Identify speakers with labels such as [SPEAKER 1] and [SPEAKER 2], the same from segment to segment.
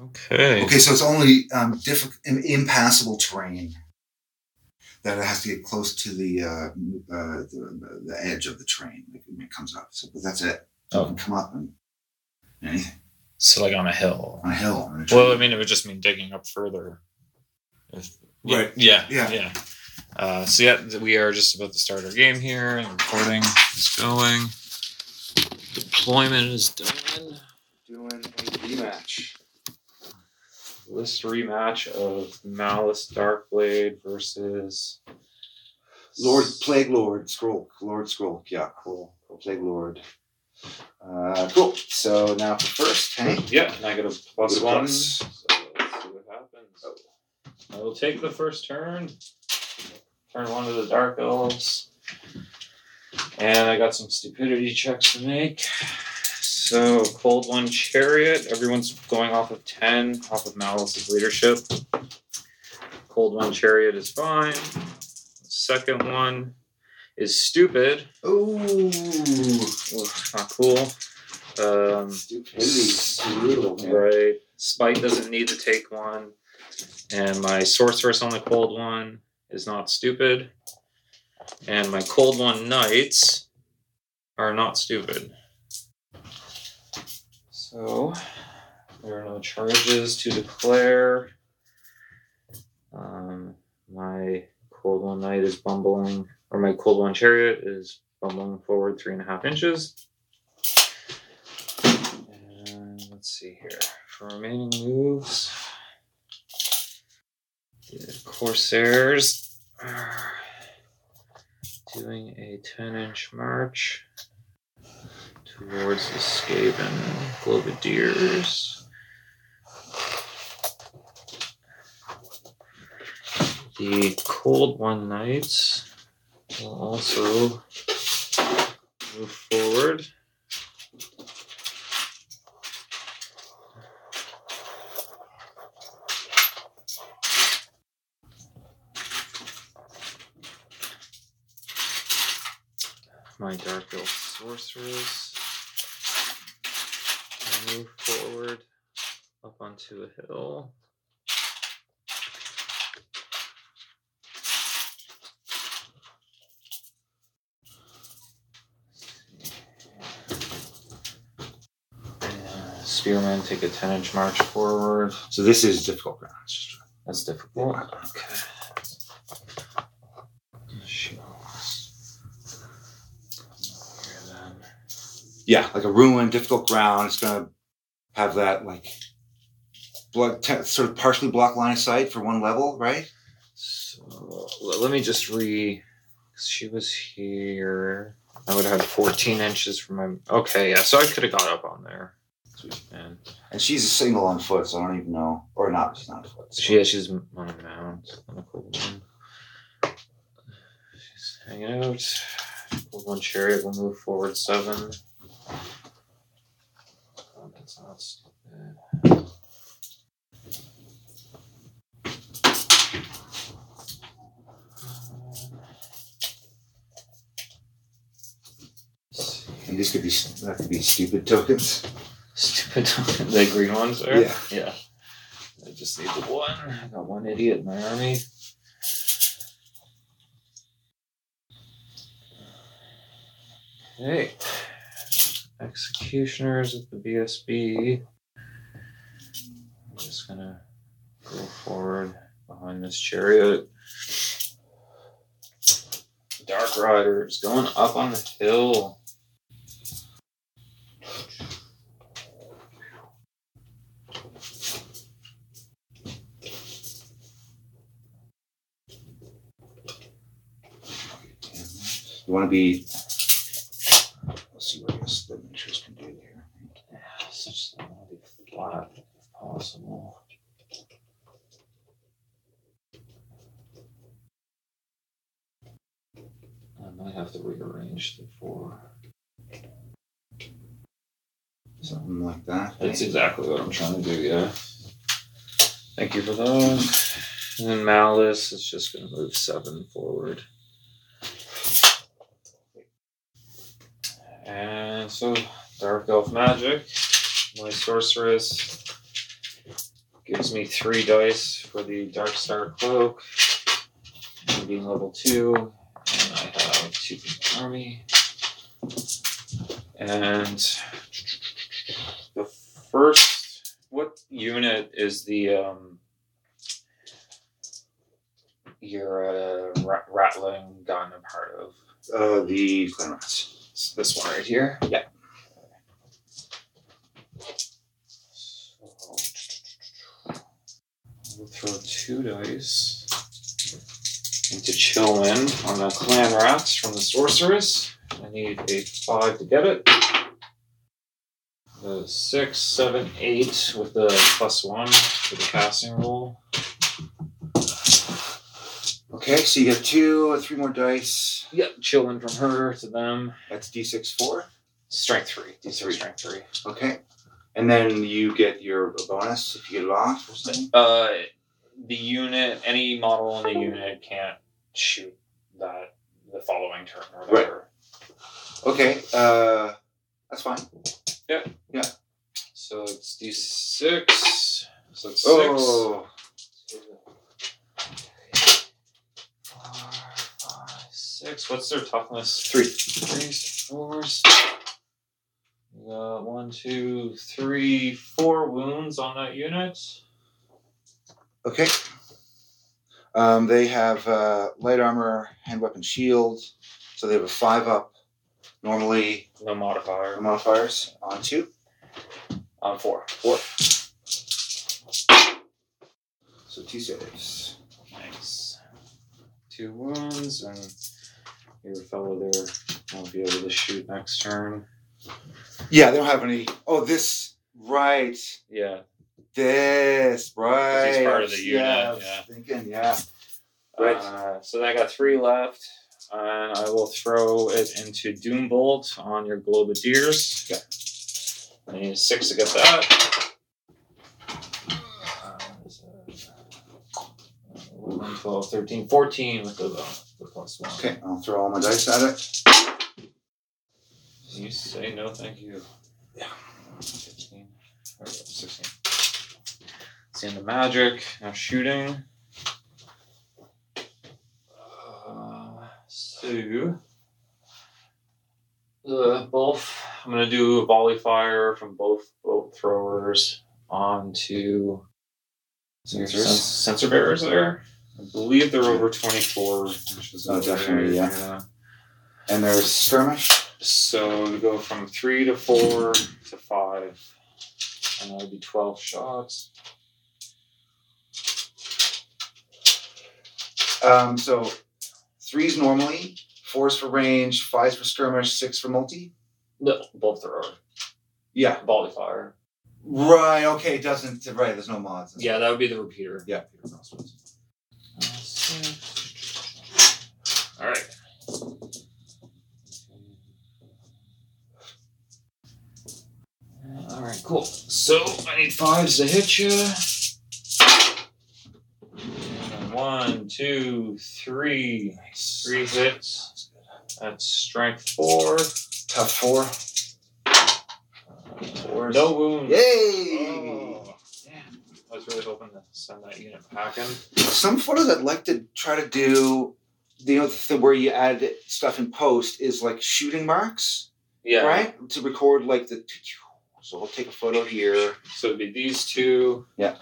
[SPEAKER 1] Okay.
[SPEAKER 2] Okay, so it's only um, difficult, impassable terrain that it has to get close to the uh, uh, the, the edge of the terrain like when it comes up. So, but that's it. So it
[SPEAKER 1] Oh.
[SPEAKER 2] can come up and anything
[SPEAKER 1] So like on a hill.
[SPEAKER 2] on a hill. On a
[SPEAKER 1] Well, I
[SPEAKER 2] tree.
[SPEAKER 1] mean, it would just mean digging up further. If-
[SPEAKER 2] Right.
[SPEAKER 1] Yeah.
[SPEAKER 2] Yeah.
[SPEAKER 1] Yeah. yeah. Uh, so yeah, th- we are just about to start our game here. The recording is going. Deployment is done.
[SPEAKER 2] doing a rematch.
[SPEAKER 1] List rematch of Malice Darkblade versus
[SPEAKER 2] Lord Plague Lord Scroll Lord Scroll. Yeah, cool. Cool, Plague Lord. Uh, cool. So now for first, hey.
[SPEAKER 1] Yeah, and I get a plus
[SPEAKER 2] Good
[SPEAKER 1] one.
[SPEAKER 2] plus.
[SPEAKER 1] So let's see what happens. I will take the first turn. Turn one to the Dark Elves. And I got some stupidity checks to make. So, Cold One Chariot. Everyone's going off of 10, off of Malice's leadership. Cold One Chariot is fine. Second one is stupid.
[SPEAKER 2] Ooh,
[SPEAKER 1] Ugh, not cool. Um,
[SPEAKER 2] stupidity, brutal. man.
[SPEAKER 1] Right. Spite doesn't need to take one. And my sorceress on the cold one is not stupid. And my cold one knights are not stupid. So there are no charges to declare. Um, my cold one knight is bumbling, or my cold one chariot is bumbling forward three and a half inches. And let's see here. For remaining moves, the Corsairs are doing a 10 inch march towards the Skaven Globadiers. The Cold One Knights will also move forward. my Dark Elf Sorcerers. I move forward up onto a hill. And Spearmen take a 10 inch march forward.
[SPEAKER 2] So this is difficult ground. It's just-
[SPEAKER 1] That's difficult. Okay. Shields. Here then.
[SPEAKER 2] yeah, like a ruin, difficult ground. It's gonna have that like blood, te- sort of partially blocked line of sight for one level, right?
[SPEAKER 1] So l- let me just re. 'cause She was here. I would have had 14 inches from my. Okay, yeah. So I could have got up on there. Man.
[SPEAKER 2] And she's a single on foot, so I don't even know, or not. She's not on foot. so-
[SPEAKER 1] She, yeah, she's on a mount. On a cold one. She's hanging out. Cold one chariot will move forward seven. Oh, that's not stupid. Uh, Let's see.
[SPEAKER 2] And these could be that could be stupid tokens.
[SPEAKER 1] Stupid. the green ones there?
[SPEAKER 2] Yeah.
[SPEAKER 1] Yeah. I just need the one. I got one idiot in my army. Hey. Executioners of the BSB. I'm just gonna go forward behind this chariot. Dark Riders going up on the hill.
[SPEAKER 2] You want to be. Let's see what else the miniatures can do here.
[SPEAKER 1] Such that I'll be flat if possible. I might have to rearrange the four.
[SPEAKER 2] Something like that.
[SPEAKER 1] That's exactly what I'm trying to do, yeah. Thank you for that. And then Malice is just going to move seven forward. And so, Dark Elf Magic, my sorceress Gives me three dice for the Dark Star Cloak, being level two, and I have two people army. And the first, what unit is the um your uh, rat- rattling gun a part of?
[SPEAKER 2] Uh, the clan rats.
[SPEAKER 1] It's this one right here. Yeah. So, we'll throw two dice into Chillwind on the clan rats from the sorceress. I need a five to get it. The six, seven, eight with the plus one for the passing roll.
[SPEAKER 2] Okay, so you get two or three more dice.
[SPEAKER 1] Yep, chilling from her to them.
[SPEAKER 2] That's D6 four.
[SPEAKER 1] Strength three. These are
[SPEAKER 2] Three.
[SPEAKER 1] strength three.
[SPEAKER 2] Okay. And then you get your bonus if you get it off or something.
[SPEAKER 1] Uh, the unit, any model in the unit can't shoot that the following turn or whatever.
[SPEAKER 2] Okay, uh, that's fine.
[SPEAKER 1] So it's d six. So it's
[SPEAKER 2] Oh,
[SPEAKER 1] six. Four, five, six. What's their toughness?
[SPEAKER 2] three.
[SPEAKER 1] Threes, fours. We got one, two, three, four wounds on that unit.
[SPEAKER 2] Okay. Um, they have uh, light armor, hand weapon, shield. So they have a five up normally
[SPEAKER 1] No modifier.
[SPEAKER 2] modifiers on two.
[SPEAKER 1] On four. Four.
[SPEAKER 2] So two saves.
[SPEAKER 1] Nice. Two wounds, and your fellow there won't be able to shoot next turn.
[SPEAKER 2] Yeah, they don't have any. Oh, this right.
[SPEAKER 1] Yeah.
[SPEAKER 2] This right.
[SPEAKER 1] Because he's part of the
[SPEAKER 2] Yeah, I
[SPEAKER 1] unit,
[SPEAKER 2] was
[SPEAKER 1] yeah.
[SPEAKER 2] Thinking, yeah. Right.
[SPEAKER 1] Right. Uh, so I got three left, and I will throw it into Doombolt on your Globadiers.
[SPEAKER 2] Yeah.
[SPEAKER 1] I need a six to get that. Uh, so, uh, 11, 12, 13, 14 with the, bonus, the plus one.
[SPEAKER 2] Okay, I'll throw all my dice at it.
[SPEAKER 1] You say no, thank you. Yeah. 15, or 16. It's into magic, now shooting. Uh, so, uh, both, I'm going to do a volley fire from both bolt throwers onto
[SPEAKER 2] Sensors?
[SPEAKER 1] sen- sensor bearers there. I believe they're over 24, which is
[SPEAKER 2] Oh, definitely, yeah.
[SPEAKER 1] yeah.
[SPEAKER 2] And there's skirmish.
[SPEAKER 1] So we go from three to four to five, and that would be twelve shots.
[SPEAKER 2] Um, so threes normally, fours for range, fives for skirmish, six for multi.
[SPEAKER 1] No, both are over.
[SPEAKER 2] Yeah.
[SPEAKER 1] Volley fire.
[SPEAKER 2] Right. Okay. It doesn't. Right. There's no mods.
[SPEAKER 1] Yeah, that would be the repeater.
[SPEAKER 2] Yeah.
[SPEAKER 1] All right. All right, cool. So I need fives to hit you. One, two, three.
[SPEAKER 2] Nice.
[SPEAKER 1] Three hits. That's strength four.
[SPEAKER 2] Tough four.
[SPEAKER 1] Four. No wounds.
[SPEAKER 2] Yay!
[SPEAKER 1] Oh, damn. I was really hoping to send that unit packing.
[SPEAKER 2] Some photos I'd like to try to do. You know, th- where you add stuff in post is like shooting marks,
[SPEAKER 1] Yeah.
[SPEAKER 2] right? To record like the. So I'll take a photo here.
[SPEAKER 1] So it'd be these two.
[SPEAKER 2] Yeah.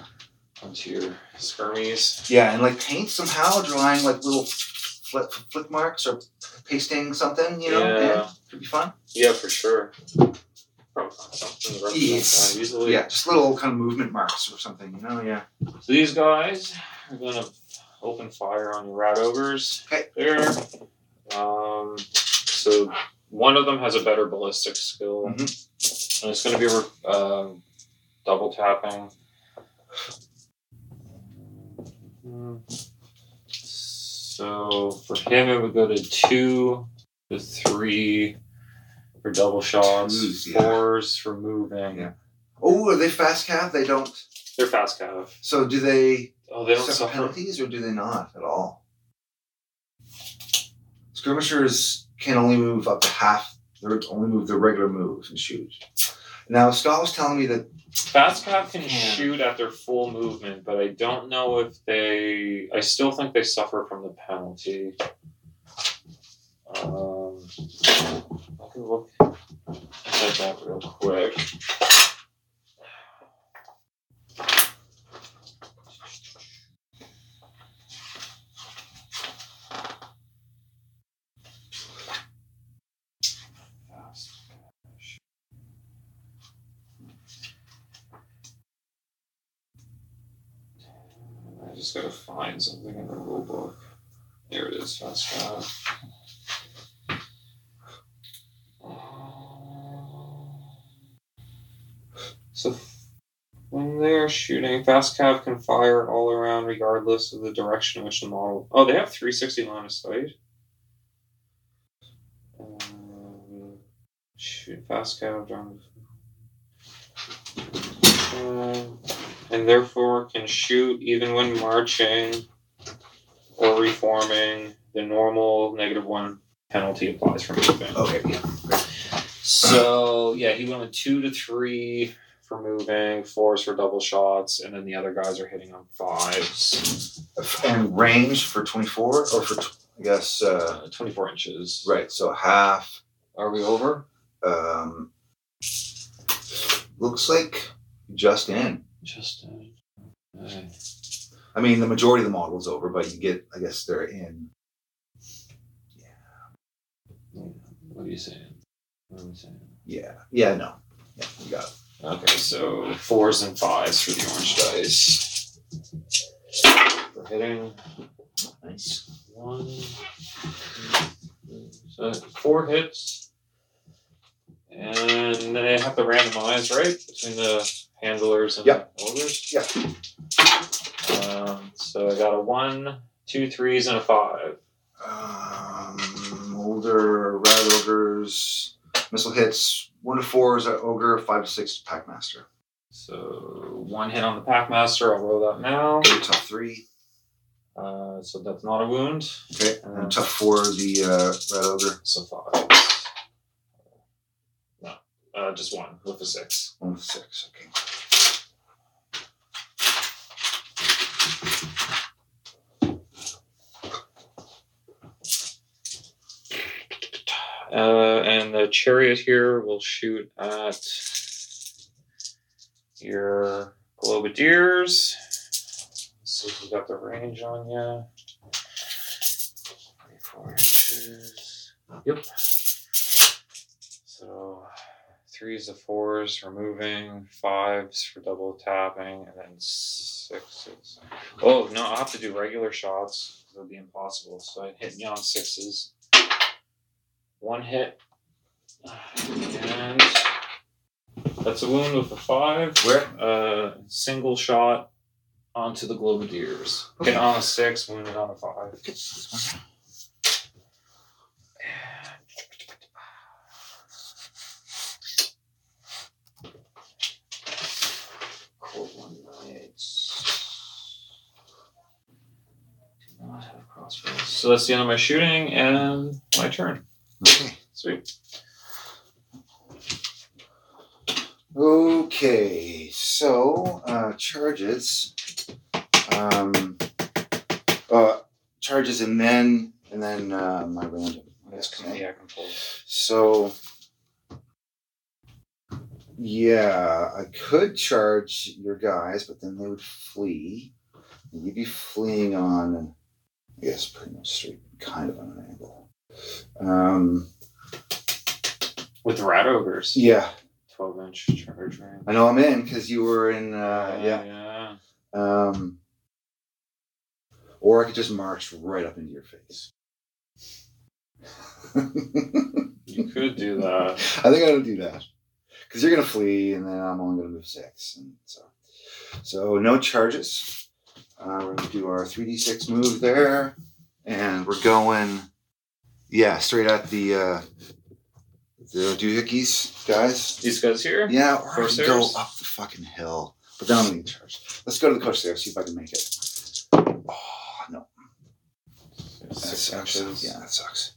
[SPEAKER 1] Onto your skirmies.
[SPEAKER 2] Yeah, and like paint somehow, drawing like little flick, flick marks or pasting something. You know,
[SPEAKER 1] yeah.
[SPEAKER 2] yeah, could be fun.
[SPEAKER 1] Yeah, for sure. Probably find something to represent
[SPEAKER 2] Yes.
[SPEAKER 1] that easily.
[SPEAKER 2] yeah, just little kind of movement marks or something, you know? Yeah.
[SPEAKER 1] So these guys are gonna open fire on your rat ogres.
[SPEAKER 2] Okay.
[SPEAKER 1] There. Um, so one of them has a better ballistic skill,
[SPEAKER 2] Mm-hmm.
[SPEAKER 1] and it's gonna be re- um, double tapping. So for him, it would go to two to three for double shots,
[SPEAKER 2] Twos, yeah.
[SPEAKER 1] fours for moving.
[SPEAKER 2] Yeah. Oh, are they fast calf? They don't.
[SPEAKER 1] They're fast calf.
[SPEAKER 2] So do they,
[SPEAKER 1] Oh, they don't
[SPEAKER 2] suffer
[SPEAKER 1] suffer.
[SPEAKER 2] penalties or do they not at all? Skirmishers can only move up to half. They only move their regular move and shoot. Now, Scott was telling me that
[SPEAKER 1] Batskav can
[SPEAKER 2] Yeah.
[SPEAKER 1] shoot at their full movement, but I don't know if they. I still think they suffer from the penalty. Um, I can look at that real quick. I just gotta find something in the rule book. There it is, fast five. So f- when they're shooting, fast cav can fire all around regardless of the direction in which the model. Oh, they have 360 line of sight. Um, shoot, fast cav, down. Um, and therefore can shoot even when marching or reforming. The normal negative one penalty applies for moving.
[SPEAKER 2] Okay, yeah.
[SPEAKER 1] So yeah, he went with two to three for moving, fours for double shots, and then the other guys are hitting on fives,
[SPEAKER 2] And range for 24 or for, tw- I guess, uh,
[SPEAKER 1] uh, twenty-four inches.
[SPEAKER 2] right, so half.
[SPEAKER 1] Are we over?
[SPEAKER 2] Um, looks like just in.
[SPEAKER 1] Just. uh, okay.
[SPEAKER 2] I mean, the majority of the model's over, but you get, I guess, they're in.
[SPEAKER 1] What are you saying? What are we saying?
[SPEAKER 2] Yeah. Yeah, no. Yeah, you got it.
[SPEAKER 1] Okay, so fours and fives for the orange dice. For hitting.
[SPEAKER 2] Nice.
[SPEAKER 1] One. So four hits. And then I have to randomize, right? Between the handlers and
[SPEAKER 2] Yep.
[SPEAKER 1] the holders?
[SPEAKER 2] Yep.
[SPEAKER 1] Um, so I got a one, two threes, and a five.
[SPEAKER 2] Um, older rat ogres, missile hits. One to four is an ogre, five to six is pack master.
[SPEAKER 1] So one hit on the Packmaster, I'll roll that now.
[SPEAKER 2] Go to tough three.
[SPEAKER 1] Uh, so that's not a wound.
[SPEAKER 2] Okay. And
[SPEAKER 1] Uh,
[SPEAKER 2] then tough four, the uh, rat ogre,
[SPEAKER 1] So five. No, uh, just one with a six.
[SPEAKER 2] one to six. Okay.
[SPEAKER 1] Uh, and the chariot here will shoot at your globadiers. Let's see if we got the range on you. Four inches. Yep. So threes to fours for moving, fives for double tapping, and then sixes. Oh no, I'll have to do regular shots. It'll be impossible. So I hit me on sixes. One hit. And that's a wound with a five.
[SPEAKER 2] Where?
[SPEAKER 1] Uh, single shot onto the Globadiers. Hit on a six, wounded on a five. Cold one knights. Do not have crossbows. So that's the end of my shooting and my turn.
[SPEAKER 2] Okay.
[SPEAKER 1] Sweet.
[SPEAKER 2] Okay. So uh, charges. Um, uh, charges and then and then uh, my random.
[SPEAKER 1] That's
[SPEAKER 2] Okay.
[SPEAKER 1] yeah, I can pull.
[SPEAKER 2] So, yeah, I could charge your guys, but then they would flee. And You'd be fleeing on, I guess, pretty much straight, kind of on an angle. Um,
[SPEAKER 1] With rat ogres.
[SPEAKER 2] yeah,
[SPEAKER 1] 12 inch charge range.
[SPEAKER 2] I know I'm in because you were in. Uh, yeah.
[SPEAKER 1] Yeah.
[SPEAKER 2] Um, or I could just march right up into your face.
[SPEAKER 1] You could do that.
[SPEAKER 2] I think I'm gonna do that because you're gonna flee, and then I'm only gonna move six, and so so no charges. Uh, we're gonna do our three d six move there, and we're going yeah straight at the uh, the doohickeys guys.
[SPEAKER 1] These guys here?
[SPEAKER 2] Yeah, or I could go
[SPEAKER 1] Corsairs?
[SPEAKER 2] up the fucking hill, but then I'm gonna get charged. Let's go to the coach there, see if I can make it. Oh no, that
[SPEAKER 1] Six
[SPEAKER 2] sucks.
[SPEAKER 1] inches.
[SPEAKER 2] Yeah, that sucks.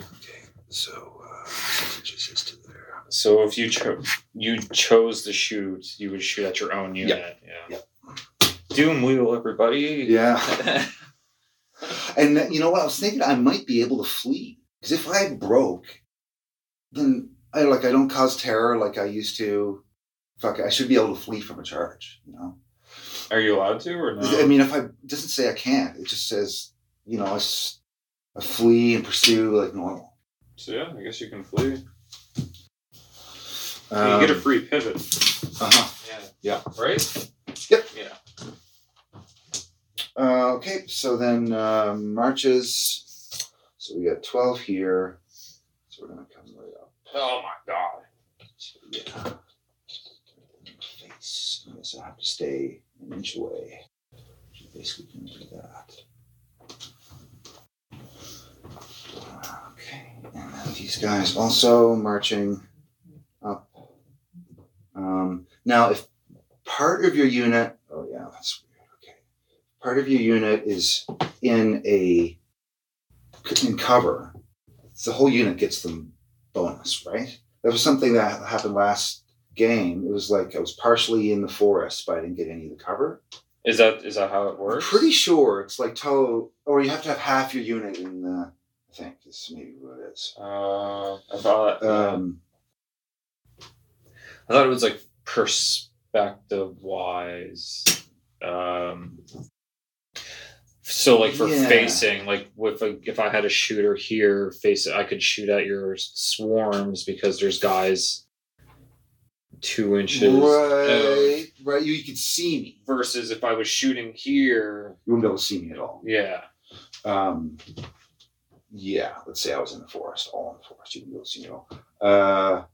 [SPEAKER 2] Okay, so uh, six inches is to there.
[SPEAKER 1] So if you cho- you chose to shoot, you would shoot at your own
[SPEAKER 2] Yep.
[SPEAKER 1] unit. Yeah. Doom wheel, everybody.
[SPEAKER 2] Yeah.
[SPEAKER 1] Yeah.
[SPEAKER 2] And that- you know what? I was thinking I might be able to flee because if I broke, then I like I don't cause terror like I used to. Fuck, I should be able to flee from a charge. You know,
[SPEAKER 1] Are you allowed to or no?
[SPEAKER 2] I mean, if I it doesn't say I can't, it just says you know I, s- I flee and pursue like normal.
[SPEAKER 1] so yeah, I guess you can flee.
[SPEAKER 2] Um,
[SPEAKER 1] you get a free pivot.
[SPEAKER 2] uh-huh.
[SPEAKER 1] Yeah.
[SPEAKER 2] Yeah.
[SPEAKER 1] Right.
[SPEAKER 2] Uh, okay, so then uh, marches. So we got twelve here. So we're gonna come right up.
[SPEAKER 1] Oh my god.
[SPEAKER 2] Yeah. Face. I guess I have to stay an inch away. So basically can do that. Okay. And then these guys also marching up. Um, now if part of your unit oh yeah, that's weird, okay. Part of your unit is in a in cover, the whole unit gets them bonus, right? that was something that happened last game. It was like I was partially in the forest, but I didn't get any of the cover.
[SPEAKER 1] Is that is that how it
[SPEAKER 2] I'm
[SPEAKER 1] works?
[SPEAKER 2] pretty sure it's like total, or you have to have half your unit in the. I think this is maybe what it is.
[SPEAKER 1] Uh, I thought
[SPEAKER 2] Um,
[SPEAKER 1] I thought it was like perspective wise. Um, so like for
[SPEAKER 2] Yeah.
[SPEAKER 1] facing, like with a, if I had a shooter here, face I could shoot at your swarms because there's guys two inches. uh,
[SPEAKER 2] right, right. You, you could see me.
[SPEAKER 1] versus if I was shooting here,
[SPEAKER 2] You wouldn't be able to see me at all.
[SPEAKER 1] yeah.
[SPEAKER 2] Um, yeah, let's say I was in the forest, all in the forest. You wouldn't be able to see me at all. Uh,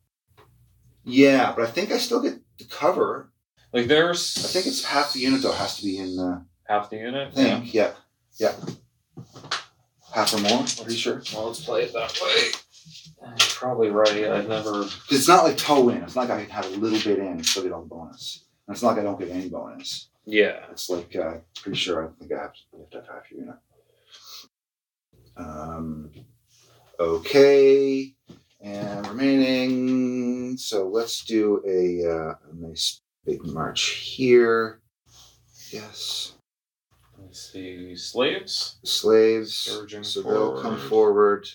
[SPEAKER 2] yeah, but I think I still get the cover.
[SPEAKER 1] Like there's,
[SPEAKER 2] I think it's half the unit though has to be in the.
[SPEAKER 1] half the unit.
[SPEAKER 2] thing. Yeah. Yeah. Half or more, pretty sure.
[SPEAKER 1] Well, let's play it that way. You're probably right. I've never.
[SPEAKER 2] 'Cause it's not like toe in. It's not like I can have a little bit in and still get all the bonus. And it's not like I don't get any bonus.
[SPEAKER 1] Yeah.
[SPEAKER 2] It's like, uh, pretty sure I think I have to, I have, to have half your unit. Um, okay. And remaining. So let's do a, uh, a nice big march here. Yes.
[SPEAKER 1] Let's see. Slaves.
[SPEAKER 2] slaves.
[SPEAKER 1] Surging
[SPEAKER 2] so they'll
[SPEAKER 1] forward.
[SPEAKER 2] come forward,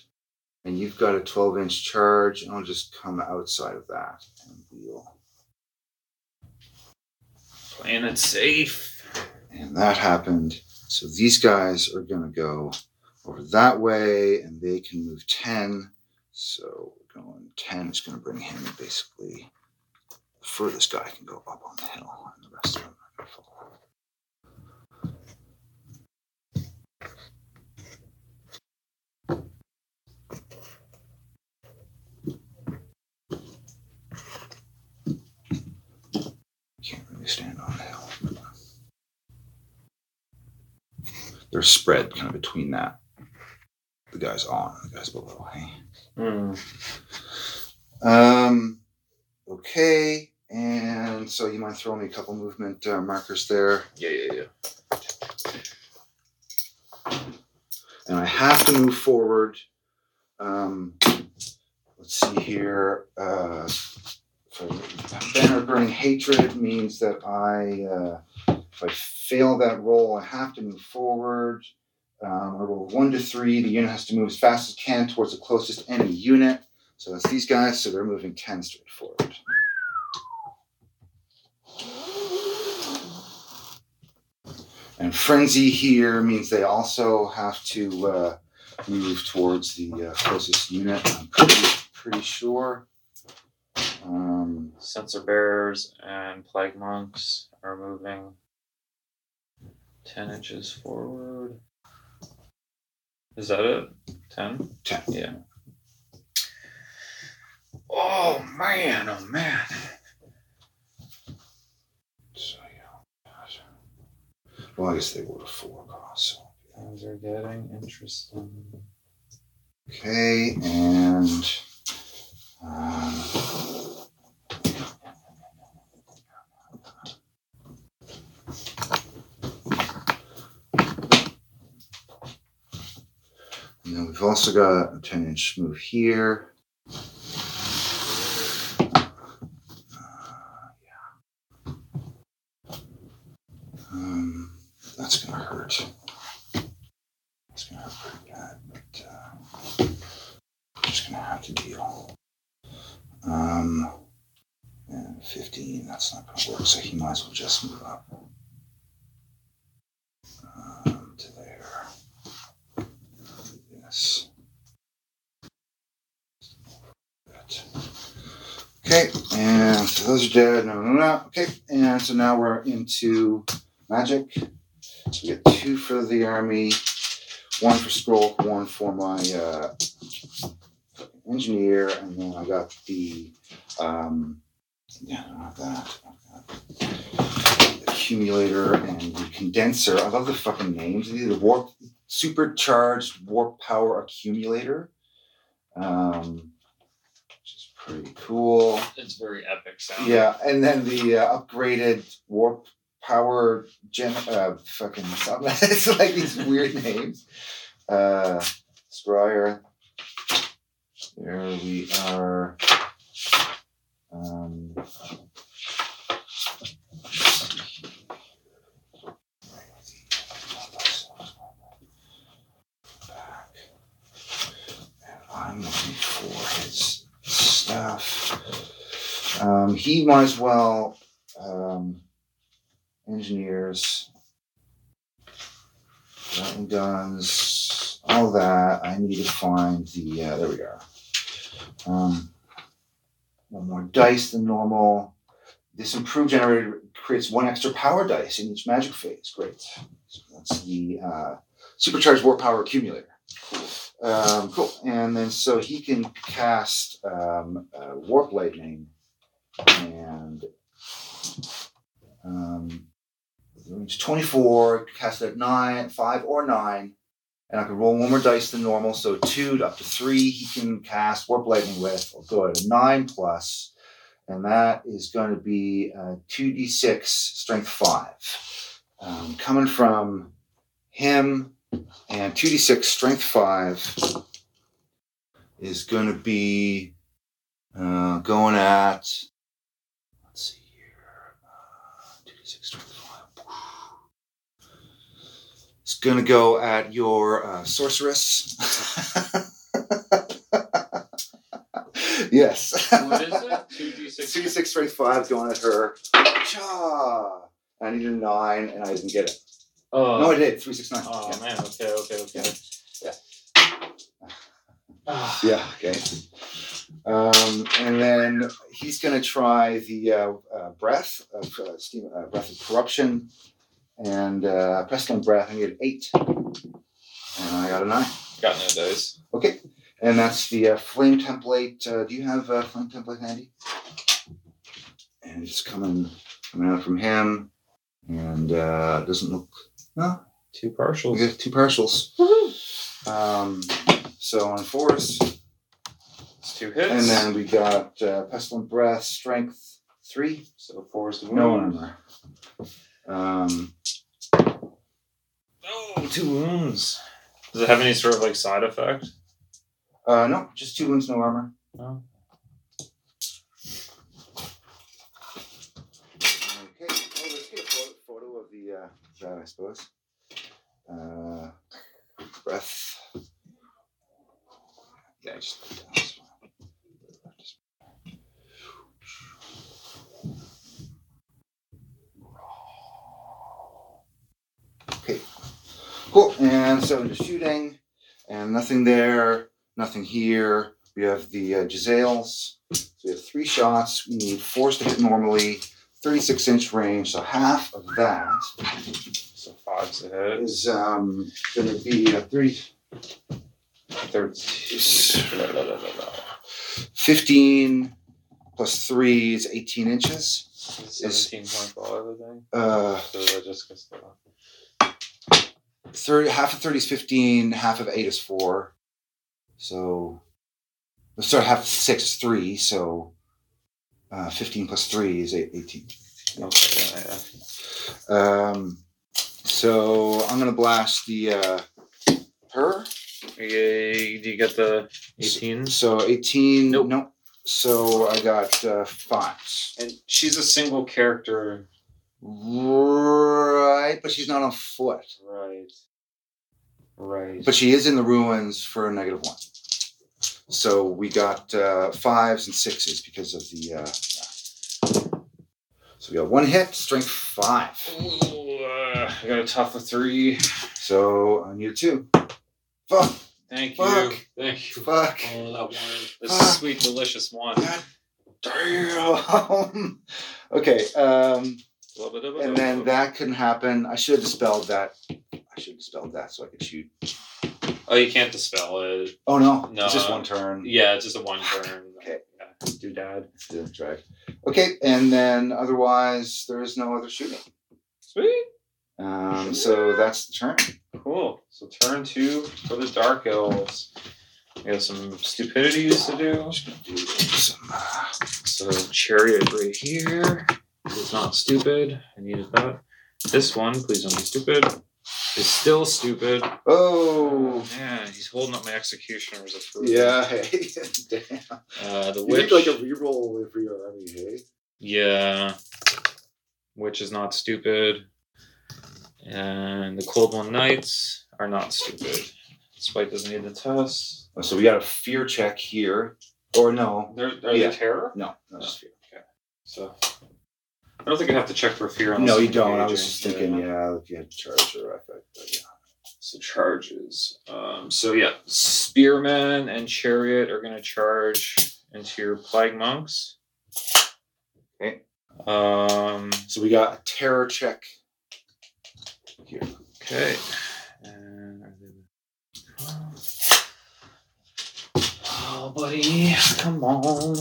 [SPEAKER 2] and you've got a 12 inch charge, and I'll just come outside of that and wheel.
[SPEAKER 1] Playing it safe.
[SPEAKER 2] And that happened. So these guys are going to go over that way, and they can move 10. So we're going 10 is going to bring him basically the furthest guy can go up on the hill, and the rest of them are going to follow. Can't really stand on the hill. They're spread kind of between that. The guys on, the guys below. Hey.
[SPEAKER 1] Hmm.
[SPEAKER 2] Um. Okay. And so you might throw me a couple movement uh, markers there,
[SPEAKER 1] Yeah, yeah, yeah.
[SPEAKER 2] and I have to move forward. Um. Let's see here. Uh, for banner burning hatred means that I, uh, if I fail that roll, I have to move forward. Um, I roll one to three. The unit has to move as fast as it can towards the closest enemy unit. So that's these guys. So they're moving ten straight forward. And frenzy here means they also have to uh, move towards the uh, closest unit. I'm pretty, pretty sure. Um,
[SPEAKER 1] Sensor bearers and plague monks are moving ten inches forward. Is that it? Ten?
[SPEAKER 2] 10.
[SPEAKER 1] Yeah. Oh man! Oh man!
[SPEAKER 2] so, yeah. Well, I guess they were a four cost. So.
[SPEAKER 1] Things are getting interesting.
[SPEAKER 2] Okay, and um, Uh, and then we've also got a ten inch move here. Um, That's gonna hurt. It's gonna hurt pretty bad, but uh, I'm just gonna have to deal. Um, and 15. That's not gonna work. So he might as well just move up um, to there. Yes. That. Okay, and so those are dead. No, no, no. Okay, and so now we're into magic. So we get two for the army, one for scroll, one for my uh, engineer, and then I got the um, yeah, I got that. I've got the accumulator and the condenser. I love the fucking names. These are The warp supercharged warp power accumulator. Um, which is pretty cool.
[SPEAKER 1] It's very epic sound.
[SPEAKER 2] Yeah, and then the uh, upgraded warp power gen. Uh, fucking something. it's like these weird names. Uh, Scryer. There we are. Um, back. And I'm looking for his stuff um, he might as well um, engineers mountain guns all that i need to find the uh, there we are um, one more dice than normal this improved generator creates one extra power dice in each magic phase great so that's the uh, supercharged war power accumulator Cool. Um, cool. And then so he can cast um, uh, warp lightning and um, range 24, cast it at 9, 5, or 9. And I can roll one more dice than normal, so 2 to up to 3 he can cast Warp Lightning with. I'll go at a 9 plus, and that is going to be uh, 2d6 strength 5. Um, coming from him, and 2d6 strength 5 is going to be uh, going at let's see here. Uh, 2d6 strength 5. It's going to go at your uh, sorceress. yes.
[SPEAKER 1] What is it? Two D six.
[SPEAKER 2] 2d6 strength 5 going at her. Cha! I needed a 9 and I didn't get it.
[SPEAKER 1] Oh,
[SPEAKER 2] no, I did. 369.
[SPEAKER 1] oh
[SPEAKER 2] Yeah.
[SPEAKER 1] man. Okay. Okay. Okay.
[SPEAKER 2] Yeah.
[SPEAKER 1] Ah,
[SPEAKER 2] Yeah, okay. Um, and then he's going to try the uh, uh, breath of uh, steam, uh, breath of corruption, and uh, pestilent breath. I get eight, and I got a nine.
[SPEAKER 1] Got no dice.
[SPEAKER 2] Okay, and that's the uh, flame template. Uh, do you have uh, flame template handy? And it's coming coming out from him, and uh, it doesn't look no.
[SPEAKER 1] Two
[SPEAKER 2] We
[SPEAKER 1] partials.
[SPEAKER 2] get two partials. Um, so on fours.
[SPEAKER 1] It's two hits.
[SPEAKER 2] And then we got uh, Pestilent Breath, Strength 3.
[SPEAKER 1] so four is the wound.
[SPEAKER 2] No armor. Um,
[SPEAKER 1] Oh, two wounds. Does it have any sort of like side effect?
[SPEAKER 2] uh, no, just two wounds, no armor.
[SPEAKER 1] No.
[SPEAKER 2] Okay. Well, let's get a photo, photo of the uh, that, I suppose. Uh, breath. Yeah, just put down this one. Just- Okay. Cool. And so into shooting, and nothing there, nothing here. We have the uh, Giselles. So we have three shots. We need fours to hit normally. 36 inch range, so half of that
[SPEAKER 1] So five's a hit.
[SPEAKER 2] is um, going to be uh, 30,
[SPEAKER 1] Thirteen. La, la, la, la, la.
[SPEAKER 2] 15 plus 3 is 18 inches.
[SPEAKER 1] Seventeen point five, I think.
[SPEAKER 2] Uh,
[SPEAKER 1] So that just gets the
[SPEAKER 2] 30, half of 30 is 15, half of 8 is 4. So, sorry, half of 6 is 3, so uh, 15 plus 3 is eight, 18.
[SPEAKER 1] okay. Yeah, yeah.
[SPEAKER 2] Um, so, I'm going to blast the uh, her.
[SPEAKER 1] Yay, do you get the 18?
[SPEAKER 2] So 18.
[SPEAKER 1] Nope.
[SPEAKER 2] Nope. So I got uh, fives.
[SPEAKER 1] And she's a single character.
[SPEAKER 2] Right, but she's not on foot.
[SPEAKER 1] Right. Right.
[SPEAKER 2] But she is in the ruins for a negative one. So we got uh, fives and sixes because of the. Uh, so we got one hit, strength five.
[SPEAKER 1] Ooh, uh, I got a tough of three.
[SPEAKER 2] So I need a two. Fuck!
[SPEAKER 1] Thank
[SPEAKER 2] Fuck.
[SPEAKER 1] you. Thank you.
[SPEAKER 2] Fuck!
[SPEAKER 1] Oh, that one. This
[SPEAKER 2] Fuck.
[SPEAKER 1] sweet, delicious one.
[SPEAKER 2] God damn! okay, um, and then that can happen. I should have dispelled that. I should have dispelled that so I could shoot.
[SPEAKER 1] Oh, you can't dispel it.
[SPEAKER 2] Oh no! e-
[SPEAKER 1] No.
[SPEAKER 2] It's just one turn.
[SPEAKER 1] Yeah, it's just a one turn.
[SPEAKER 2] Okay.
[SPEAKER 1] Yeah, do dad.
[SPEAKER 2] Didn't drive. Okay, and then otherwise there is no other shooting.
[SPEAKER 1] Sweet.
[SPEAKER 2] Um, so that's the turn.
[SPEAKER 1] Cool. So turn two for the dark elves. We have some stupidities to do.
[SPEAKER 2] Do some, uh,
[SPEAKER 1] So chariot right here is not stupid. I needed that. This one, please don't be stupid. Is still stupid.
[SPEAKER 2] oh.
[SPEAKER 1] man, he's holding up my executioner's approval.
[SPEAKER 2] Yeah. Hey. Damn.
[SPEAKER 1] Uh, the
[SPEAKER 2] You
[SPEAKER 1] witch.
[SPEAKER 2] need like a reroll every your army, hey?
[SPEAKER 1] Yeah. Which is not stupid. And the Cold One Knights are not stupid. Spike doesn't need the test.
[SPEAKER 2] Oh, So we got a fear check here, or no?
[SPEAKER 1] They're, are
[SPEAKER 2] Yeah.
[SPEAKER 1] they terror?
[SPEAKER 2] No, no, just fear.
[SPEAKER 1] So I don't think I have to check for fear. unless
[SPEAKER 2] No, you
[SPEAKER 1] I'm
[SPEAKER 2] don't. I
[SPEAKER 1] engaging.
[SPEAKER 2] was just thinking, yeah, if you had to charge or I thought, but yeah.
[SPEAKER 1] So charges. Um, so yeah, spearmen and chariot are gonna charge into your plague monks.
[SPEAKER 2] Okay.
[SPEAKER 1] Um.
[SPEAKER 2] So we got a terror check.
[SPEAKER 1] Okay. And are they- Oh, buddy, come on.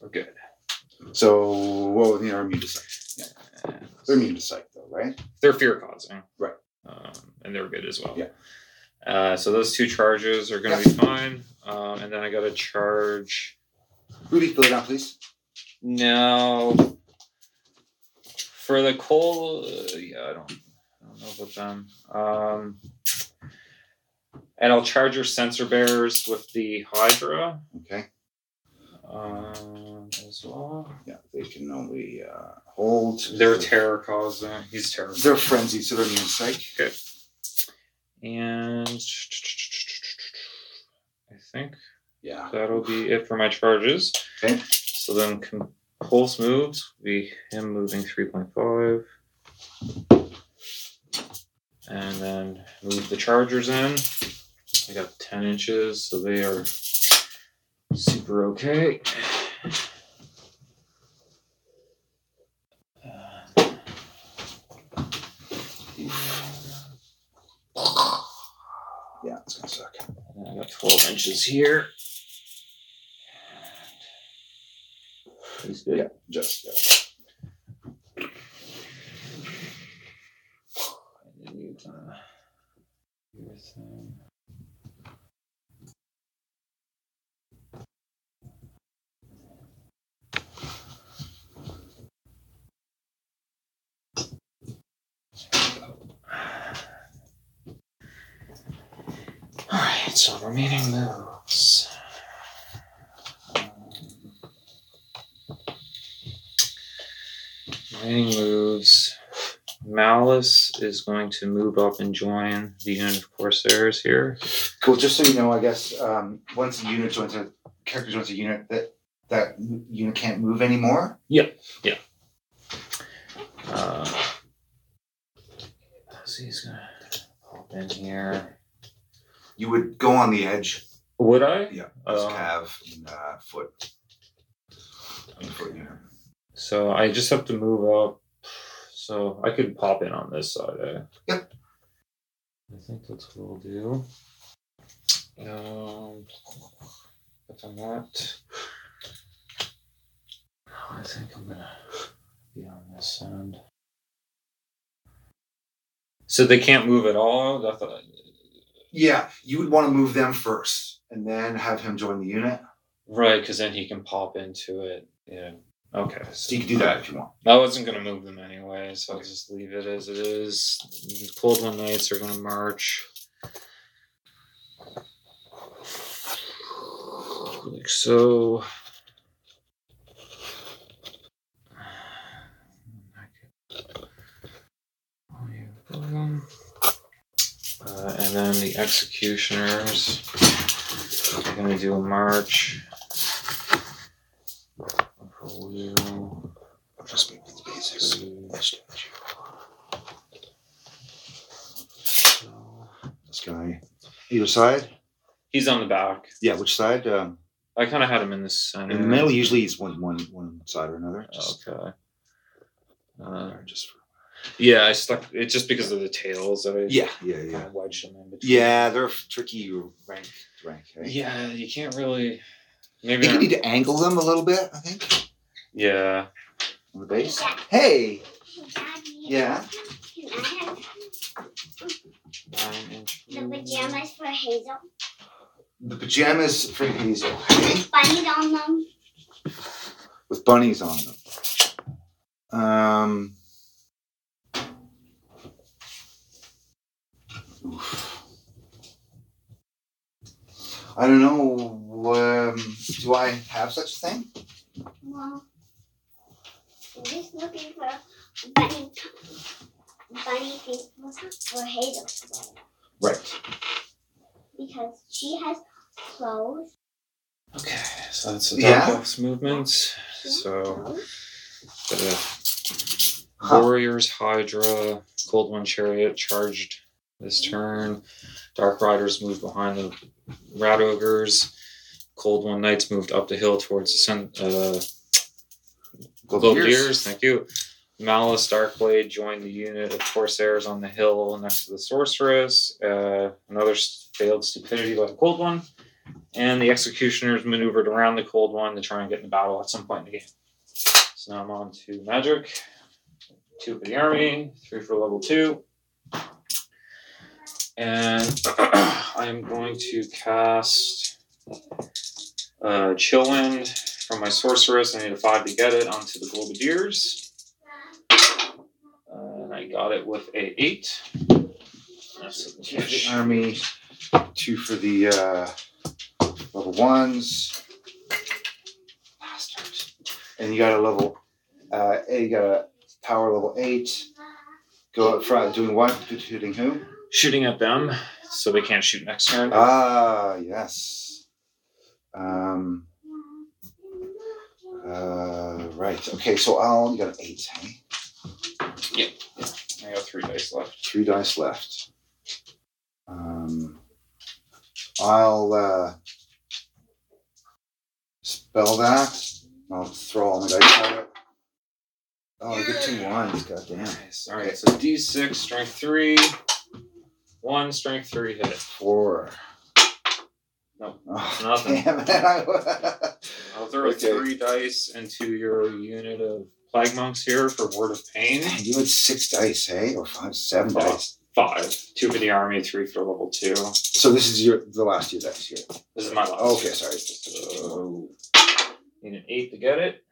[SPEAKER 1] We're good.
[SPEAKER 2] So what would the army decide? They're
[SPEAKER 1] And
[SPEAKER 2] immune to psych, though, right?
[SPEAKER 1] they're fear causing.
[SPEAKER 2] Right.
[SPEAKER 1] Um, and they're good as well.
[SPEAKER 2] Yeah.
[SPEAKER 1] Uh, so those two charges are going to be fine. Um, and then I got to charge.
[SPEAKER 2] Ruby, fill it out, please.
[SPEAKER 1] No. For the coal, uh, yeah, I don't, I don't know about them. Um, and I'll charge your sensor bearers with the Hydra
[SPEAKER 2] Okay.
[SPEAKER 1] um, as well.
[SPEAKER 2] Yeah, they can only uh, hold.
[SPEAKER 1] They're terror causing. He's terror.
[SPEAKER 2] They're frenzied, so they're immune to psych.
[SPEAKER 1] And I think
[SPEAKER 2] Yeah.
[SPEAKER 1] that'll be it for my charges.
[SPEAKER 2] Okay.
[SPEAKER 1] So then compulse moves will be him moving 3.5. And then move the chargers in. I got 10 inches, so they are super okay. Uh,
[SPEAKER 2] Yeah, it's gonna suck.
[SPEAKER 1] and then I got 12 inches here. And he's good.
[SPEAKER 2] Yeah. Just yeah.
[SPEAKER 1] And then you kind of your thing. All right, so remaining moves. Um, Remaining moves. Malice is going to move up and join the unit of Corsairs here.
[SPEAKER 2] Cool. Just so you know, I guess um, once a unit joins a character joins a unit, that that unit can't move anymore.
[SPEAKER 1] Uh, so he's gonna pop in here.
[SPEAKER 2] You would go on the edge.
[SPEAKER 1] Would I?
[SPEAKER 2] Yeah. As
[SPEAKER 1] Uh,
[SPEAKER 2] calf and uh, foot. And foot unit.
[SPEAKER 1] so I just have to move up. So I could pop in on this side. Eh?
[SPEAKER 2] Yep.
[SPEAKER 1] I think that's what we'll do. Um, if I'm not, I think I'm gonna be on this end. So they can't move at all. That's what I-
[SPEAKER 2] Yeah, you would want to move them first, and then have him join the unit.
[SPEAKER 1] Right, because then he can pop into it. Yeah. Okay.
[SPEAKER 2] So you can do that if you want.
[SPEAKER 1] I wasn't gonna move them anyway, so I'll just leave it as it is. The Cold one knights are gonna march. Like so. Uh, then the executioners. We're gonna do a march. For wheel.
[SPEAKER 2] Just make these basics. Let's do it. So, This guy, either side?
[SPEAKER 1] He's on the back.
[SPEAKER 2] Yeah, which side? Um,
[SPEAKER 1] I kind of had him in the center.
[SPEAKER 2] in the middle, usually it's one, one, one side or another. Just,
[SPEAKER 1] Okay. Uh,
[SPEAKER 2] or just for,
[SPEAKER 1] yeah, I stuck it just because of the tails that I
[SPEAKER 2] yeah, yeah, yeah.
[SPEAKER 1] kind of wedged him in between.
[SPEAKER 2] Yeah, they're tricky rank rank. Right?
[SPEAKER 1] Yeah, you can't really.
[SPEAKER 2] I
[SPEAKER 1] Maybe.
[SPEAKER 2] think you
[SPEAKER 1] not-
[SPEAKER 2] need to angle them a little bit. I think
[SPEAKER 1] Yeah.
[SPEAKER 2] on the base. Hey,
[SPEAKER 3] Yeah.
[SPEAKER 2] Yeah.
[SPEAKER 3] Can I have
[SPEAKER 1] Nine inch.
[SPEAKER 3] the pajamas for Hazel?
[SPEAKER 2] the pajamas for Hazel okay?
[SPEAKER 3] Bunnies on them.
[SPEAKER 2] with bunnies on them. Um. oof. I don't know. Um, do I have such a thing?
[SPEAKER 3] Well, I'm just looking for bunny, bunny people for Hazel
[SPEAKER 2] Right.
[SPEAKER 3] because she has clothes.
[SPEAKER 1] Okay, so that's the
[SPEAKER 2] Yeah.
[SPEAKER 1] top box movements. So the
[SPEAKER 2] Huh.
[SPEAKER 1] Warriors, Hydra, Cold One Chariot charged this turn. Dark Riders moved behind the Rat Ogres. Cold One Knights moved up the hill towards the cen- uh, Globeers. Thank you. Malice Darkblade joined the unit of Corsairs on the hill next to the Sorceress. Uh, another s- failed stupidity by the Cold One. And the Executioners maneuvered around the Cold One to try and get in battle at some point in the game. So now I'm on to Magic. Two for the Army, three for level two. And I am going to cast uh, Chill Wind from my sorceress. I need a five to get it onto the Globedeers. Uh, and I got it with a eight. That's a
[SPEAKER 2] Two for the
[SPEAKER 1] catch.
[SPEAKER 2] army, two for the uh, level ones. Bastards. And you got a level, uh, eh, you got a power level eight. Go up front, doing what? Shooting who?
[SPEAKER 1] Shooting at them, so they can't shoot next turn.
[SPEAKER 2] Ah, yes. Um, uh, right. Okay, so I'll, you got an eight, hey?
[SPEAKER 1] I got three dice left.
[SPEAKER 2] three dice left. Um, I'll uh, spell that. I'll throw all my dice at it. Oh, I get two ones. Goddamn.
[SPEAKER 1] Nice. All right, so D6, strength three. One, strength three hit it.
[SPEAKER 2] Four.
[SPEAKER 1] Nope.
[SPEAKER 2] Oh,
[SPEAKER 1] Nothing.
[SPEAKER 2] Damn it. I-
[SPEAKER 1] I'll throw
[SPEAKER 2] Okay.
[SPEAKER 1] three dice into your unit of plague monks here for word of pain.
[SPEAKER 2] Dang, you had six dice, hey, or five, seven
[SPEAKER 1] Five.
[SPEAKER 2] dice.
[SPEAKER 1] Five. Two for the army, three for level two.
[SPEAKER 2] So this is your the last two dice here.
[SPEAKER 1] This is my last.
[SPEAKER 2] Okay, sorry.
[SPEAKER 1] Oh. So, need an eight to get it.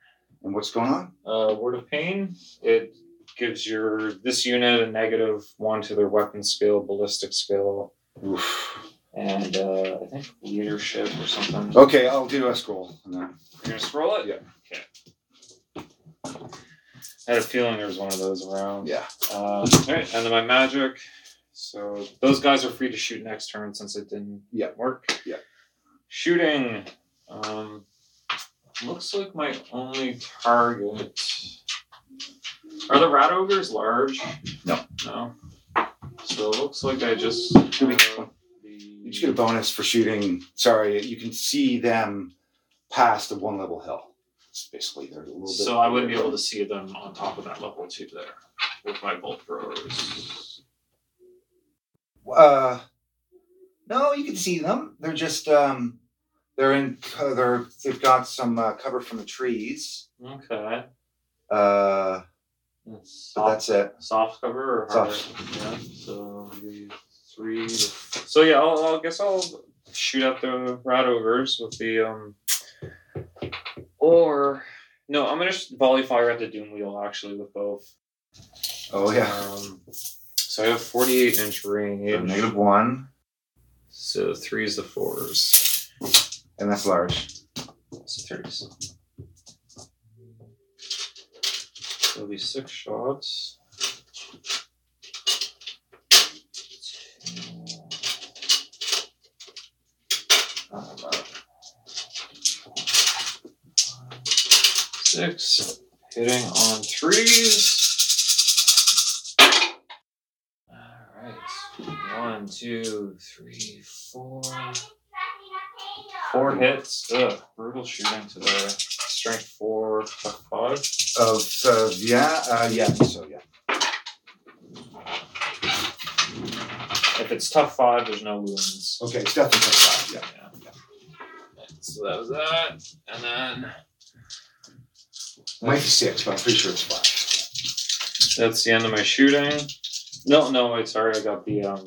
[SPEAKER 2] And what's going on?
[SPEAKER 1] Uh, Word of Pain. It gives your this unit a negative one to their weapon skill, ballistic skill,
[SPEAKER 2] Oof.
[SPEAKER 1] and uh, I think leadership or something.
[SPEAKER 2] Okay, I'll do a scroll. on that.
[SPEAKER 1] You're gonna scroll it.
[SPEAKER 2] Oh. Yeah.
[SPEAKER 1] Okay. I had a feeling there was one of those around.
[SPEAKER 2] Yeah.
[SPEAKER 1] Uh, all right, and then my magic. So those guys are free to shoot next turn since it didn't
[SPEAKER 2] Yeah.
[SPEAKER 1] work.
[SPEAKER 2] Yeah.
[SPEAKER 1] Shooting. Um, looks like my only target. Are the rat ogres large?
[SPEAKER 2] No.
[SPEAKER 1] No. So it looks like I just.
[SPEAKER 2] Give me
[SPEAKER 1] uh,
[SPEAKER 2] You just get a bonus for shooting. Sorry, you can see them past the one level hill. It's basically they're a little bit.
[SPEAKER 1] So I wouldn't be able to see them on top of that level two there with my bolt throwers.
[SPEAKER 2] Uh, no, you can see them. They're just um, they're in. co- They're they've got some uh, cover from the trees.
[SPEAKER 1] Okay.
[SPEAKER 2] Uh, but
[SPEAKER 1] Soft,
[SPEAKER 2] that's it.
[SPEAKER 1] soft cover or hard? Yeah. So maybe three. So yeah, I'll, I'll guess I'll shoot at the rat ogres with the um. Or no, I'm gonna sh- volley fire at the doom wheel actually with both.
[SPEAKER 2] Oh yeah.
[SPEAKER 1] Um, so I have 48 inch range.
[SPEAKER 2] So negative one,
[SPEAKER 1] So threes to fours.
[SPEAKER 2] and that's large.
[SPEAKER 1] So threes. So it'll be six shots. Two. six. Hitting on threes. Alright. One, two, three, four. Four hits. Ugh, brutal shooting to the strength four, tough five.
[SPEAKER 2] Of uh, yeah, uh, yeah. So yeah.
[SPEAKER 1] If it's tough five, there's no wounds.
[SPEAKER 2] Okay, it's definitely five. Yeah.
[SPEAKER 1] Yeah. So that was that. And then
[SPEAKER 2] Might be six, but I'm pretty sure it's five.
[SPEAKER 1] that's the end of my shooting. No, no, wait, sorry, I got the um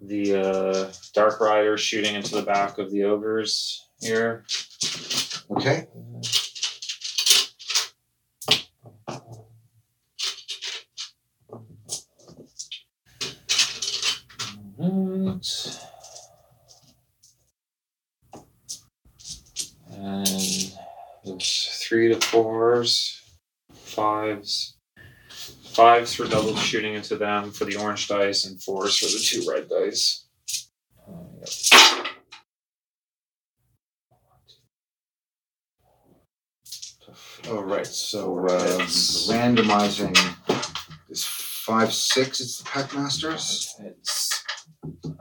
[SPEAKER 1] the uh Dark Rider shooting into the back of the ogres here.
[SPEAKER 2] Okay.
[SPEAKER 1] Alright. And there's three to fours, fives. Fives for double shooting into them for the orange dice, and fours for the two red dice. Uh, yep.
[SPEAKER 2] All right. So
[SPEAKER 1] Four
[SPEAKER 2] uh,
[SPEAKER 1] hits.
[SPEAKER 2] randomizing is five, six. It's the pack masters.
[SPEAKER 1] It's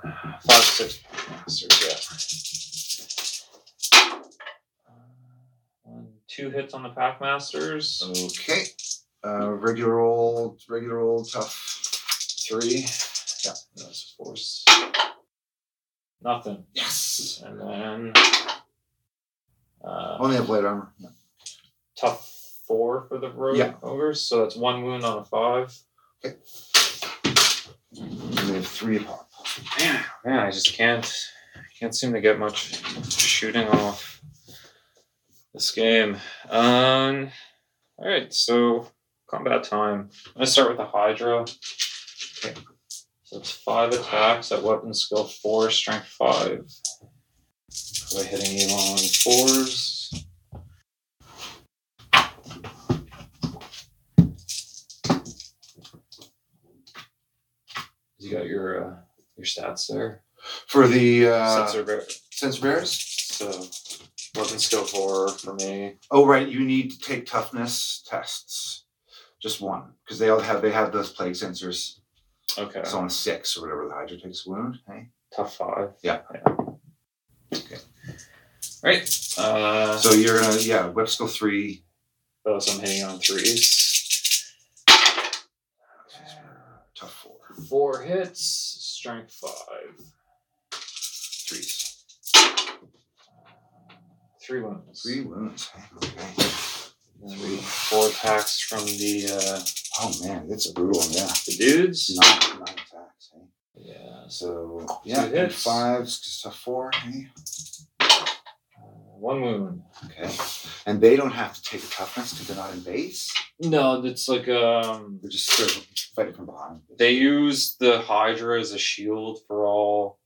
[SPEAKER 1] five, six masters, yeah. One, two hits on the pack masters.
[SPEAKER 2] Okay. Uh, regular old, regular old tough.
[SPEAKER 1] Three.
[SPEAKER 2] Yeah.
[SPEAKER 1] That's force. Nothing.
[SPEAKER 2] Yes.
[SPEAKER 1] And then uh,
[SPEAKER 2] Only have light armor. Yeah.
[SPEAKER 1] tough four for the rogue
[SPEAKER 2] Yeah.
[SPEAKER 1] ogres. So that's one wound on a five.
[SPEAKER 2] And they have three pop.
[SPEAKER 1] Man, man, I just can't can't seem to get much shooting off this game. Um all right, so combat time. I'm gonna start with the Hydra. Okay. So it's five attacks at weapon skill four, strength five. Probably hitting you on fours. You got your uh, your stats there.
[SPEAKER 2] For the uh,
[SPEAKER 1] Sensor bear-
[SPEAKER 2] sensor bearers.
[SPEAKER 1] So weapon skill four for me.
[SPEAKER 2] Oh right, you need to take toughness tests. Just one, because they all have they have those plague sensors.
[SPEAKER 1] Okay.
[SPEAKER 2] It's on a six or whatever the Hydra takes a wound. Hey.
[SPEAKER 1] Tough five.
[SPEAKER 2] Yeah.
[SPEAKER 1] Okay. Right. Uh,
[SPEAKER 2] So you're gonna yeah, web skill three.
[SPEAKER 1] oh, so I'm hitting on threes.
[SPEAKER 2] Tough four.
[SPEAKER 1] Four hits, strength five,
[SPEAKER 2] Threes.
[SPEAKER 1] three wounds.
[SPEAKER 2] Three wounds. Hey, Okay.
[SPEAKER 1] And then we- Four attacks from the uh,
[SPEAKER 2] Oh man, it's a brutal one, yeah.
[SPEAKER 1] the dudes.
[SPEAKER 2] Nine, nine attacks, hey.
[SPEAKER 1] Yeah.
[SPEAKER 2] So
[SPEAKER 1] Two
[SPEAKER 2] yeah, and
[SPEAKER 1] hits.
[SPEAKER 2] fives just a four. Hey?
[SPEAKER 1] Uh, one wound.
[SPEAKER 2] Okay, and they don't have to take a toughness because they're not in base.
[SPEAKER 1] No, that's like um.
[SPEAKER 2] They're just sort of fighting from behind.
[SPEAKER 1] they use the Hydra as a shield for all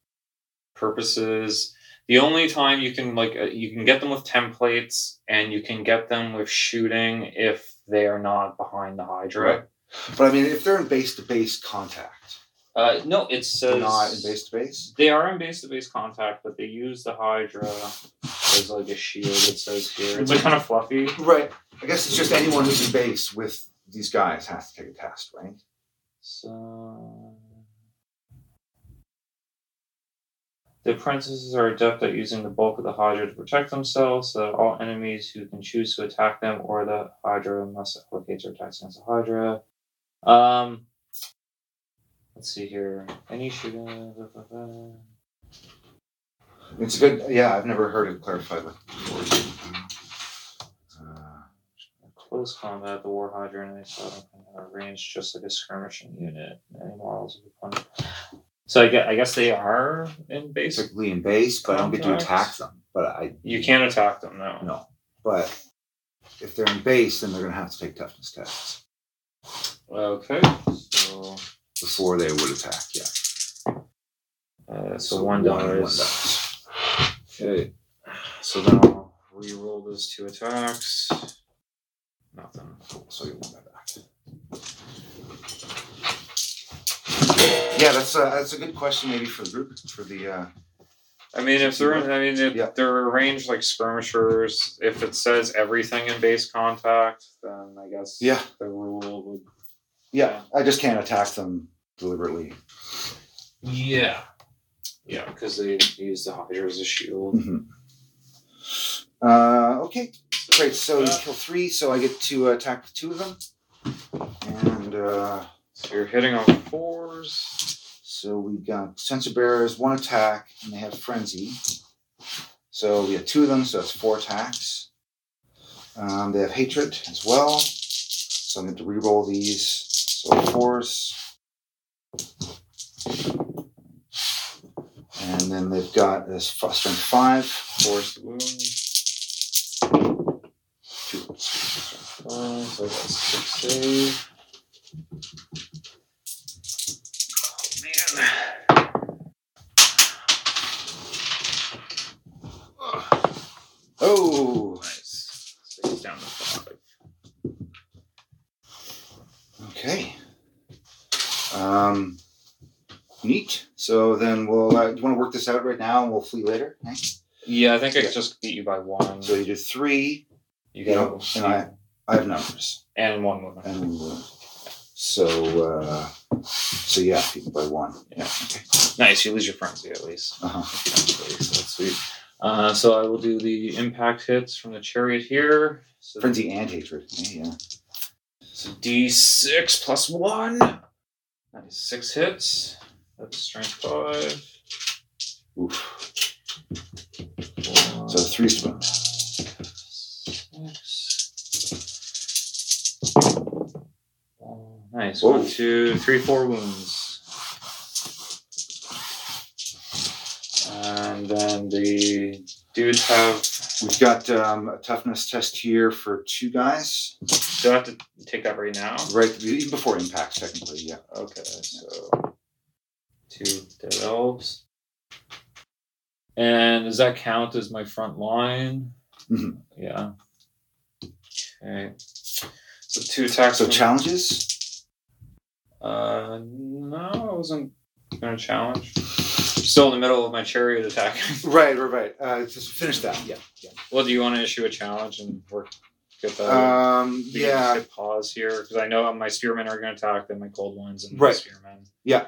[SPEAKER 1] purposes. The only time you can like uh, you can get them with templates and you can get them with shooting if they are not behind the Hydra.
[SPEAKER 2] but I mean, if they're in base to base contact,
[SPEAKER 1] Uh, no, it
[SPEAKER 2] they're
[SPEAKER 1] says
[SPEAKER 2] not in base to base.
[SPEAKER 1] They are in base to base contact, but they use the Hydra as like a shield. It says here it's like kind of fluffy.
[SPEAKER 2] Right. I guess it's just anyone who's in base with these guys has to take a test, right?
[SPEAKER 1] So. The apprentices are adept at using the bulk of the Hydra to protect themselves, so that all enemies who can choose to attack them or the Hydra must allocate their attacks against the Hydra. Um, let's see here. Any shooting. uh, blah, blah, blah.
[SPEAKER 2] It's a good. Yeah, I've never heard it clarified like before. Uh,
[SPEAKER 1] Close combat, the War Hydra and they are ranged just like a skirmishing unit. Any models of the opponent. So I guess, I guess they are in basic.
[SPEAKER 2] Basically in base, but I don't get to attack
[SPEAKER 1] Contact.
[SPEAKER 2] them. But I
[SPEAKER 1] You can't attack them, no.
[SPEAKER 2] no. But if they're in base, then they're gonna have to take toughness tests.
[SPEAKER 1] Okay, so
[SPEAKER 2] before they would attack. Yeah.
[SPEAKER 1] uh, so one dies.
[SPEAKER 2] dies.
[SPEAKER 1] Okay, so then I'll re-roll those two attacks. Nothing.
[SPEAKER 2] So you won't die back. Yeah, that's a, that's a good question maybe for the group for the uh,
[SPEAKER 1] I mean, if they're I mean, if
[SPEAKER 2] Yeah.
[SPEAKER 1] they're arranged like skirmishers, if it says everything in base contact, then I guess
[SPEAKER 2] Yeah.
[SPEAKER 1] the rule would.
[SPEAKER 2] Yeah, I just can't attack them deliberately.
[SPEAKER 1] Yeah. Yeah, because they use the hider as a shield.
[SPEAKER 2] Mhm. Uh, okay,
[SPEAKER 1] So,
[SPEAKER 2] great. So you
[SPEAKER 1] Uh,
[SPEAKER 2] kill three, so I get to attack with two of them. And uh,
[SPEAKER 1] so you're hitting on fours.
[SPEAKER 2] so we got sensor bearers, one attack, and they have frenzy. So we have two of them, so that's four attacks. Um, they have hatred as well, so I'm going to re-roll these. So fours. And then they've got this f- strength five.
[SPEAKER 1] Force the wound. Five, so that's six save. Oh, man.
[SPEAKER 2] Oh,
[SPEAKER 1] Nice. So he's down to five.
[SPEAKER 2] Okay. Um, neat. So then we'll. Uh, you want to work this out right now, and we'll flee later. Okay?
[SPEAKER 1] Yeah, I think I
[SPEAKER 2] Yeah.
[SPEAKER 1] just beat you by one.
[SPEAKER 2] So you did three.
[SPEAKER 1] you
[SPEAKER 2] you
[SPEAKER 1] got
[SPEAKER 2] know, and I, I have numbers,
[SPEAKER 1] and one movement.
[SPEAKER 2] and then we'll- so uh, so yeah, people by one.
[SPEAKER 1] Nice, you lose your frenzy at least.
[SPEAKER 2] Uh-huh.
[SPEAKER 1] Okay, so that's sweet. Uh, so I will do the impact hits from the chariot here. So,
[SPEAKER 2] Frenzy and hatred. Yeah. yeah.
[SPEAKER 1] so D6 plus one. That is six hits. That's strength five.
[SPEAKER 2] Oof.
[SPEAKER 1] One,
[SPEAKER 2] So three spoons.
[SPEAKER 1] six. Oh, Nice.
[SPEAKER 2] Whoa.
[SPEAKER 1] One, two, three, four wounds. And then the dudes have.
[SPEAKER 2] We've got um, a toughness test here for two guys.
[SPEAKER 1] Do I have to take that right now?
[SPEAKER 2] Right, even before impact, technically. Yeah.
[SPEAKER 1] Okay, so two dead elves. And does that count as my front line?
[SPEAKER 2] Mhm.
[SPEAKER 1] Yeah. Okay. So two attacks.
[SPEAKER 2] So
[SPEAKER 1] from-
[SPEAKER 2] challenges.
[SPEAKER 1] Uh, no, I wasn't gonna challenge. Still in the middle of my chariot attack.
[SPEAKER 2] Right, right, right. Uh, just finish that. Yeah. Yeah.
[SPEAKER 1] well, do you want to issue a challenge and work get that?
[SPEAKER 2] Um,
[SPEAKER 1] we can just
[SPEAKER 2] yeah,
[SPEAKER 1] hit pause here because I know my spearmen are gonna attack, then my cold ones and my
[SPEAKER 2] Right.
[SPEAKER 1] spearmen
[SPEAKER 2] yeah.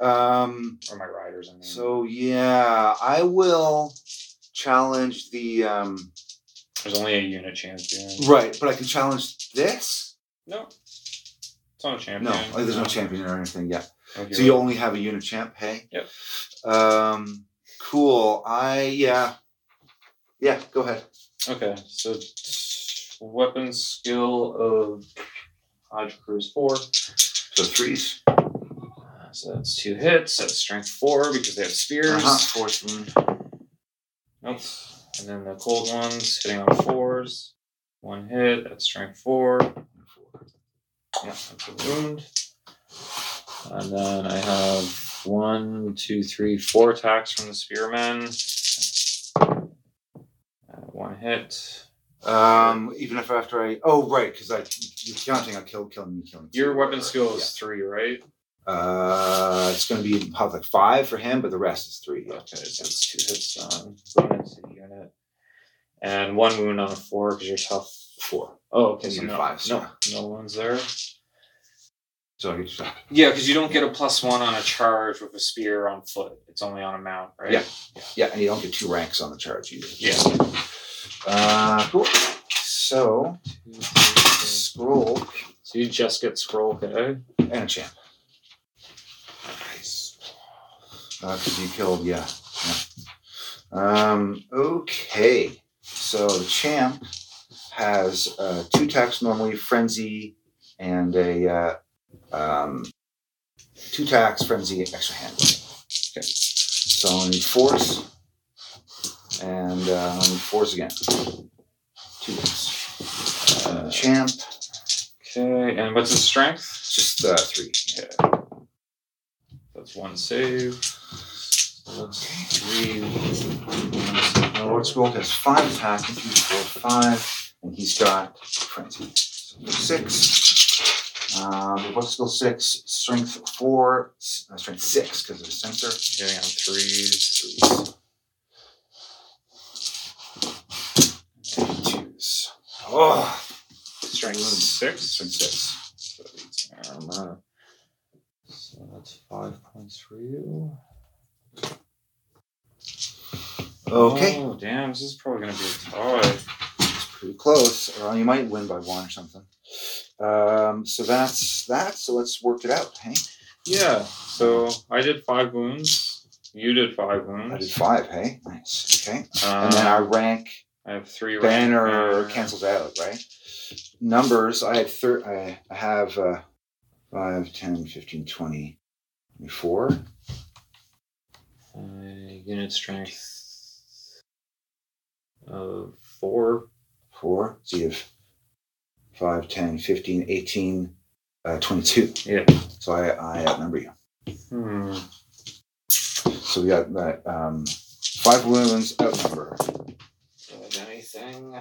[SPEAKER 2] Um,
[SPEAKER 1] or my riders. I mean.
[SPEAKER 2] so yeah, I will challenge the um,
[SPEAKER 1] there's only a unit champion.
[SPEAKER 2] right, but I can challenge this.
[SPEAKER 1] No, it's not a champion.
[SPEAKER 2] No, oh, there's no champion or anything. Yeah,
[SPEAKER 1] Okay,
[SPEAKER 2] so you only have a unit champ. Hey.
[SPEAKER 1] Yep.
[SPEAKER 2] Um, cool. I yeah, yeah. Go ahead.
[SPEAKER 1] Okay, so t- weapon skill of Hodge Cruise four.
[SPEAKER 2] So threes.
[SPEAKER 1] Uh, So that's two hits. That's strength four because they have spears.
[SPEAKER 2] Uh-huh. Four spoon.
[SPEAKER 1] Nope. And then the cold ones hitting on fours. One hit. That's strength four. Yeah, that's a wound. And then I have one, two, three, four attacks from the spearmen. Uh, one hit.
[SPEAKER 2] Um, even if after I oh right because I you're counting on kill killing me killing.
[SPEAKER 1] Your weapon skill is three, right?
[SPEAKER 2] Uh, it's going to be probably like five for him, but the rest is three. yeah.
[SPEAKER 1] Okay, so it's two hits on bonus to the unit. And one wound on a four because you're tough.
[SPEAKER 2] Four.
[SPEAKER 1] Oh, okay, so
[SPEAKER 2] Even
[SPEAKER 1] no,
[SPEAKER 2] five,
[SPEAKER 1] no,
[SPEAKER 2] so-
[SPEAKER 1] no one's there.
[SPEAKER 2] So I get to
[SPEAKER 1] Yeah, because you don't get a plus one on a charge with a spear on foot. It's only on a mount, right?
[SPEAKER 2] Yeah. Yeah, and you don't get two ranks on the charge either.
[SPEAKER 1] Yeah.
[SPEAKER 2] Uh, cool. So
[SPEAKER 1] Two, three, three.
[SPEAKER 2] scroll
[SPEAKER 1] So you just get scroll, okay?
[SPEAKER 2] and a champ. Nice. Because you killed, yeah. yeah. Um. Okay. So the champ has uh, two attacks normally, frenzy, and a uh, um, two attacks, frenzy, extra hand. Okay. So I need force, and uh, I need force again. Two hits. Uh,
[SPEAKER 1] Uh,
[SPEAKER 2] champ,
[SPEAKER 1] okay, and what's his strength?
[SPEAKER 2] it's just uh, three.
[SPEAKER 1] Okay. That's one save. So that's three.
[SPEAKER 2] Now Lord Squirrel has five attack, and three, four, five, and he's got frenzy. So there's six. Um, Lord Squirrel six, strength four, s- uh, strength six because of the sensor.
[SPEAKER 1] Hitting on threes.
[SPEAKER 2] Threes. Oh,
[SPEAKER 1] Strength
[SPEAKER 2] Mm.
[SPEAKER 1] six.
[SPEAKER 2] strength six.
[SPEAKER 1] Armor. So that's five points for you.
[SPEAKER 2] Okay,
[SPEAKER 1] Oh, damn, this is probably gonna be a tie.
[SPEAKER 2] it's pretty close. Or you might win by one or something. Um, so that's that. So let's work it out. Hey,
[SPEAKER 1] Yeah. So I did five wounds. You did five
[SPEAKER 2] I did
[SPEAKER 1] wounds.
[SPEAKER 2] five. Hey, nice. Okay,
[SPEAKER 1] Um,
[SPEAKER 2] and then our rank
[SPEAKER 1] I have three. right
[SPEAKER 2] banner
[SPEAKER 1] there.
[SPEAKER 2] cancels out, right? Numbers, I had thir- I I have uh, 5, 10, 15, 20, 24.
[SPEAKER 1] Uh, unit strength of four.
[SPEAKER 2] 4. So you have 5, 10, 15, 18, uh, 22.
[SPEAKER 1] Yeah.
[SPEAKER 2] So I, I outnumber you.
[SPEAKER 1] Hmm.
[SPEAKER 2] So we got that um, 5 wounds outnumber.
[SPEAKER 1] Did anything?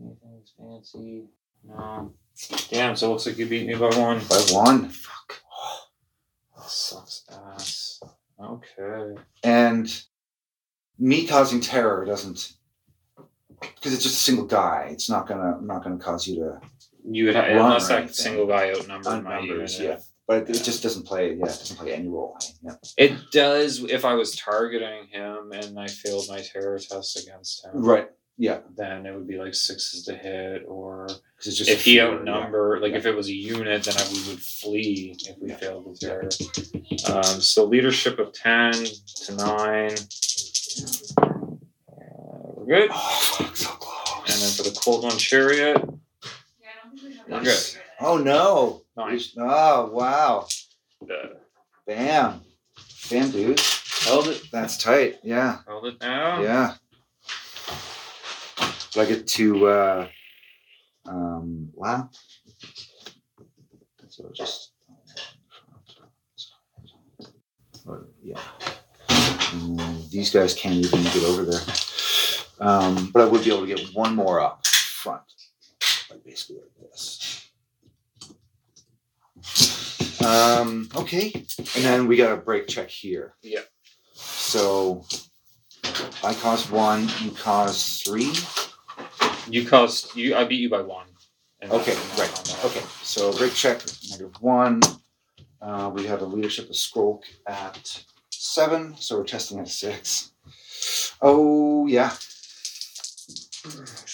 [SPEAKER 1] Anything fancy? No. Damn. So it looks like you beat me by one.
[SPEAKER 2] By 1. Fuck.
[SPEAKER 1] That sucks ass. Okay.
[SPEAKER 2] And me causing terror doesn't. Because it's just a single guy. It's not gonna not gonna cause you to
[SPEAKER 1] You would have,
[SPEAKER 2] One
[SPEAKER 1] unless
[SPEAKER 2] or
[SPEAKER 1] that
[SPEAKER 2] anything.
[SPEAKER 1] single guy outnumbered
[SPEAKER 2] on
[SPEAKER 1] my
[SPEAKER 2] numbers,
[SPEAKER 1] unit.
[SPEAKER 2] yeah. But
[SPEAKER 1] Yeah.
[SPEAKER 2] it just doesn't play. Yeah, it doesn't play any role. Yeah.
[SPEAKER 1] It does if I was targeting him and I failed my terror test against him.
[SPEAKER 2] Right. Yeah.
[SPEAKER 1] Then it would be like sixes to hit, or
[SPEAKER 2] 'cause it's just
[SPEAKER 1] if he
[SPEAKER 2] fear,
[SPEAKER 1] outnumbered, like
[SPEAKER 2] Yeah.
[SPEAKER 1] if it was a unit, then I, we would flee if we
[SPEAKER 2] Yeah.
[SPEAKER 1] failed the terror. Um, so leadership of ten to nine. Uh, we're good.
[SPEAKER 2] yeah. Oh, fuck, so
[SPEAKER 1] And then
[SPEAKER 2] close.
[SPEAKER 1] for the cold one chariot, we're good.
[SPEAKER 2] Nice. Oh no!
[SPEAKER 1] Nine.
[SPEAKER 2] Oh wow!
[SPEAKER 1] Uh,
[SPEAKER 2] Bam! Bam, dude.
[SPEAKER 1] held it.
[SPEAKER 2] That's tight. Yeah.
[SPEAKER 1] Held it down.
[SPEAKER 2] Yeah. Do I get to uh, um, lap? So just. Or, yeah. Mm, these guys can't even get over there. Um, but I would be able to get one more up front. Like basically like this. Um, okay. And then we got a break check here.
[SPEAKER 1] Yeah.
[SPEAKER 2] So I caused one, you caused three.
[SPEAKER 1] You caused you. I beat you by one. And
[SPEAKER 2] Okay,
[SPEAKER 1] that's
[SPEAKER 2] right.
[SPEAKER 1] not-
[SPEAKER 2] Okay, so break check, negative one. Uh, we have a leadership of Skrulk at seven, so we're testing at six. Oh, yeah.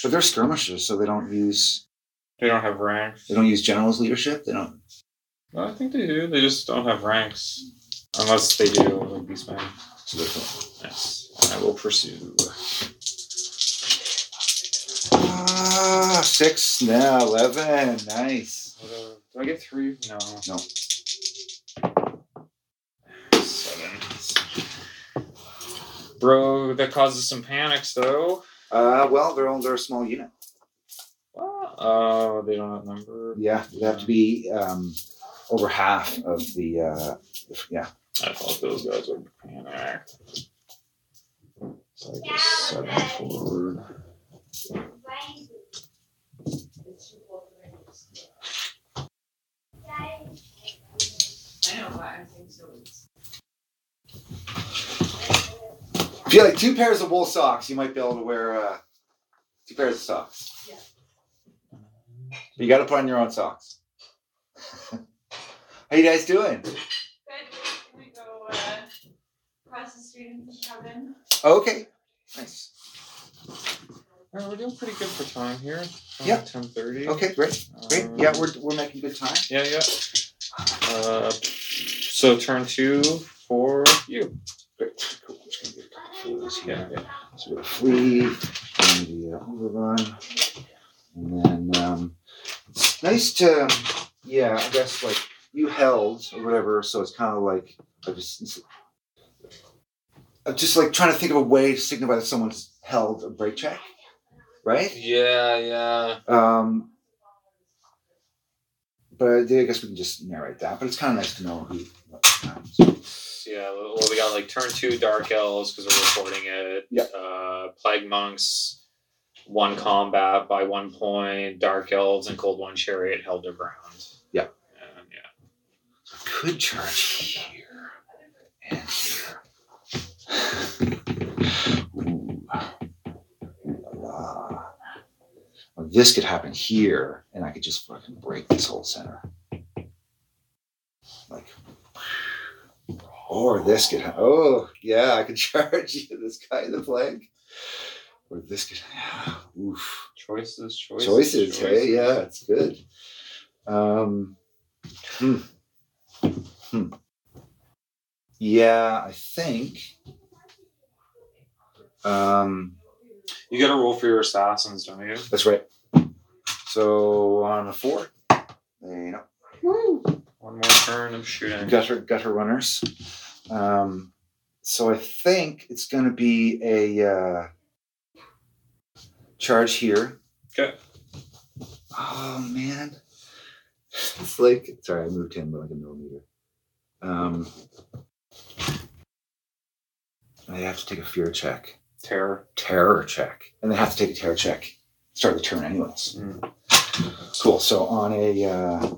[SPEAKER 2] But they're skirmishers, so they don't use
[SPEAKER 1] They don't have ranks.
[SPEAKER 2] they don't use general's leadership. They don't.
[SPEAKER 1] No, I think they do. They just don't have ranks. Unless they do, like these men.
[SPEAKER 2] So they're cool.
[SPEAKER 1] Yes. I will pursue. uh,
[SPEAKER 2] Ah, six now, eleven. Nice.
[SPEAKER 1] What, uh, do I get three? No.
[SPEAKER 2] No.
[SPEAKER 1] Seven. Bro, that causes some panics though.
[SPEAKER 2] Uh, well, they're all they're a small unit.
[SPEAKER 1] Oh, they don't have number.
[SPEAKER 2] Yeah, they have to be um, over half of the. Uh, yeah.
[SPEAKER 1] I thought those guys would panic. So I guess seven forward.
[SPEAKER 4] I know, but I think so. It's-
[SPEAKER 2] If you had like two pairs of wool socks, you might be able to wear uh, two pairs of socks.
[SPEAKER 4] Yeah.
[SPEAKER 2] But you got to put on your own socks. How you guys doing?
[SPEAKER 4] Good. We go uh, across the street in the cabin.
[SPEAKER 2] Okay. Nice.
[SPEAKER 1] Alright, we're doing pretty good for time here.
[SPEAKER 2] Yeah.
[SPEAKER 1] Ten thirty. Um,
[SPEAKER 2] Okay, great, great. Yeah, we're, we're making good time.
[SPEAKER 1] Yeah, yeah. Uh, so turn two for you.
[SPEAKER 2] Great, cool. I'm just gonna get
[SPEAKER 1] Yeah, yeah.
[SPEAKER 2] a couple fleas here. So we got a flea, and the uh, overrun, and then um, it's nice to, um, yeah, I guess like you held or whatever. So it's kind of like I just. it's- I'm just like trying to think of a way to signify that someone's held a break check, right?
[SPEAKER 1] Yeah, yeah.
[SPEAKER 2] Um, but I guess we can just narrate that. But it's kind of nice to know who. What happens.
[SPEAKER 1] Yeah, well, we got like turn two Dark Elves because we're recording it.
[SPEAKER 2] Yeah.
[SPEAKER 1] Uh, Plague Monks, one combat by one point. Dark Elves and Cold One Chariot held their ground.
[SPEAKER 2] Yeah.
[SPEAKER 1] And, yeah.
[SPEAKER 2] could charge here and here. Ooh. La, la, this could happen here, and I could just fucking break this whole center. Like, or this could happen. Oh, yeah, I could charge you this guy in the flank. Or this could Oof.
[SPEAKER 1] Choices, choices,
[SPEAKER 2] Choices, hey? Yeah, it's good. Um, hmm. Hmm. Yeah, I think. Um,
[SPEAKER 1] You got to roll for your assassins, don't you?
[SPEAKER 2] that's right. So on a four, they no,
[SPEAKER 3] One.
[SPEAKER 1] One more turn of shooting.
[SPEAKER 2] gutter gutter runners. Um, so I think it's going to be a uh, charge here.
[SPEAKER 1] Okay.
[SPEAKER 2] Oh man, it's like sorry, I moved him by like a millimeter. Um, I have to take a fear check,
[SPEAKER 1] Terror.
[SPEAKER 2] terror check, and they have to take a terror check. Start the turn, anyways. Cool. So on a uh,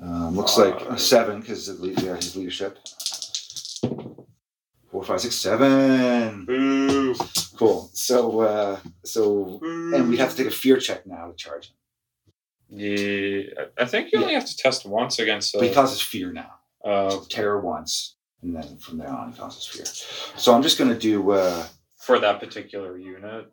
[SPEAKER 2] um, looks like a seven because of le- yeah, his leadership. Four, five, six, seven.
[SPEAKER 1] Boo.
[SPEAKER 2] Cool. So uh, so and we have to take a fear check now to charge him.
[SPEAKER 1] Yeah, I I think you only have to test once against
[SPEAKER 2] But he
[SPEAKER 1] a.
[SPEAKER 2] causes fear now.
[SPEAKER 1] Uh,
[SPEAKER 2] Terror once, and then from there on he causes fear. So I'm just gonna do uh,
[SPEAKER 1] for that particular unit.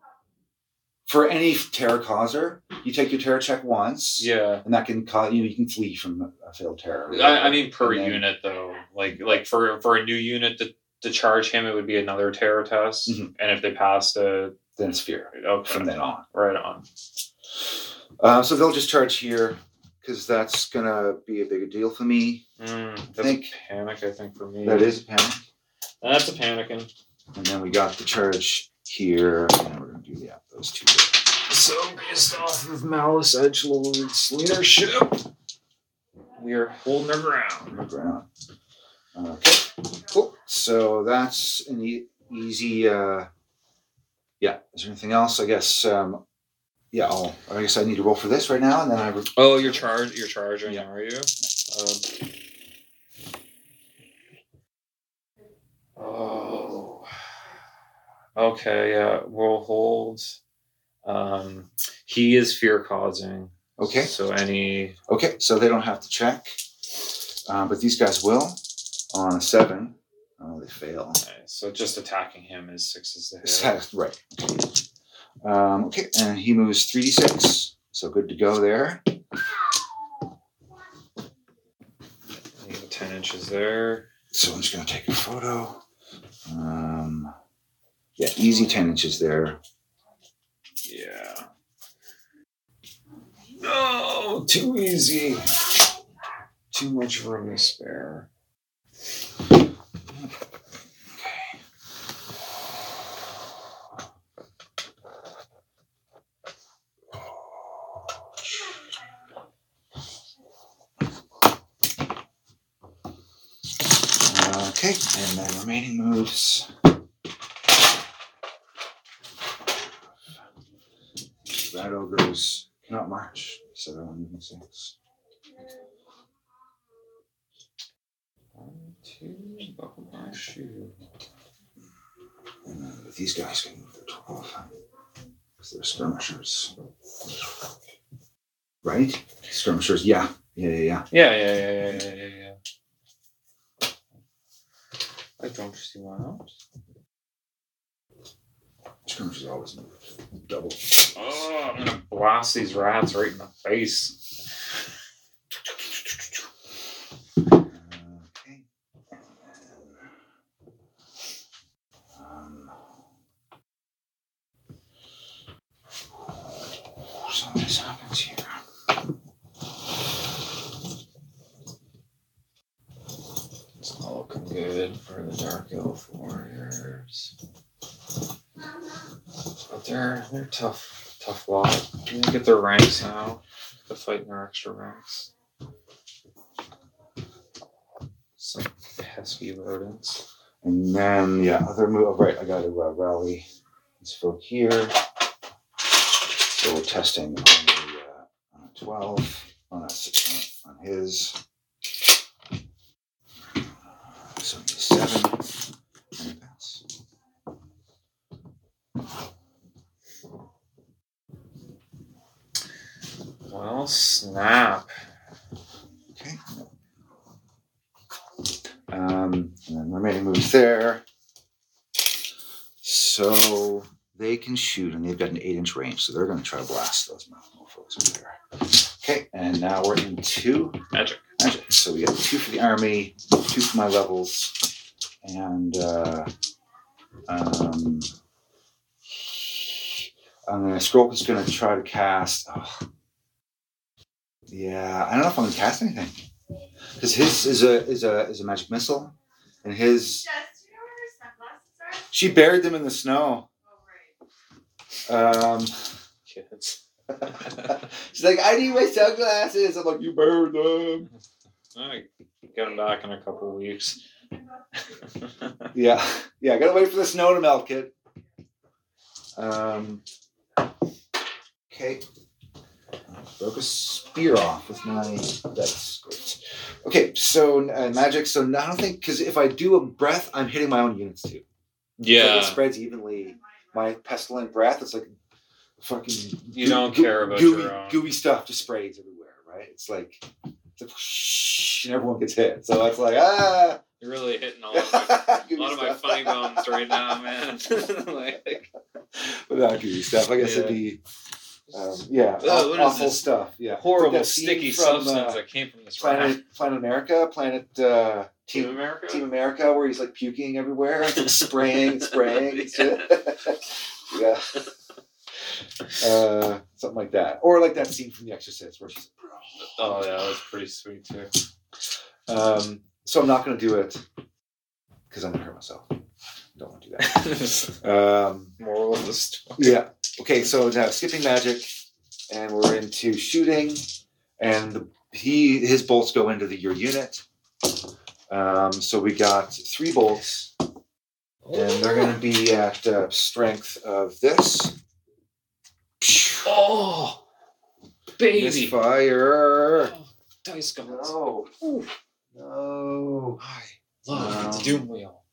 [SPEAKER 2] for any terror causer, you take your terror check once.
[SPEAKER 1] Yeah.
[SPEAKER 2] And that can cause you know you can flee from a failed terror.
[SPEAKER 1] I, I mean, per
[SPEAKER 2] And then-
[SPEAKER 1] unit though, like like for for a new unit to, to charge him, it would be another terror test,
[SPEAKER 2] Mhm.
[SPEAKER 1] and if they passed it,
[SPEAKER 2] then it's fear
[SPEAKER 1] okay,
[SPEAKER 2] from then on.
[SPEAKER 1] right on.
[SPEAKER 2] Uh, so they'll just charge here because that's gonna be a bigger deal for me.
[SPEAKER 1] Mm, that's
[SPEAKER 2] Think.
[SPEAKER 1] a panic, I think, for me.
[SPEAKER 2] That is a panic.
[SPEAKER 1] That's a panicking.
[SPEAKER 2] And then we got the charge here, and we're gonna do the those two.
[SPEAKER 1] So based off of malice, edge lord's leadership, we are holding our ground.
[SPEAKER 2] Look around. Okay, cool. So that's an e- easy. Uh, yeah. Is there anything else? I guess. Um, yeah. I'll, I guess I need to roll for this right now, and then I. Re-
[SPEAKER 1] Oh, you're charged. You're charging,
[SPEAKER 2] Yeah.
[SPEAKER 1] are you? Um, oh. Okay. Yeah. We'll hold. Um, he is fear causing.
[SPEAKER 2] okay.
[SPEAKER 1] So any.
[SPEAKER 2] Okay, so they don't have to check, uh, but these guys will. On a seven, oh, they fail.
[SPEAKER 1] So just attacking him is six is the hit.
[SPEAKER 2] Satis- right. Um, okay, and he moves 3d6. So good to go there.
[SPEAKER 1] You get Ten inches there.
[SPEAKER 2] So I'm just going to take a photo. Um, yeah, easy 10 inches there.
[SPEAKER 1] Yeah. No, too easy. Too much room to spare.
[SPEAKER 2] Uh, Okay, and then remaining moves. That ogres cannot march, so they're on moving six.
[SPEAKER 1] One, two, buckle my shoe.
[SPEAKER 2] And then uh, these guys can move their 12 because they're skirmishers. Right? Skirmishers, yeah. Yeah, yeah, yeah.
[SPEAKER 1] Yeah, yeah, yeah, yeah, yeah, yeah, yeah. I don't see why not.
[SPEAKER 2] Skirmishers always move double.
[SPEAKER 1] Oh, I'm gonna blast these rats right in the face.
[SPEAKER 2] Okay. Um, something happens here.
[SPEAKER 1] It's not looking good for the dark elf warriors. But they're they're tough, tough lot. They get their ranks now. They're fighting their extra ranks. Some pesky rodents.
[SPEAKER 2] And then, yeah, other move. oh, Right, I got to uh, rally this folk here. So we're testing on, the, uh, on a 12, on a 6, on on his. Uh, So he's 7. And he pass.
[SPEAKER 1] Oh snap!
[SPEAKER 2] Um, and then remaining moves there. So they can shoot, and they've got an eight-inch range, so they're going to try to blast those mouthful folks up there. Okay, and now we're in two
[SPEAKER 1] Magic.
[SPEAKER 2] magic. So we got two for the army, two for my levels, and uh, um, I'm gonna Skrulk is going to try to cast. Oh, yeah, I don't know if I'm going to cast anything because his is a is a is a magic missile, and his
[SPEAKER 4] Jess, do you know where her sunglasses are?
[SPEAKER 2] she buried them in the snow.
[SPEAKER 4] Oh, right.
[SPEAKER 2] Um,
[SPEAKER 1] Kids.
[SPEAKER 2] she's like, I need my sunglasses. I'm like, you buried them.
[SPEAKER 1] I get them back in a couple weeks.
[SPEAKER 2] Yeah, yeah. Gotta wait for the snow to melt, kid. Um. Okay. Broke a spear off with my dice. Great. Okay, so uh, magic. So I don't think because if I do a breath, I'm hitting my own units too. So it
[SPEAKER 1] Yeah,
[SPEAKER 2] spreads evenly. My pestilent breath. It's like fucking.
[SPEAKER 1] You don't care about
[SPEAKER 2] gooey,
[SPEAKER 1] your own.
[SPEAKER 2] gooey stuff. Just sprays everywhere, right? It's like, it's like whoosh, and everyone gets hit. So it's like ah.
[SPEAKER 1] you're really hitting all of my, a
[SPEAKER 2] Gooey
[SPEAKER 1] lot of my
[SPEAKER 2] stuff.
[SPEAKER 1] funny bones right now, man. like,
[SPEAKER 2] without gooey stuff. I guess
[SPEAKER 1] Yeah.
[SPEAKER 2] it'd be um, yeah,
[SPEAKER 1] Oh, what is
[SPEAKER 2] awful
[SPEAKER 1] this
[SPEAKER 2] stuff. Yeah,
[SPEAKER 1] horrible
[SPEAKER 2] That scene
[SPEAKER 1] sticky
[SPEAKER 2] from,
[SPEAKER 1] substance
[SPEAKER 2] uh,
[SPEAKER 1] that came from this rat.
[SPEAKER 2] Planet Planet America, Planet uh,
[SPEAKER 1] Team
[SPEAKER 2] Team
[SPEAKER 1] America.
[SPEAKER 2] Team America, where he's like puking everywhere, It's, like, spraying, spraying, and shit. yeah. Uh, something like that, or like that scene from The Exorcist where she's.
[SPEAKER 1] Oh yeah, that was pretty sweet too.
[SPEAKER 2] Um, so I'm not gonna do it because I'm gonna hurt myself. Don't want to do that. Um,
[SPEAKER 1] Moral of the story.
[SPEAKER 2] Yeah. Okay, so now skipping magic, and we're into shooting, and the, he his bolts go into the your unit. Um, so we got three bolts, and they're going to be at uh, strength of this.
[SPEAKER 1] Oh, baby.
[SPEAKER 2] Misfire.
[SPEAKER 1] Oh, dice gods.
[SPEAKER 2] No.
[SPEAKER 1] Ooh.
[SPEAKER 2] No.
[SPEAKER 1] I love
[SPEAKER 2] No.
[SPEAKER 1] the Doom Wheel.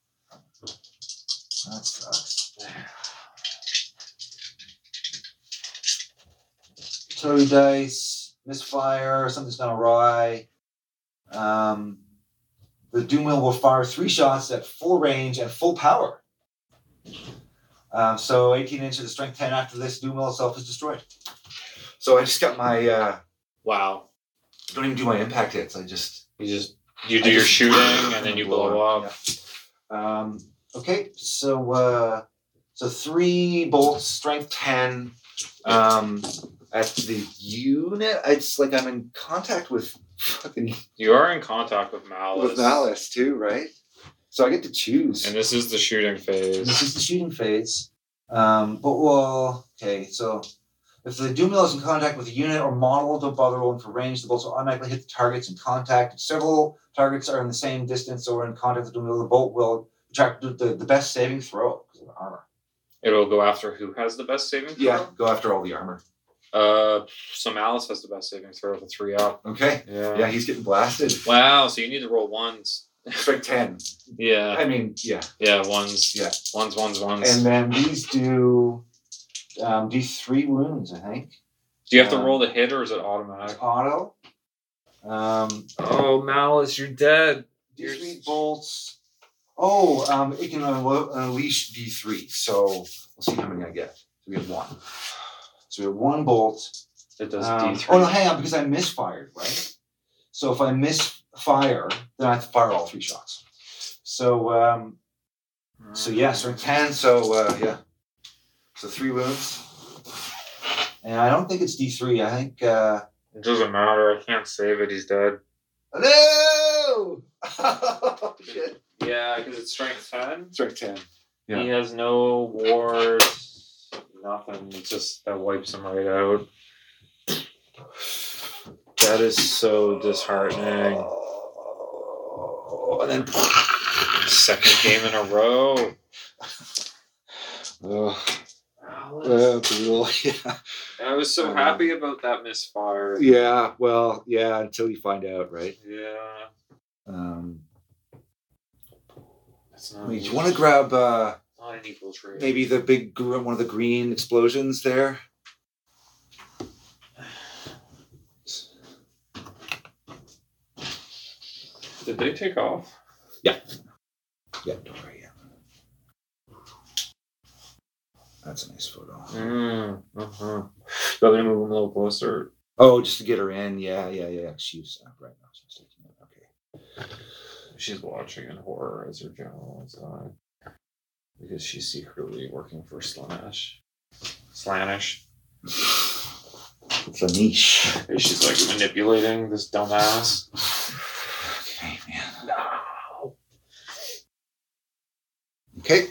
[SPEAKER 2] That sucks. Toby dice, misfire, something's gone awry. Um, the doom wheel will fire three shots at full range and full power. Um, so 18 inches of strength 10 after this, doom wheel itself is destroyed. So I just got my, uh,
[SPEAKER 1] Wow.
[SPEAKER 2] I don't even do my impact hits. I just
[SPEAKER 1] You just you
[SPEAKER 2] I
[SPEAKER 1] do your
[SPEAKER 2] just-
[SPEAKER 1] shooting and then you blow up.
[SPEAKER 2] Um, okay, so uh, so three bolts, strength ten. Um, at the unit, it's like I'm in contact with fucking
[SPEAKER 1] You are in contact with malice.
[SPEAKER 2] with malice too, right? So I get to choose.
[SPEAKER 1] And this is the shooting
[SPEAKER 2] This
[SPEAKER 1] phase.
[SPEAKER 2] is the shooting phase. Um, but well, okay, so if the doom wheel is in contact with a unit or model of above the rolling for range, the bolts will automatically hit the targets in contact. If several targets are in the same distance or in contact with the doom wheel, the bolt will attract the, the, the best saving throw because of armor.
[SPEAKER 1] It'll go after who has the best saving throw.
[SPEAKER 2] go after all the armor.
[SPEAKER 1] Uh, so malice has the best saving throw with a three up.
[SPEAKER 2] Okay.
[SPEAKER 1] Yeah.
[SPEAKER 2] he's getting blasted.
[SPEAKER 1] Wow. So you need to roll ones.
[SPEAKER 2] Strike ten.
[SPEAKER 1] Yeah.
[SPEAKER 2] mean, yeah.
[SPEAKER 1] Yeah. Ones.
[SPEAKER 2] Yeah.
[SPEAKER 1] Ones. Ones. Ones.
[SPEAKER 2] And then these do um, do three wounds, I think.
[SPEAKER 1] do you have to
[SPEAKER 2] um,
[SPEAKER 1] roll the hit or is it
[SPEAKER 2] That's
[SPEAKER 1] automatic?
[SPEAKER 2] auto. Um,
[SPEAKER 1] Oh, malice, you're dead.
[SPEAKER 2] D three
[SPEAKER 1] Yours-
[SPEAKER 2] bolts. Oh, um, it can unlo- unleash D three. So we'll see how many I get. So we have one. So we have one bolt.
[SPEAKER 1] It does
[SPEAKER 2] Um,
[SPEAKER 1] D3.
[SPEAKER 2] oh no, hang on, because I misfired, right? So if I misfire, then I have to fire all three shots. So um, so yeah, so ten. So uh, yeah, so three wounds. And I don't think it's D three. I think. Uh,
[SPEAKER 1] It doesn't matter. I can't save it. He's dead.
[SPEAKER 2] no. oh, shit.
[SPEAKER 1] Yeah, because it's strength 10.
[SPEAKER 2] Strike ten. Yeah.
[SPEAKER 1] He has no wars, nothing. It's just that wipes him right out. That is so disheartening.
[SPEAKER 2] Oh, and then
[SPEAKER 1] Second game in a row.
[SPEAKER 2] oh, uh, brutal. Yeah.
[SPEAKER 1] I was so happy about that misfire.
[SPEAKER 2] yeah. Well, yeah. Until you find out, right?
[SPEAKER 1] Yeah.
[SPEAKER 2] Um,
[SPEAKER 1] That's
[SPEAKER 2] I
[SPEAKER 1] not,
[SPEAKER 2] mean, you want to grab uh,
[SPEAKER 1] not an equal trade.
[SPEAKER 2] maybe the big gr- one of the green explosions there.
[SPEAKER 1] Did they take off?
[SPEAKER 2] Yeah, don't worry. Yeah. That's a nice photo.
[SPEAKER 1] Mm, uh-huh. Do I move them a little closer?
[SPEAKER 2] Oh, just to get her in. Yeah, yeah, yeah. She's up right now. so it's taking it. Okay.
[SPEAKER 1] She's watching in horror as her general is on. Because she's secretly working for Slash. Slanish.
[SPEAKER 2] It's a niche.
[SPEAKER 1] And she's like manipulating this dumbass.
[SPEAKER 2] Okay, man.
[SPEAKER 1] No.
[SPEAKER 2] Okay.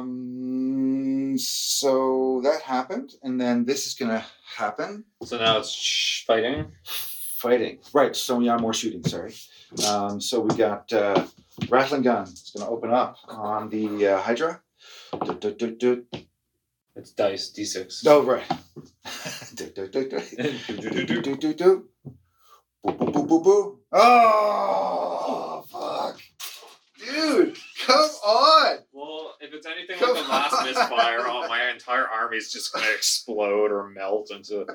[SPEAKER 2] Um, so that happened, and then this is gonna happen.
[SPEAKER 1] So now it's sh- fighting.
[SPEAKER 2] Fighting. Right. So yeah, more shooting. Sorry. Um, so we got uh, rattling gun. It's gonna open up on the uh, Hydra. Du- du- du- du-
[SPEAKER 1] It's dice d6.
[SPEAKER 2] Oh right. Du- du- du- du- Do, do, do, do, do. Boo, boo, boo, boo, boo. Oh, fuck. Dude, come on.
[SPEAKER 1] Well, if it's anything
[SPEAKER 2] like the last misfire, all-
[SPEAKER 1] my entire army is just gonna explode or melt into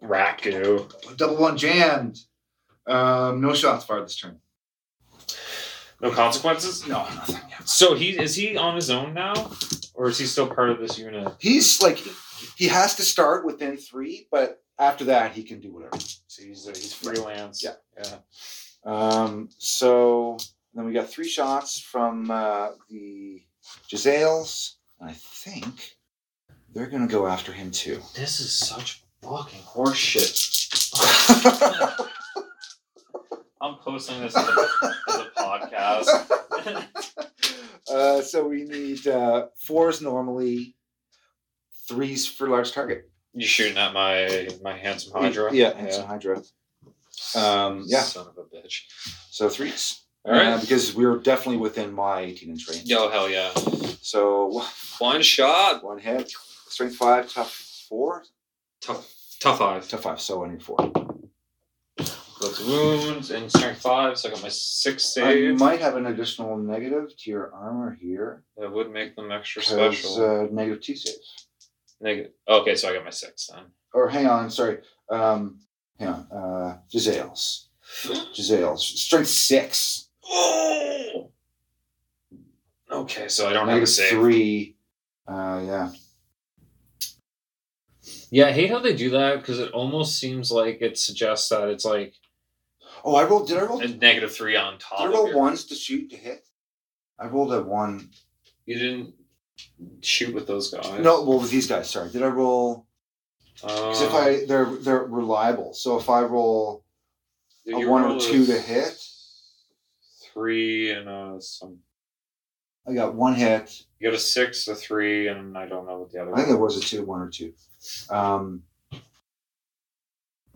[SPEAKER 1] rat goo.
[SPEAKER 2] Double one jammed. Um, no shots fired this turn.
[SPEAKER 1] No consequences.
[SPEAKER 2] No, nothing. Yeah.
[SPEAKER 1] So he is he on his own now, or is he still part of this unit?
[SPEAKER 2] He's like, he has to start within three, but after that, he can do whatever.
[SPEAKER 1] So he's uh, he's freelance.
[SPEAKER 2] Yeah.
[SPEAKER 1] yeah.
[SPEAKER 2] Um, so then we got three shots from uh, the Giselles, and I think they're going to go after him too.
[SPEAKER 1] This is such fucking horseshit. I'm posting this as a, as a podcast.
[SPEAKER 2] uh, so we need uh, fours normally, threes for large target.
[SPEAKER 1] You shooting at my my handsome hydra?
[SPEAKER 2] Yeah, and some Hydra. Um, yeah,
[SPEAKER 1] Son of a bitch.
[SPEAKER 2] so threes.
[SPEAKER 1] All right.
[SPEAKER 2] Uh, because we are definitely within my 18 inch range.
[SPEAKER 1] Yo, hell yeah.
[SPEAKER 2] So
[SPEAKER 1] One shot.
[SPEAKER 2] one hit, strength five, tough four,
[SPEAKER 1] Tough, tough five.
[SPEAKER 2] tough five. So I need four.
[SPEAKER 1] That's wounds and strength five, so I got my six
[SPEAKER 2] I
[SPEAKER 1] save.
[SPEAKER 2] might have an additional negative to your armor here.
[SPEAKER 1] That would make them extra
[SPEAKER 2] 'cause,
[SPEAKER 1] special.
[SPEAKER 2] Uh, negative two save.
[SPEAKER 1] Neg- okay, so I got my six then.
[SPEAKER 2] or hang on, sorry. Um, hang on. Uh, Giselle's. Giselle's. Strength six.
[SPEAKER 1] Oh! Okay, so I don't have a
[SPEAKER 2] Negative
[SPEAKER 1] save.
[SPEAKER 2] three. Uh, yeah.
[SPEAKER 1] Yeah, I hate how they do that because it almost seems like it suggests that it's like
[SPEAKER 2] Oh, I rolled. Did I roll?
[SPEAKER 1] a
[SPEAKER 2] Did
[SPEAKER 1] negative three on top
[SPEAKER 2] I
[SPEAKER 1] of
[SPEAKER 2] roll
[SPEAKER 1] your-
[SPEAKER 2] ones to shoot to hit? I rolled a one.
[SPEAKER 1] You didn't shoot with those guys.
[SPEAKER 2] No, well, with these guys. Sorry. Did I roll? Because if
[SPEAKER 1] Uh,
[SPEAKER 2] I they're they're reliable. So if I roll
[SPEAKER 1] did
[SPEAKER 2] a
[SPEAKER 1] you
[SPEAKER 2] one or
[SPEAKER 1] roll
[SPEAKER 2] two to hit?
[SPEAKER 1] Three and a some.
[SPEAKER 2] I got one hit.
[SPEAKER 1] You got a six, a three, and I don't know what the other
[SPEAKER 2] I think it was a two, one or two. Um,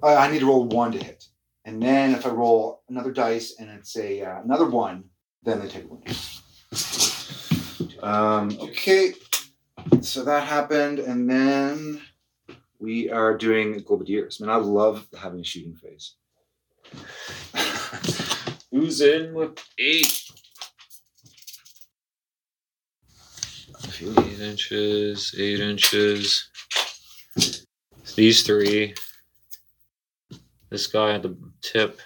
[SPEAKER 2] I, I need to roll one to hit, and then if I roll another dice and it's a uh, another one, then they take a wound. Um, okay, so that happened, and then we are doing Globadiers. Man, I love having a shooting phase.
[SPEAKER 1] Who's in with eight? Eight inches, eight inches. These three. This guy at the tip.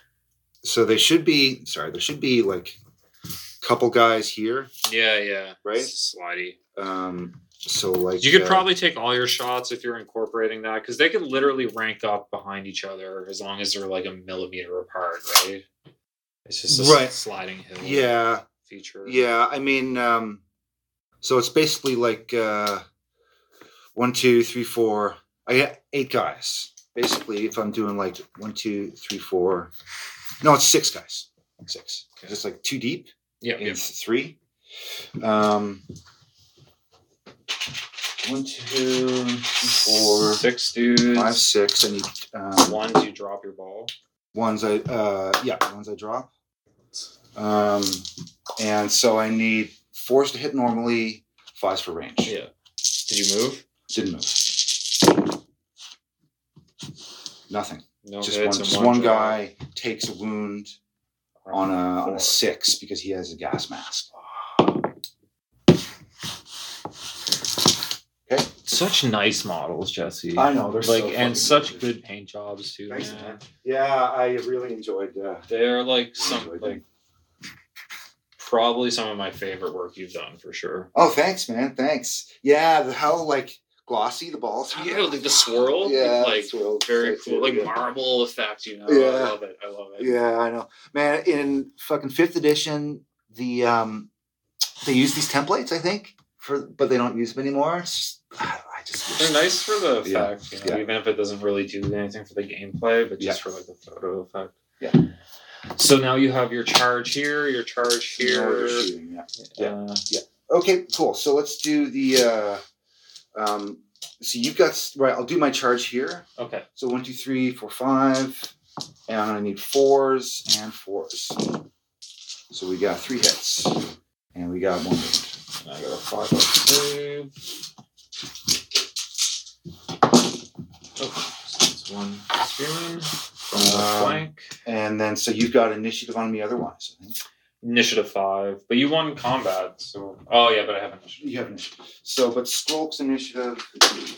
[SPEAKER 2] So they should be sorry. There should be like a couple guys here.
[SPEAKER 1] Yeah, yeah.
[SPEAKER 2] Right?
[SPEAKER 1] It's slidey.
[SPEAKER 2] Um, so like
[SPEAKER 1] You could
[SPEAKER 2] uh,
[SPEAKER 1] probably take all your shots if you're incorporating that, because they can literally rank up behind each other as long as they're like a millimeter apart, right? It's just a s-
[SPEAKER 2] Right.
[SPEAKER 1] sliding hill
[SPEAKER 2] yeah.
[SPEAKER 1] feature.
[SPEAKER 2] Yeah, I mean, um, so it's basically like uh, one, two, three, four. I get eight guys. Basically, if I'm doing like one, two, three, four. No, it's six guys. Six. 'Cause It's like two deep
[SPEAKER 1] Yeah.
[SPEAKER 2] in
[SPEAKER 1] yeah.
[SPEAKER 2] three. Um, one, two, four,
[SPEAKER 1] Six dudes.
[SPEAKER 2] five, six. I need um,
[SPEAKER 1] Ones you drop your ball.
[SPEAKER 2] ones I uh yeah, ones I drop. Um and so I need fours to hit normally, fives for range.
[SPEAKER 1] Yeah. Did you move?
[SPEAKER 2] Didn't move. Nothing.
[SPEAKER 1] No
[SPEAKER 2] just
[SPEAKER 1] hits
[SPEAKER 2] one
[SPEAKER 1] and
[SPEAKER 2] just one
[SPEAKER 1] drop.
[SPEAKER 2] guy takes a wound on a on
[SPEAKER 1] Four.
[SPEAKER 2] a six because he has a gas mask. Okay,
[SPEAKER 1] such nice models, Jesse.
[SPEAKER 2] I know they're
[SPEAKER 1] like
[SPEAKER 2] so fucking
[SPEAKER 1] and such
[SPEAKER 2] gorgeous.
[SPEAKER 1] good paint jobs too.
[SPEAKER 2] Thanks,
[SPEAKER 1] man.
[SPEAKER 2] man. Yeah, I really enjoyed. Uh,
[SPEAKER 1] They're like some
[SPEAKER 2] Enjoyed them.
[SPEAKER 1] like probably some of my favorite work you've done for sure.
[SPEAKER 2] oh, thanks, man. Thanks. Yeah, the, how like glossy the balls. are.
[SPEAKER 1] Yeah, like the swirl.
[SPEAKER 2] Yeah,
[SPEAKER 1] like
[SPEAKER 2] the swirl.
[SPEAKER 1] very
[SPEAKER 2] So
[SPEAKER 1] cool, like
[SPEAKER 2] yeah.
[SPEAKER 1] marble effect. You know, I
[SPEAKER 2] Yeah.
[SPEAKER 1] love it. I love it.
[SPEAKER 2] Yeah, I know, man. In fucking fifth edition, the um, they use these templates, I think, for but they don't use them anymore. It's just- I just wish-
[SPEAKER 1] They're nice for the
[SPEAKER 2] Yeah,
[SPEAKER 1] effect, you know,
[SPEAKER 2] yeah.
[SPEAKER 1] even if it doesn't really do anything for the gameplay, but just for like the photo effect.
[SPEAKER 2] Yeah.
[SPEAKER 1] So now you have your charge here, your charge
[SPEAKER 2] No, they're
[SPEAKER 1] here.
[SPEAKER 2] shooting, yeah. Yeah.
[SPEAKER 1] Uh,
[SPEAKER 2] Okay, cool. So let's do the. Uh, um, so you've got s- right. I'll do my charge here.
[SPEAKER 1] uh, okay.
[SPEAKER 2] So one, two, three, four, five, and I'm gonna need fours and fours. So we got three hits, and we got one. wound. And I got a five. up.
[SPEAKER 1] Two. Oh, so it's one spearman from the
[SPEAKER 2] Um,
[SPEAKER 1] flank.
[SPEAKER 2] And then so you've got initiative on me. Otherwise, I think.
[SPEAKER 1] Initiative five, but you won combat, so oh yeah, but I have initiative.
[SPEAKER 2] You have initiative. So, but Skulk's initiative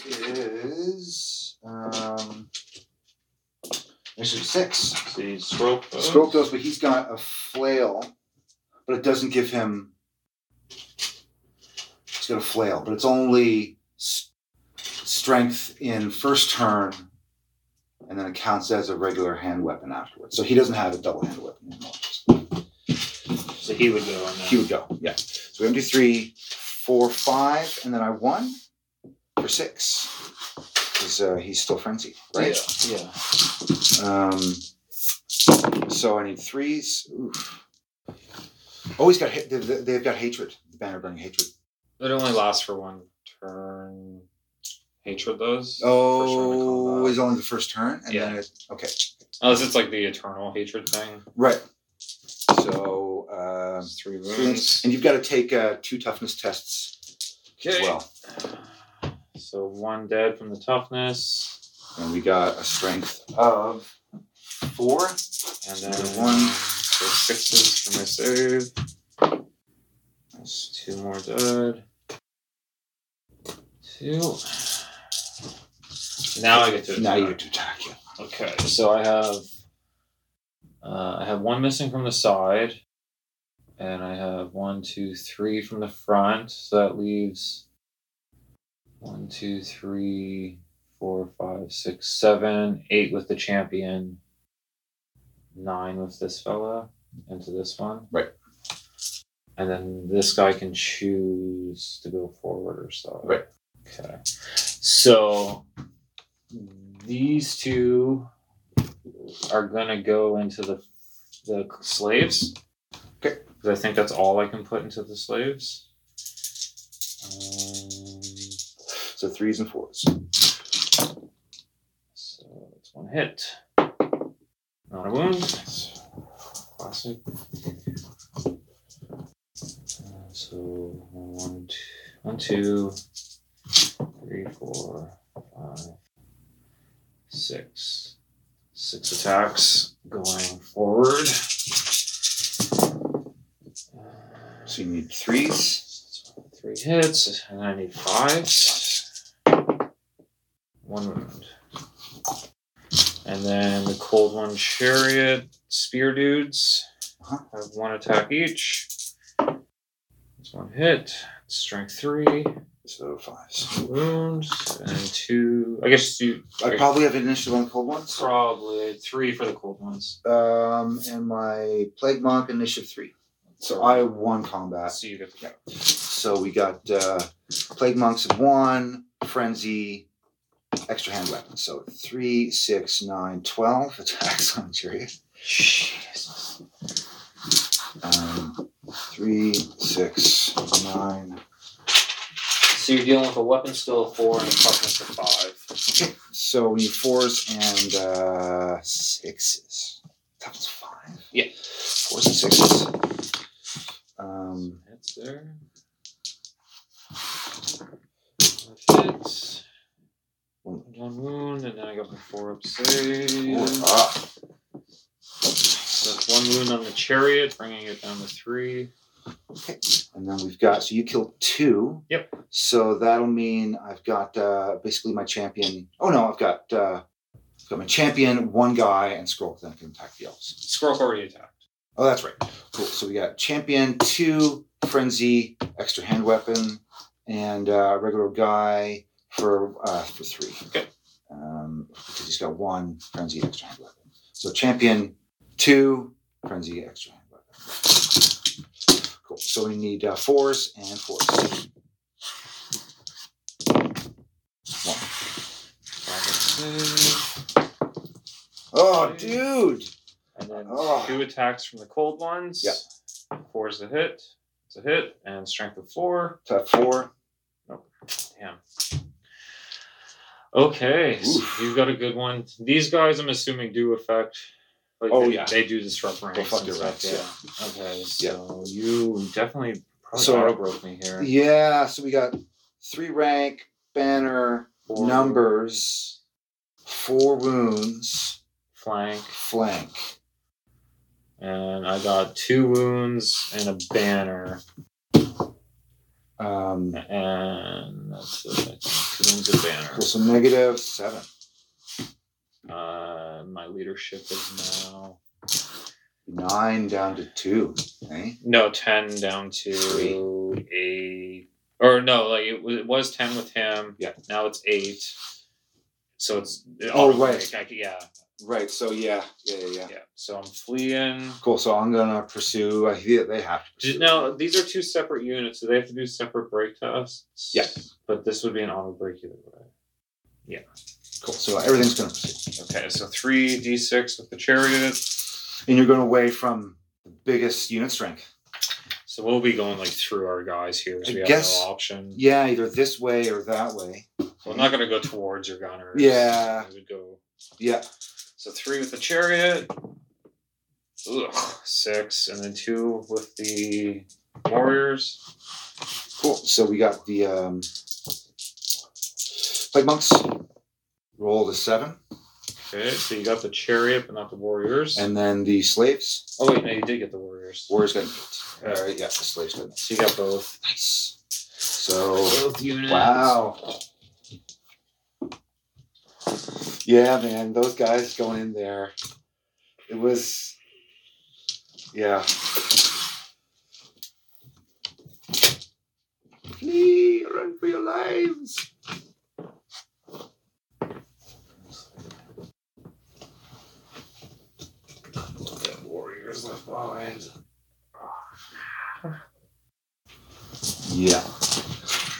[SPEAKER 2] is um, initiative six.
[SPEAKER 1] See, scroll.
[SPEAKER 2] Skulk does, but he's got a flail, but it doesn't give him. He's got a flail, but it's only s- strength in first turn, and then it counts as a regular hand weapon afterwards. So he doesn't have a double hand weapon anymore.
[SPEAKER 1] So he would go on that.
[SPEAKER 2] He would go. Yeah. So we have to do three, four, five, and then I won for six. Because uh, he's still frenzied, right?
[SPEAKER 1] Yeah. yeah.
[SPEAKER 2] Um, so I need threes. Oof. Oh, he's got. ha- they- they- They've got hatred. The banner burning hatred.
[SPEAKER 1] It only lasts for one turn. Hatred does. First round of
[SPEAKER 2] Oh,
[SPEAKER 1] combat.
[SPEAKER 2] it's only the first turn, and then it. Okay,
[SPEAKER 1] Unless it's like the eternal hatred thing.
[SPEAKER 2] right. So uh,
[SPEAKER 1] It's three
[SPEAKER 2] three
[SPEAKER 1] wounds.
[SPEAKER 2] wounds. and you've got to take uh, two toughness tests
[SPEAKER 1] Okay.
[SPEAKER 2] as well.
[SPEAKER 1] So one dead from the toughness,
[SPEAKER 2] And we got a strength of four.
[SPEAKER 1] and then
[SPEAKER 2] One.
[SPEAKER 1] So sixes for my save. That's two more dead. Two. Now I get to
[SPEAKER 2] Now
[SPEAKER 1] attack.
[SPEAKER 2] you get to attack. Yeah.
[SPEAKER 1] Okay, so I have uh, I have one missing from the side, and I have one, two, three from the front. So that leaves one, two, three, four, five, six, seven, eight with the champion, nine with this fella into this one.
[SPEAKER 2] Right.
[SPEAKER 1] And then this guy can choose to go forward or so.
[SPEAKER 2] Right.
[SPEAKER 1] Okay. So these two are gonna go into the the slaves.
[SPEAKER 2] Okay.
[SPEAKER 1] Because I think that's all I can put into the slaves. Um,
[SPEAKER 2] So threes and fours.
[SPEAKER 1] so that's one hit. Not a wound. Classic. Uh, so one, two, one, two, three, four, five, six. Six attacks going forward. Uh,
[SPEAKER 2] So you need threes.
[SPEAKER 1] Three hits, and I need fives. One wound. And then the cold one chariot spear dudes
[SPEAKER 2] Uh-huh.
[SPEAKER 1] have one attack each. That's one hit. Strength three,
[SPEAKER 2] So fives.
[SPEAKER 1] wounds, and two. I guess you
[SPEAKER 2] I probably have initiative on the cold ones.
[SPEAKER 1] probably three for the cold ones.
[SPEAKER 2] Um, and my plague monk initiative three. So I won combat.
[SPEAKER 1] So you get the
[SPEAKER 2] So we got uh, plague monks of one, frenzy, extra hand weapon. So three, six, nine, twelve attacks on chariot.
[SPEAKER 1] Jesus.
[SPEAKER 2] Um, three, six, nine.
[SPEAKER 1] So you're dealing with a weapon skill of four and a toughness of five.
[SPEAKER 2] So we need fours and uh, sixes. That was five.
[SPEAKER 1] Yeah.
[SPEAKER 2] Fours and sixes. Um,
[SPEAKER 1] That's there. That fits. Oh, One wound, and then I got my four up save.
[SPEAKER 2] four. Ah,
[SPEAKER 1] So that's one wound on the chariot, bringing it down to three.
[SPEAKER 2] Okay. And then we've got, so you killed two.
[SPEAKER 1] Yep.
[SPEAKER 2] So that'll mean I've got uh, basically my champion. Oh no, I've got uh, I've got my champion, one guy, and Scroll then can attack the elves.
[SPEAKER 1] Squirrel already attacked.
[SPEAKER 2] Oh, that's right. Cool. So we got champion, two, frenzy, extra hand weapon, and uh, regular guy for uh, for three.
[SPEAKER 1] Okay.
[SPEAKER 2] Um, because he's got one frenzy, extra hand weapon. So champion, two, frenzy, extra hand weapon. Cool. So we need uh, fours and fours. Oh, dude.
[SPEAKER 1] And then
[SPEAKER 2] Oh.
[SPEAKER 1] two attacks from the cold ones. Four is a hit. It's a hit. And strength of four.
[SPEAKER 2] Top four.
[SPEAKER 1] Damn. Okay. so
[SPEAKER 2] Oof.
[SPEAKER 1] you've got a good one. These guys, I'm assuming, do affect. Like
[SPEAKER 2] Oh,
[SPEAKER 1] they,
[SPEAKER 2] yeah.
[SPEAKER 1] They do disrupt ranks.
[SPEAKER 2] fuck
[SPEAKER 1] and
[SPEAKER 2] your
[SPEAKER 1] stuff,
[SPEAKER 2] ranks,
[SPEAKER 1] Yeah. Okay. So you definitely probably
[SPEAKER 2] So-
[SPEAKER 1] auto broke me here.
[SPEAKER 2] Yeah. So we got three rank, banner,
[SPEAKER 1] Four
[SPEAKER 2] numbers, four wounds,
[SPEAKER 1] Flank.
[SPEAKER 2] flank.
[SPEAKER 1] And I got two wounds and a banner.
[SPEAKER 2] Um,
[SPEAKER 1] And that's it. I think. Two wounds and a banner.
[SPEAKER 2] cool. So negative seven.
[SPEAKER 1] Uh, my leadership is now
[SPEAKER 2] Nine down to two. Okay.
[SPEAKER 1] no ten down to eight or no like it was, it was ten with him.
[SPEAKER 2] Yeah.
[SPEAKER 1] Now it's eight. So it's it
[SPEAKER 2] Oh,
[SPEAKER 1] automatic. I c- yeah
[SPEAKER 2] Right. So yeah. Yeah. Yeah. yeah.
[SPEAKER 1] yeah. So I'm fleeing.
[SPEAKER 2] Cool. So I'm gonna pursue. I hear they have to.
[SPEAKER 1] Just,
[SPEAKER 2] Pursue.
[SPEAKER 1] now these are two separate units, so they have to do separate break tests.
[SPEAKER 2] Yeah.
[SPEAKER 1] But this would be an auto break either way.
[SPEAKER 2] Cool. So everything's gonna pursue,
[SPEAKER 1] Okay, so three d six with the chariot.
[SPEAKER 2] and you're going away from the biggest unit strength.
[SPEAKER 1] So we'll be going like through our guys here because
[SPEAKER 2] I
[SPEAKER 1] we have
[SPEAKER 2] guess-
[SPEAKER 1] no option.
[SPEAKER 2] Yeah. Either this way or that way.
[SPEAKER 1] So I'm not gonna go towards your gunners.
[SPEAKER 2] Yeah.
[SPEAKER 1] We would go
[SPEAKER 2] Yeah.
[SPEAKER 1] So three with the chariot. Ugh, six, and then two with the warriors.
[SPEAKER 2] Cool. So we got the um, plague monks roll the seven,
[SPEAKER 1] Okay, so you got the chariot, but not the warriors.
[SPEAKER 2] and then the slaves.
[SPEAKER 1] oh wait, no, you did get the warriors.
[SPEAKER 2] Warriors got an eight. All right, yeah, the slaves got an eight.
[SPEAKER 1] So you got both.
[SPEAKER 2] Nice. So
[SPEAKER 1] Both units.
[SPEAKER 2] wow. Yeah, man, those guys going in there. It was, yeah. Flee! Run for your lives!
[SPEAKER 1] Warriors left behind.
[SPEAKER 2] Yeah.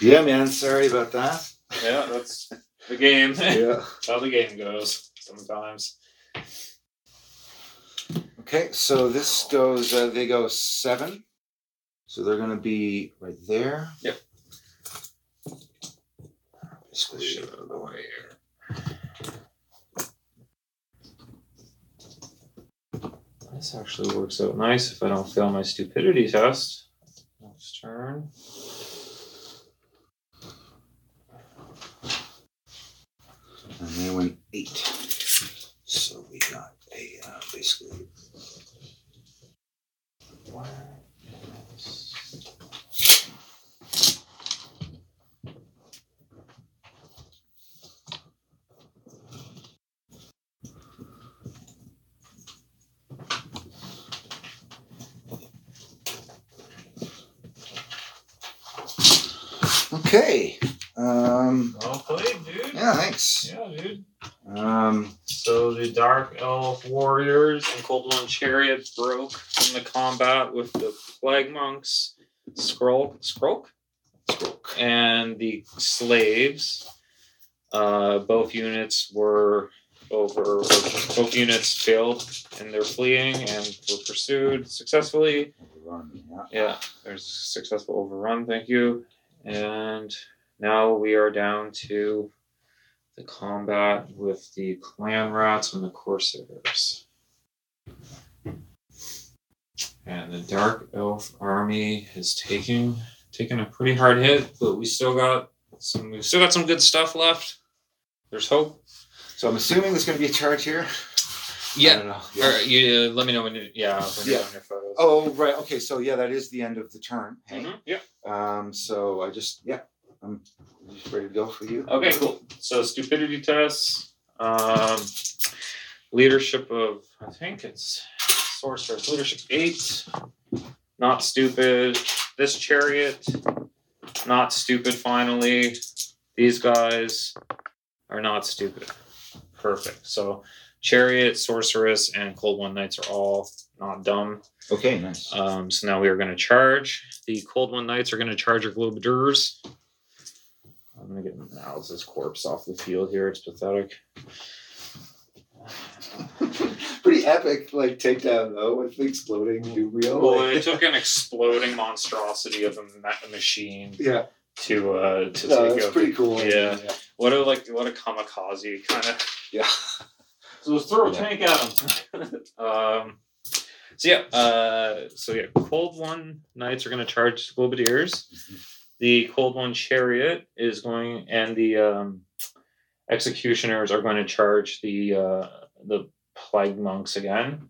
[SPEAKER 2] Yeah, man. Sorry about that.
[SPEAKER 1] Yeah, that's the game. that's
[SPEAKER 2] Yeah.
[SPEAKER 1] how the game goes sometimes.
[SPEAKER 2] Okay, so this goes, uh, they go seven. So they're going to be right there.
[SPEAKER 1] Yep.
[SPEAKER 2] Basically,
[SPEAKER 1] Shit out of the way here. This actually works out nice if I don't fail my stupidity test. Next turn.
[SPEAKER 2] And they went eight. So we got a uh, basically. Okay. Um,
[SPEAKER 1] Well played, dude.
[SPEAKER 2] yeah, thanks.
[SPEAKER 1] Yeah, dude.
[SPEAKER 2] Um,
[SPEAKER 1] So the Dark Elf Warriors and Cold One Chariot broke from the combat with the Plague Monks, Skrulk, Skrulk? and the Slaves. Uh, both units were over, both units failed in their fleeing and were pursued successfully.
[SPEAKER 2] Overrun, yeah.
[SPEAKER 1] Yeah, there's a successful overrun, thank you. And now we are down to the combat with the clan rats and the corsairs. And the dark elf army has taken taken a pretty hard hit, but we still got some we still got some good stuff left. There's hope.
[SPEAKER 2] So I'm assuming there's going to be a charge here. I
[SPEAKER 1] Yeah.
[SPEAKER 2] don't know.
[SPEAKER 1] All right, you uh, let me know when you yeah when you're
[SPEAKER 2] Yeah.
[SPEAKER 1] on your photos.
[SPEAKER 2] Oh right. Okay. So yeah, that is the end of the turn. Hey.
[SPEAKER 1] Mhm, Yeah.
[SPEAKER 2] Um. So I just yeah. I'm just ready to go for you.
[SPEAKER 1] Okay, cool. So stupidity tests, um, leadership of I think it's sorceress leadership eight, not stupid. This chariot, not stupid. Finally, these guys are not stupid. Perfect. So chariot, sorceress, and cold one knights are all not dumb.
[SPEAKER 2] Okay. Nice.
[SPEAKER 1] Um, so now we are going to charge. The Cold One Knights are going to charge our Globadurs. I'm going to get Malice's corpse off the field here. It's pathetic.
[SPEAKER 2] Pretty epic, like takedown though, with the exploding dubiel.
[SPEAKER 1] Well, it took an exploding monstrosity of a ma- machine
[SPEAKER 2] yeah.
[SPEAKER 1] to uh, to
[SPEAKER 2] No,
[SPEAKER 1] take
[SPEAKER 2] that's
[SPEAKER 1] out.
[SPEAKER 2] pretty cool.
[SPEAKER 1] Yeah. What a like what a kamikaze kind of
[SPEAKER 2] Yeah.
[SPEAKER 1] So let's throw a
[SPEAKER 2] Yeah.
[SPEAKER 1] tank at him. um, so yeah, uh, so yeah, cold one knights are going to charge the Globadiers.
[SPEAKER 2] Mm-hmm.
[SPEAKER 1] The cold one chariot is going, and the um, executioners are going to charge the uh, the plague monks again.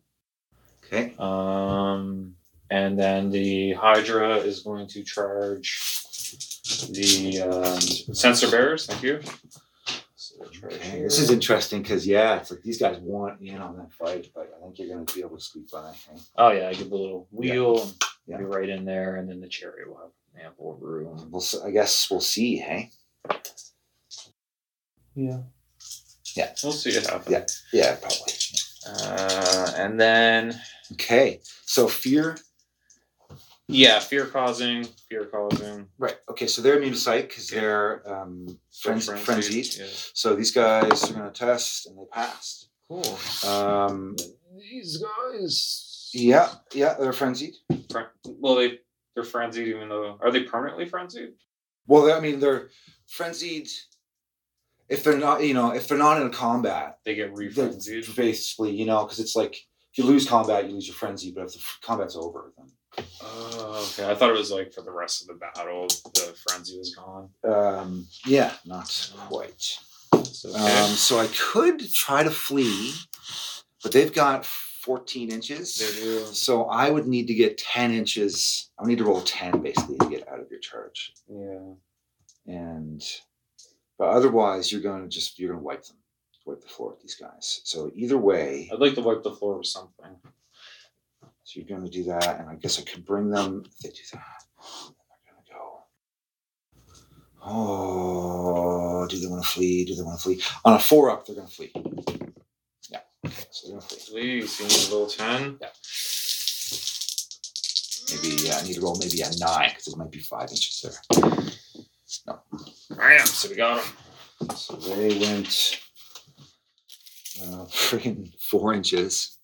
[SPEAKER 2] Okay.
[SPEAKER 1] Um, and then the Hydra is going to charge the um, sensor bearers. Thank you. So they'll charge
[SPEAKER 2] Okay,
[SPEAKER 1] here.
[SPEAKER 2] This is interesting because yeah, it's like these guys want in on that fight, but I think you're gonna be able to squeak by. Hey?
[SPEAKER 1] Oh yeah, I give the little
[SPEAKER 2] Yeah.
[SPEAKER 1] wheel and
[SPEAKER 2] Yeah.
[SPEAKER 1] be right in there, and then the chariot will have ample room.
[SPEAKER 2] We'll, s- I guess we'll see. Hey.
[SPEAKER 1] Yeah.
[SPEAKER 2] Yeah.
[SPEAKER 1] We'll see it happen.
[SPEAKER 2] Yeah. Yeah. Probably.
[SPEAKER 1] Uh, and then
[SPEAKER 2] Okay. So fear.
[SPEAKER 1] yeah, fear causing, fear causing.
[SPEAKER 2] Right. Okay. So they're immune to sight because they're um, friends,
[SPEAKER 1] frenzy,
[SPEAKER 2] frenzied.
[SPEAKER 1] Yeah.
[SPEAKER 2] So these guys are gonna test, and they passed.
[SPEAKER 1] Cool.
[SPEAKER 2] Um,
[SPEAKER 1] These guys.
[SPEAKER 2] yeah, yeah, they're frenzied.
[SPEAKER 1] Fren- well, they they're frenzied, even though are they permanently frenzied?
[SPEAKER 2] Well, they're- I mean, they're frenzied. If they're not, you know, if they're not in a combat,
[SPEAKER 1] They get
[SPEAKER 2] they're
[SPEAKER 1] re-frenzied.
[SPEAKER 2] basically, you know, because it's like if you lose combat, you lose your frenzy. But if the f- combat's over, then
[SPEAKER 1] Oh, okay. I thought it was like for the rest of the battle, the frenzy was gone.
[SPEAKER 2] um, yeah, not quite.
[SPEAKER 1] So,
[SPEAKER 2] Um, so I could try to flee, but they've got 14
[SPEAKER 1] They
[SPEAKER 2] inches.
[SPEAKER 1] do.
[SPEAKER 2] So I would need to get 10 inches. I would need to roll 10 basically to get out of your charge.
[SPEAKER 1] Yeah.
[SPEAKER 2] and but otherwise you're going to just you're going to wipe them wipe the floor with these guys so either way
[SPEAKER 1] I'd like to wipe the floor with something.
[SPEAKER 2] so you're going to do that and i guess i could bring them if they do that they're going to go oh do they want to flee do they want to flee on a four up they're going to flee yeah okay, so they're going to flee
[SPEAKER 1] Please, you need a little 10.
[SPEAKER 2] maybe yeah, i need to roll maybe a nine because it might be five inches there
[SPEAKER 1] Bam! So we got him.
[SPEAKER 2] So they went uh, freaking four inches.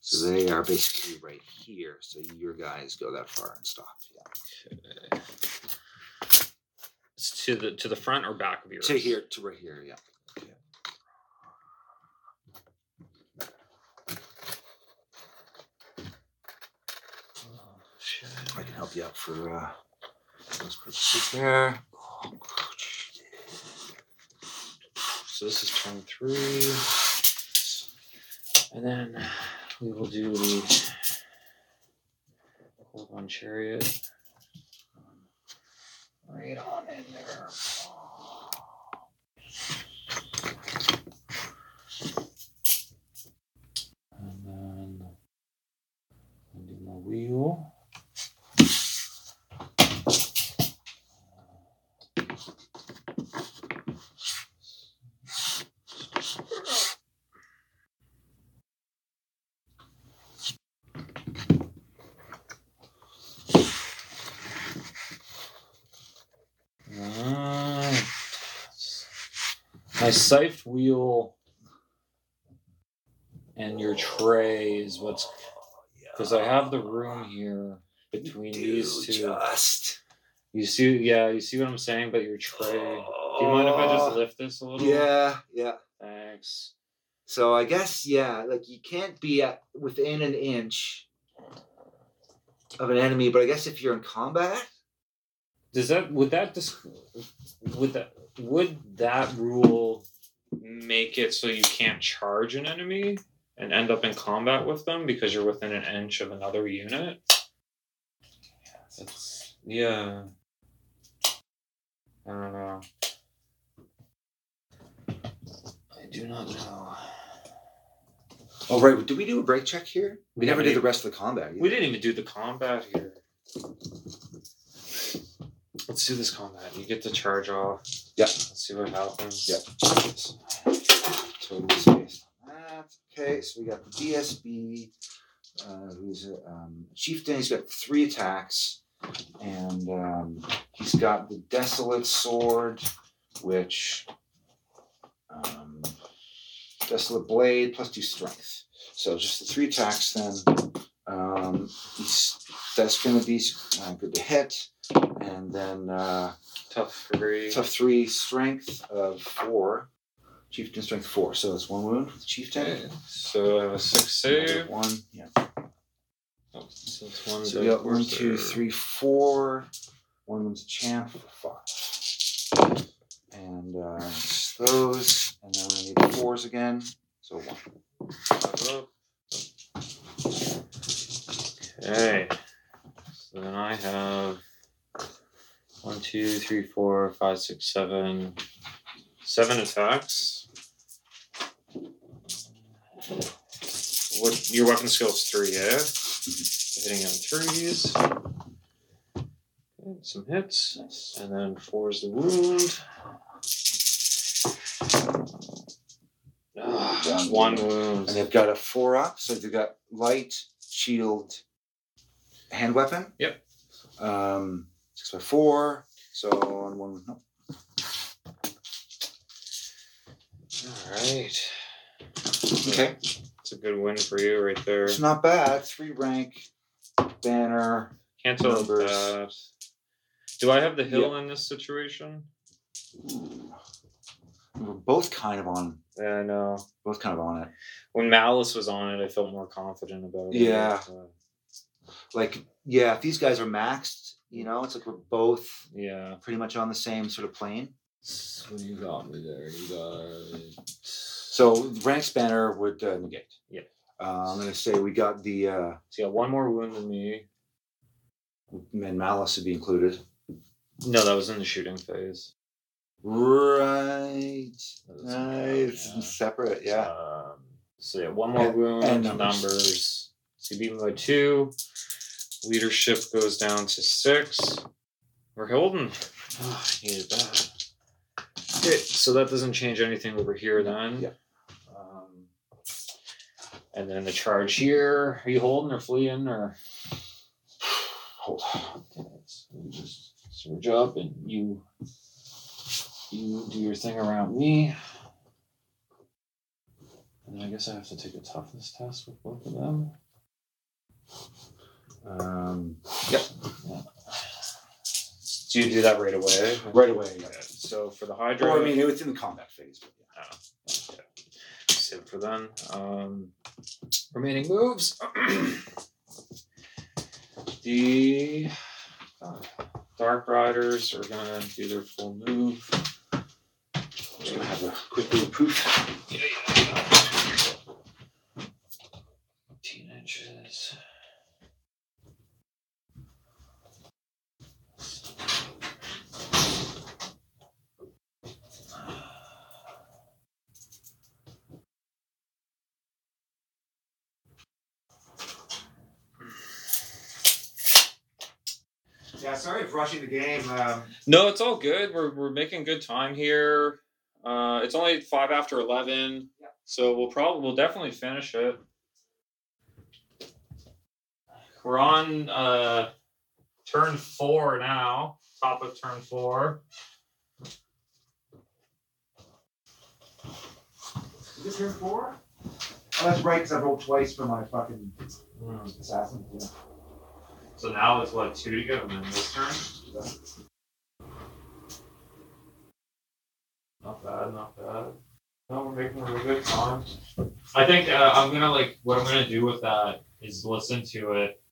[SPEAKER 2] So they are basically right here. So your guys go that far and stop. Yeah.
[SPEAKER 1] It's to the to the front or back of your
[SPEAKER 2] To here, to right here. Yeah.
[SPEAKER 1] Oh,
[SPEAKER 2] I can help you out for uh, those purposes there.
[SPEAKER 1] So this is turn three. And then we will do the hold on chariot. Right on in there. And then I'll do my wheel. Uh, my scythe wheel and your tray is what's because Oh, I have the room here between these two.
[SPEAKER 2] Just.
[SPEAKER 1] You see, yeah, you see what I'm saying, but your tray. Do you mind if I just lift this a little?
[SPEAKER 2] Oh, Yeah, yeah.
[SPEAKER 1] Thanks.
[SPEAKER 2] So I guess yeah, like you can't be at, within an inch of an enemy, but I guess if you're in combat,
[SPEAKER 1] Does that would that dis- would that would that rule make it so you can't charge an enemy and end up in combat with them because you're within an inch of another unit. That's, yeah. I don't know. I do not know.
[SPEAKER 2] Oh, right. Did we do a break check here? We never
[SPEAKER 1] Yeah,
[SPEAKER 2] did
[SPEAKER 1] we-
[SPEAKER 2] the rest of the combat.
[SPEAKER 1] We
[SPEAKER 2] either.
[SPEAKER 1] didn't even do the combat here. Let's do this combat. You get to charge off.
[SPEAKER 2] Yeah.
[SPEAKER 1] Let's see what happens.
[SPEAKER 2] Yeah. Total space. That's okay. So we got the DSB, uh, who's a um, chieftain. He's got three attacks, and um, he's got the desolate sword, which um, desolate blade plus two strength. So just the three attacks then. Um, he's, that's going to be uh, good to hit, and then. Uh,
[SPEAKER 1] Tough three.
[SPEAKER 2] Tough three, strength of four. Chieftain strength four, so that's one wound.
[SPEAKER 1] Okay.
[SPEAKER 2] Chieftain.
[SPEAKER 1] So I have a six
[SPEAKER 2] Another
[SPEAKER 1] save.
[SPEAKER 2] One. Yeah.
[SPEAKER 1] Oh, so it's one
[SPEAKER 2] So
[SPEAKER 1] die
[SPEAKER 2] we got one,
[SPEAKER 1] plus
[SPEAKER 2] two,
[SPEAKER 1] or-
[SPEAKER 2] three, four. One wound's champ for five. And uh, it's those, and then we need fours again. So one.
[SPEAKER 1] Okay. So then I have one, two, three, four, five, six, seven, seven attacks. What your weapon skill is three, yeah. Hitting on threes. And some hits. And then four is the wound. Ah, one wound.
[SPEAKER 2] And they've got a four up, so they've got light, shield, hand weapon.
[SPEAKER 1] Yep.
[SPEAKER 2] Um, six by four. So on one, no,
[SPEAKER 1] All right.
[SPEAKER 2] Okay.
[SPEAKER 1] It's a good win for you right there.
[SPEAKER 2] It's not bad. Three rank banner.
[SPEAKER 1] Cancel
[SPEAKER 2] Numbers.
[SPEAKER 1] that. Do I have the hill in this situation?
[SPEAKER 2] We were both kind of on.
[SPEAKER 1] Yeah, I know.
[SPEAKER 2] Both kind of on it.
[SPEAKER 1] uh, When Malice was on it, I felt more confident about it. Uh,
[SPEAKER 2] Yeah.
[SPEAKER 1] but-
[SPEAKER 2] Like, yeah, if these guys are maxed, you know, it's like we're both
[SPEAKER 1] yeah.
[SPEAKER 2] pretty much on the same sort of plane.
[SPEAKER 1] What do you got me there? You got.
[SPEAKER 2] So ranks banner would uh, negate.
[SPEAKER 1] Yeah.
[SPEAKER 2] Uh, I'm gonna say we got the uh,
[SPEAKER 1] So you got one more wound than me.
[SPEAKER 2] and malice would be included.
[SPEAKER 1] No, that was in the shooting phase.
[SPEAKER 2] Right.
[SPEAKER 1] That was-
[SPEAKER 2] Nice.
[SPEAKER 1] yeah.
[SPEAKER 2] Separate. Yeah.
[SPEAKER 1] Um, so yeah, one more
[SPEAKER 2] And-
[SPEAKER 1] wound.
[SPEAKER 2] and
[SPEAKER 1] numbers.
[SPEAKER 2] numbers.
[SPEAKER 1] So you beat me by two. Leadership goes down to six. We're holding. Oh, I needed that. Okay, so that doesn't change anything over here then.
[SPEAKER 2] Yeah.
[SPEAKER 1] Um, and then the charge here. Are you holding or fleeing or?
[SPEAKER 2] Hold.
[SPEAKER 1] Okay, so we just surge up and you you do your thing around me. And I guess I have to take a toughness test with both of them.
[SPEAKER 2] Um,
[SPEAKER 1] Do you do that right away? Oh,
[SPEAKER 2] right away. Yeah.
[SPEAKER 1] So for the Hydra,
[SPEAKER 2] Or I mean, it's in the combat phase. But yeah.
[SPEAKER 1] save for them. Um, remaining moves. the uh, Dark Riders are gonna do their full move.
[SPEAKER 2] Just gonna have a quick little poof.
[SPEAKER 1] Yeah, yeah, yeah. 15 inches.
[SPEAKER 2] Yeah, sorry for rushing the game. Um,
[SPEAKER 1] No, it's all good. We're, we're making good time here. Uh, it's only five after eleven, so we'll probably we'll definitely finish it. We're on uh, turn four now, top of turn four.
[SPEAKER 2] Is this here four? Oh, that's right, because I rolled twice for my fucking assassin. Yeah.
[SPEAKER 1] So now it's what two to go, and then this turn. Not bad, not bad. No, we're making really good time. I think uh, I'm gonna like what I'm gonna do with that is listen to it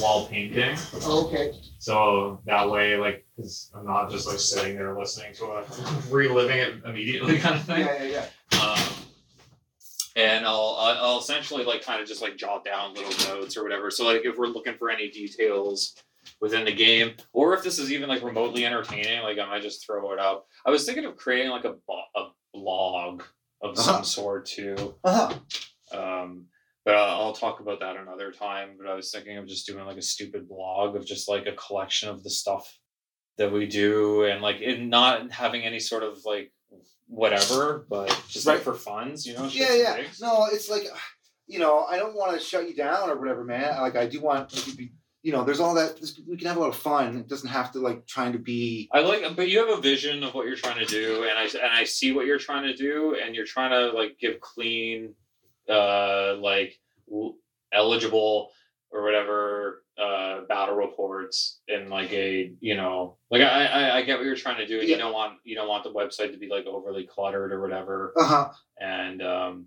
[SPEAKER 1] while painting.
[SPEAKER 2] okay.
[SPEAKER 1] So that way, like, because I'm not just like sitting there listening to it, reliving it immediately kind of thing.
[SPEAKER 2] yeah, yeah.
[SPEAKER 1] Um, and I'll I'll I'll essentially like kind of just like jot down little notes or whatever. So like if we're looking for any details within the game, or if this is even like remotely entertaining, like I might just throw it up. I was thinking of creating like a bo- a blog of
[SPEAKER 2] Uh-huh.
[SPEAKER 1] some sort too.
[SPEAKER 2] Uh-huh.
[SPEAKER 1] Um, but I'll, I'll talk about that another time. But I was thinking of just doing like a stupid blog of just like a collection of the stuff that we do and like in not having any sort of like whatever, but just like
[SPEAKER 2] Right.
[SPEAKER 1] for funds, you know? shits
[SPEAKER 2] Yeah,
[SPEAKER 1] and
[SPEAKER 2] yeah.
[SPEAKER 1] gigs.
[SPEAKER 2] No, it's like, you know, I don't want to shut you down or whatever, man. Like, I do want you to be, you know, there's all that. This, we can have a lot of fun. It doesn't have to like trying to be.
[SPEAKER 1] I like, but you have a vision of what you're trying to do, and I and I see what you're trying to do, and you're trying to like give clean, uh, like w- eligible or whatever uh battle reports in like a you know like I I, I get what you're trying to do, and
[SPEAKER 2] Yeah.
[SPEAKER 1] you don't want you don't want the website to be like overly cluttered or whatever,
[SPEAKER 2] Uh huh.
[SPEAKER 1] and um.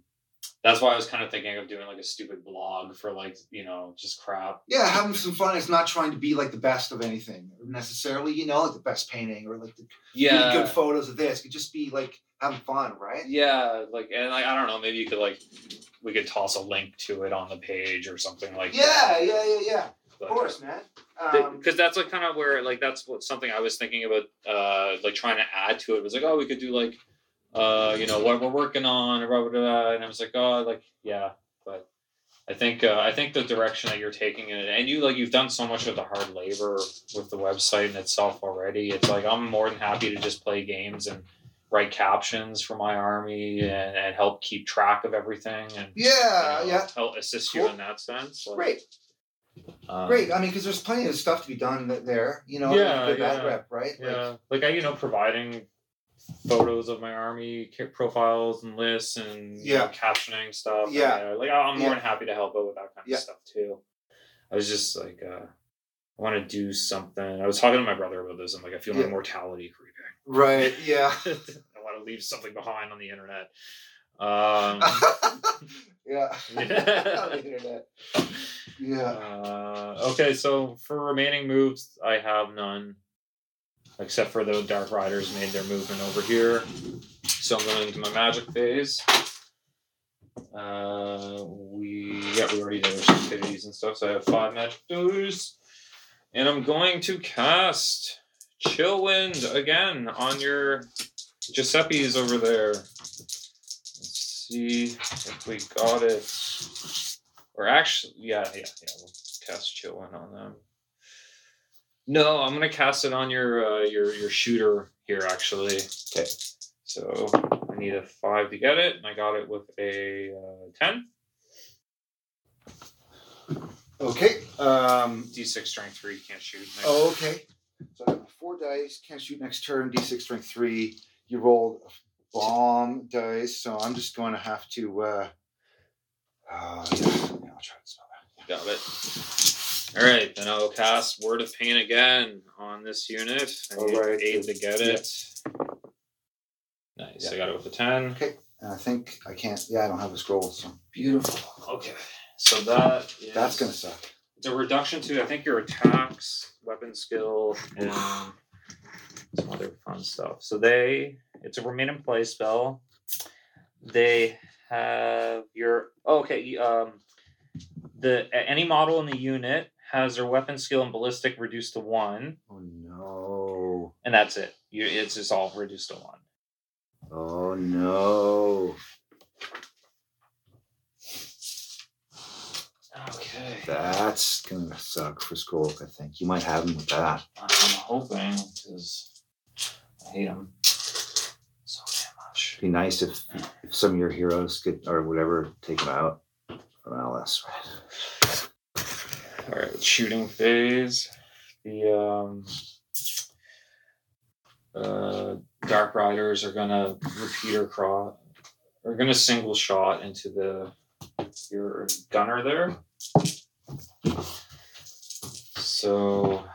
[SPEAKER 1] That's why I was kind of thinking of doing like a stupid blog for like you know just crap.
[SPEAKER 2] Yeah, having some fun. It's not trying to be like the best of anything necessarily. You know, like the best painting or like the really good photos of this. It could just be like having fun, right?
[SPEAKER 1] Yeah, like and like I don't know, maybe you could like we could toss a link to it on the page or something like
[SPEAKER 2] Yeah,
[SPEAKER 1] that.
[SPEAKER 2] yeah, yeah, yeah. Of
[SPEAKER 1] But-
[SPEAKER 2] course, man. Um,
[SPEAKER 1] because that's like kind of where like that's what something I was thinking about uh like trying to add to it was like oh we could do like uh you know what we're working on or blah, blah, blah, and I was like oh like yeah but I think uh, I think the direction that you're taking it and you like you've done so much of the hard labor with the website in itself already it's like I'm more than happy to just play games and write captions for my army and, and help keep track of everything and
[SPEAKER 2] yeah,
[SPEAKER 1] you know,
[SPEAKER 2] yeah.
[SPEAKER 1] help assist you
[SPEAKER 2] Cool.
[SPEAKER 1] in that sense like,
[SPEAKER 2] Great,
[SPEAKER 1] um,
[SPEAKER 2] great. I mean, because there's plenty of stuff to be done th- there. You know,
[SPEAKER 1] Yeah,
[SPEAKER 2] good
[SPEAKER 1] yeah.
[SPEAKER 2] ad rep, right? Like,
[SPEAKER 1] Yeah, like I, you know, providing photos of my army ca- profiles and lists and you know,
[SPEAKER 2] Yeah.
[SPEAKER 1] captioning stuff. and,
[SPEAKER 2] Yeah.
[SPEAKER 1] uh, like I'm more
[SPEAKER 2] Yeah.
[SPEAKER 1] than happy to help out with that kind
[SPEAKER 2] Yeah.
[SPEAKER 1] of stuff too. I was just like, uh, I want to do something. I was talking to my brother about this. I'm like, I feel
[SPEAKER 2] Yeah.
[SPEAKER 1] my mortality creeping.
[SPEAKER 2] right. Yeah.
[SPEAKER 1] I want to leave something behind on the internet. Um,
[SPEAKER 2] yeah.
[SPEAKER 1] Yeah.
[SPEAKER 2] On the internet. Yeah.
[SPEAKER 1] Uh, okay, so for remaining moves, I have none, except for the Dark Riders made their movement over here. So I'm going into my magic phase. Uh, we yeah, we already did our activities and stuff. So I have five magic doors, and I'm going to cast Chill Wind again on your Giuseppe's over there. Let's see if we got it. Or actually, yeah, yeah, yeah. We'll cast chill one on them. No, I'm gonna cast it on your uh, your your shooter here actually. Okay. So I need a five to get it, and I got it with a uh, ten.
[SPEAKER 2] Okay. Um,
[SPEAKER 1] D6 strength three can't shoot. Nice.
[SPEAKER 2] Oh, okay. So I got four dice, can't shoot next turn, d6 strength three. You rolled a bomb dice, so I'm just going to have to. Uh, uh, yeah, yeah, I'll try to spell
[SPEAKER 1] Got it. All right, then I'll cast Word of Pain again on this unit. I
[SPEAKER 2] All
[SPEAKER 1] need
[SPEAKER 2] right.
[SPEAKER 1] eight to get it. Nice. I got it with a ten.
[SPEAKER 2] that. And I think I can't. Yeah, I don't have a scroll, so.
[SPEAKER 1] Beautiful. Okay. So that is
[SPEAKER 2] That's going to suck.
[SPEAKER 1] it's a reduction to I think your attacks, weapon skill, and some other fun stuff. So they it's a remain in play spell. They have your oh, okay. you, Um, the a- any model in the unit has their weapon skill and ballistic reduced to one,
[SPEAKER 2] Oh, no.
[SPEAKER 1] and that's it. You, it's just all reduced to one.
[SPEAKER 2] Oh, no.
[SPEAKER 1] Okay.
[SPEAKER 2] That's going to suck for scroll, I think. You might have him with that.
[SPEAKER 1] I'm hoping because I hate him so damn much.
[SPEAKER 2] It'd be nice if, if some of your heroes could, or whatever, take him out from LS, right?
[SPEAKER 1] All right, shooting phase. The um, uh, Dark Riders are gonna repeater crawl. Are gonna single shot into the your gunner there. So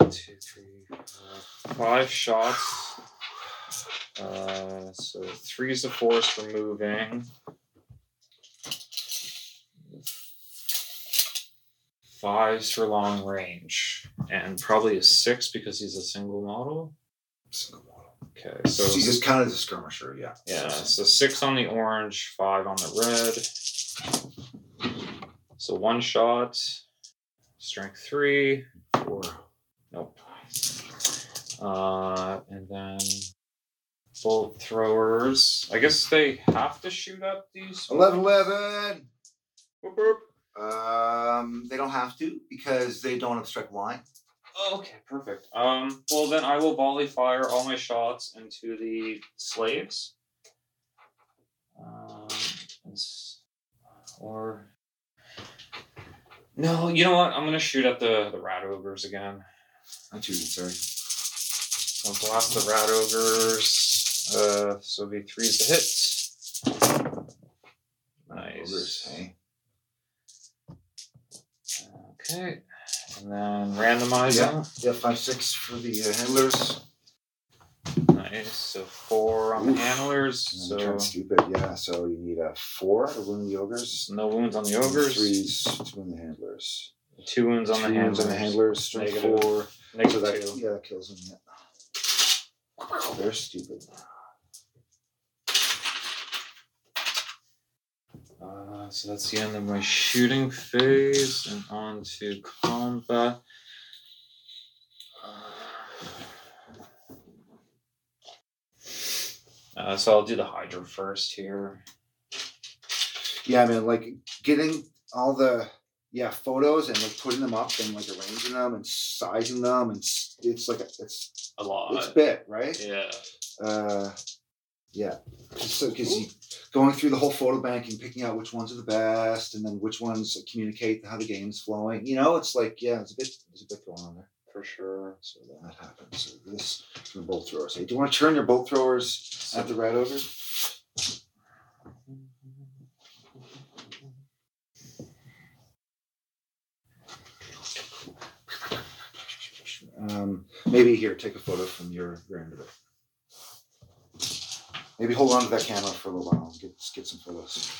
[SPEAKER 1] two, three, four, five shots. Uh, so three's the force for moving. Fives for long range, and probably a six because he's a single model.
[SPEAKER 2] Single model.
[SPEAKER 1] Okay, so
[SPEAKER 2] she's just counted as a skirmisher, yeah.
[SPEAKER 1] yeah, so six on the orange, five on the red. So one shot, strength three.
[SPEAKER 2] Four.
[SPEAKER 1] Nope. Uh, and then bolt throwers. I guess they have to shoot up these.
[SPEAKER 2] 11 11!
[SPEAKER 1] Whoop, whoop.
[SPEAKER 2] Um, they don't have to because they don't obstruct line.
[SPEAKER 1] Oh, okay, perfect. Um, well then I will volley fire all my shots into the slaves. Um, it's- or no, you know what? I'm gonna shoot at the the rat ogres again.
[SPEAKER 2] Not too sorry.
[SPEAKER 1] I'll blast the rat ogres. Uh, so it'll be three's the hit. Nice.
[SPEAKER 2] Ogres, hey?
[SPEAKER 1] Okay, and then randomize
[SPEAKER 2] Yeah.
[SPEAKER 1] them.
[SPEAKER 2] Yeah, five six for the uh, handlers.
[SPEAKER 1] Nice. So four on the
[SPEAKER 2] Oof.
[SPEAKER 1] handlers.
[SPEAKER 2] And then they
[SPEAKER 1] So
[SPEAKER 2] turn stupid, yeah. So you need a four to win the ogres.
[SPEAKER 1] no wounds on the ogres.
[SPEAKER 2] Threes to win the handlers.
[SPEAKER 1] Two wounds on the
[SPEAKER 2] Two
[SPEAKER 1] handlers.
[SPEAKER 2] on the handlers. Strength
[SPEAKER 1] Negative.
[SPEAKER 2] four. So
[SPEAKER 1] Negative
[SPEAKER 2] that,
[SPEAKER 1] two.
[SPEAKER 2] yeah, that kills them. Yeah. They're stupid.
[SPEAKER 1] Uh, so that's the end of my shooting phase and on to combat. Uh, so I'll do the Hydra first here.
[SPEAKER 2] Yeah, man, like getting all the yeah photos and like putting them up and like arranging them and sizing them and s- it's like a, it's
[SPEAKER 1] A lot.
[SPEAKER 2] it's bit right.
[SPEAKER 1] yeah.
[SPEAKER 2] Uh, yeah. So because you going through the whole photo bank and picking out which ones are the best and then which ones communicate how the game's flowing. You know, it's like yeah, it's a bit there's a bit going on there.
[SPEAKER 1] For sure.
[SPEAKER 2] So that happens. So this from the bolt throwers. Hey, do you want to turn your bolt throwers
[SPEAKER 1] So-
[SPEAKER 2] at the red over? Um, maybe here, take a photo from your, your end of it. Maybe hold on to that camera for a little while. and Get get some photos.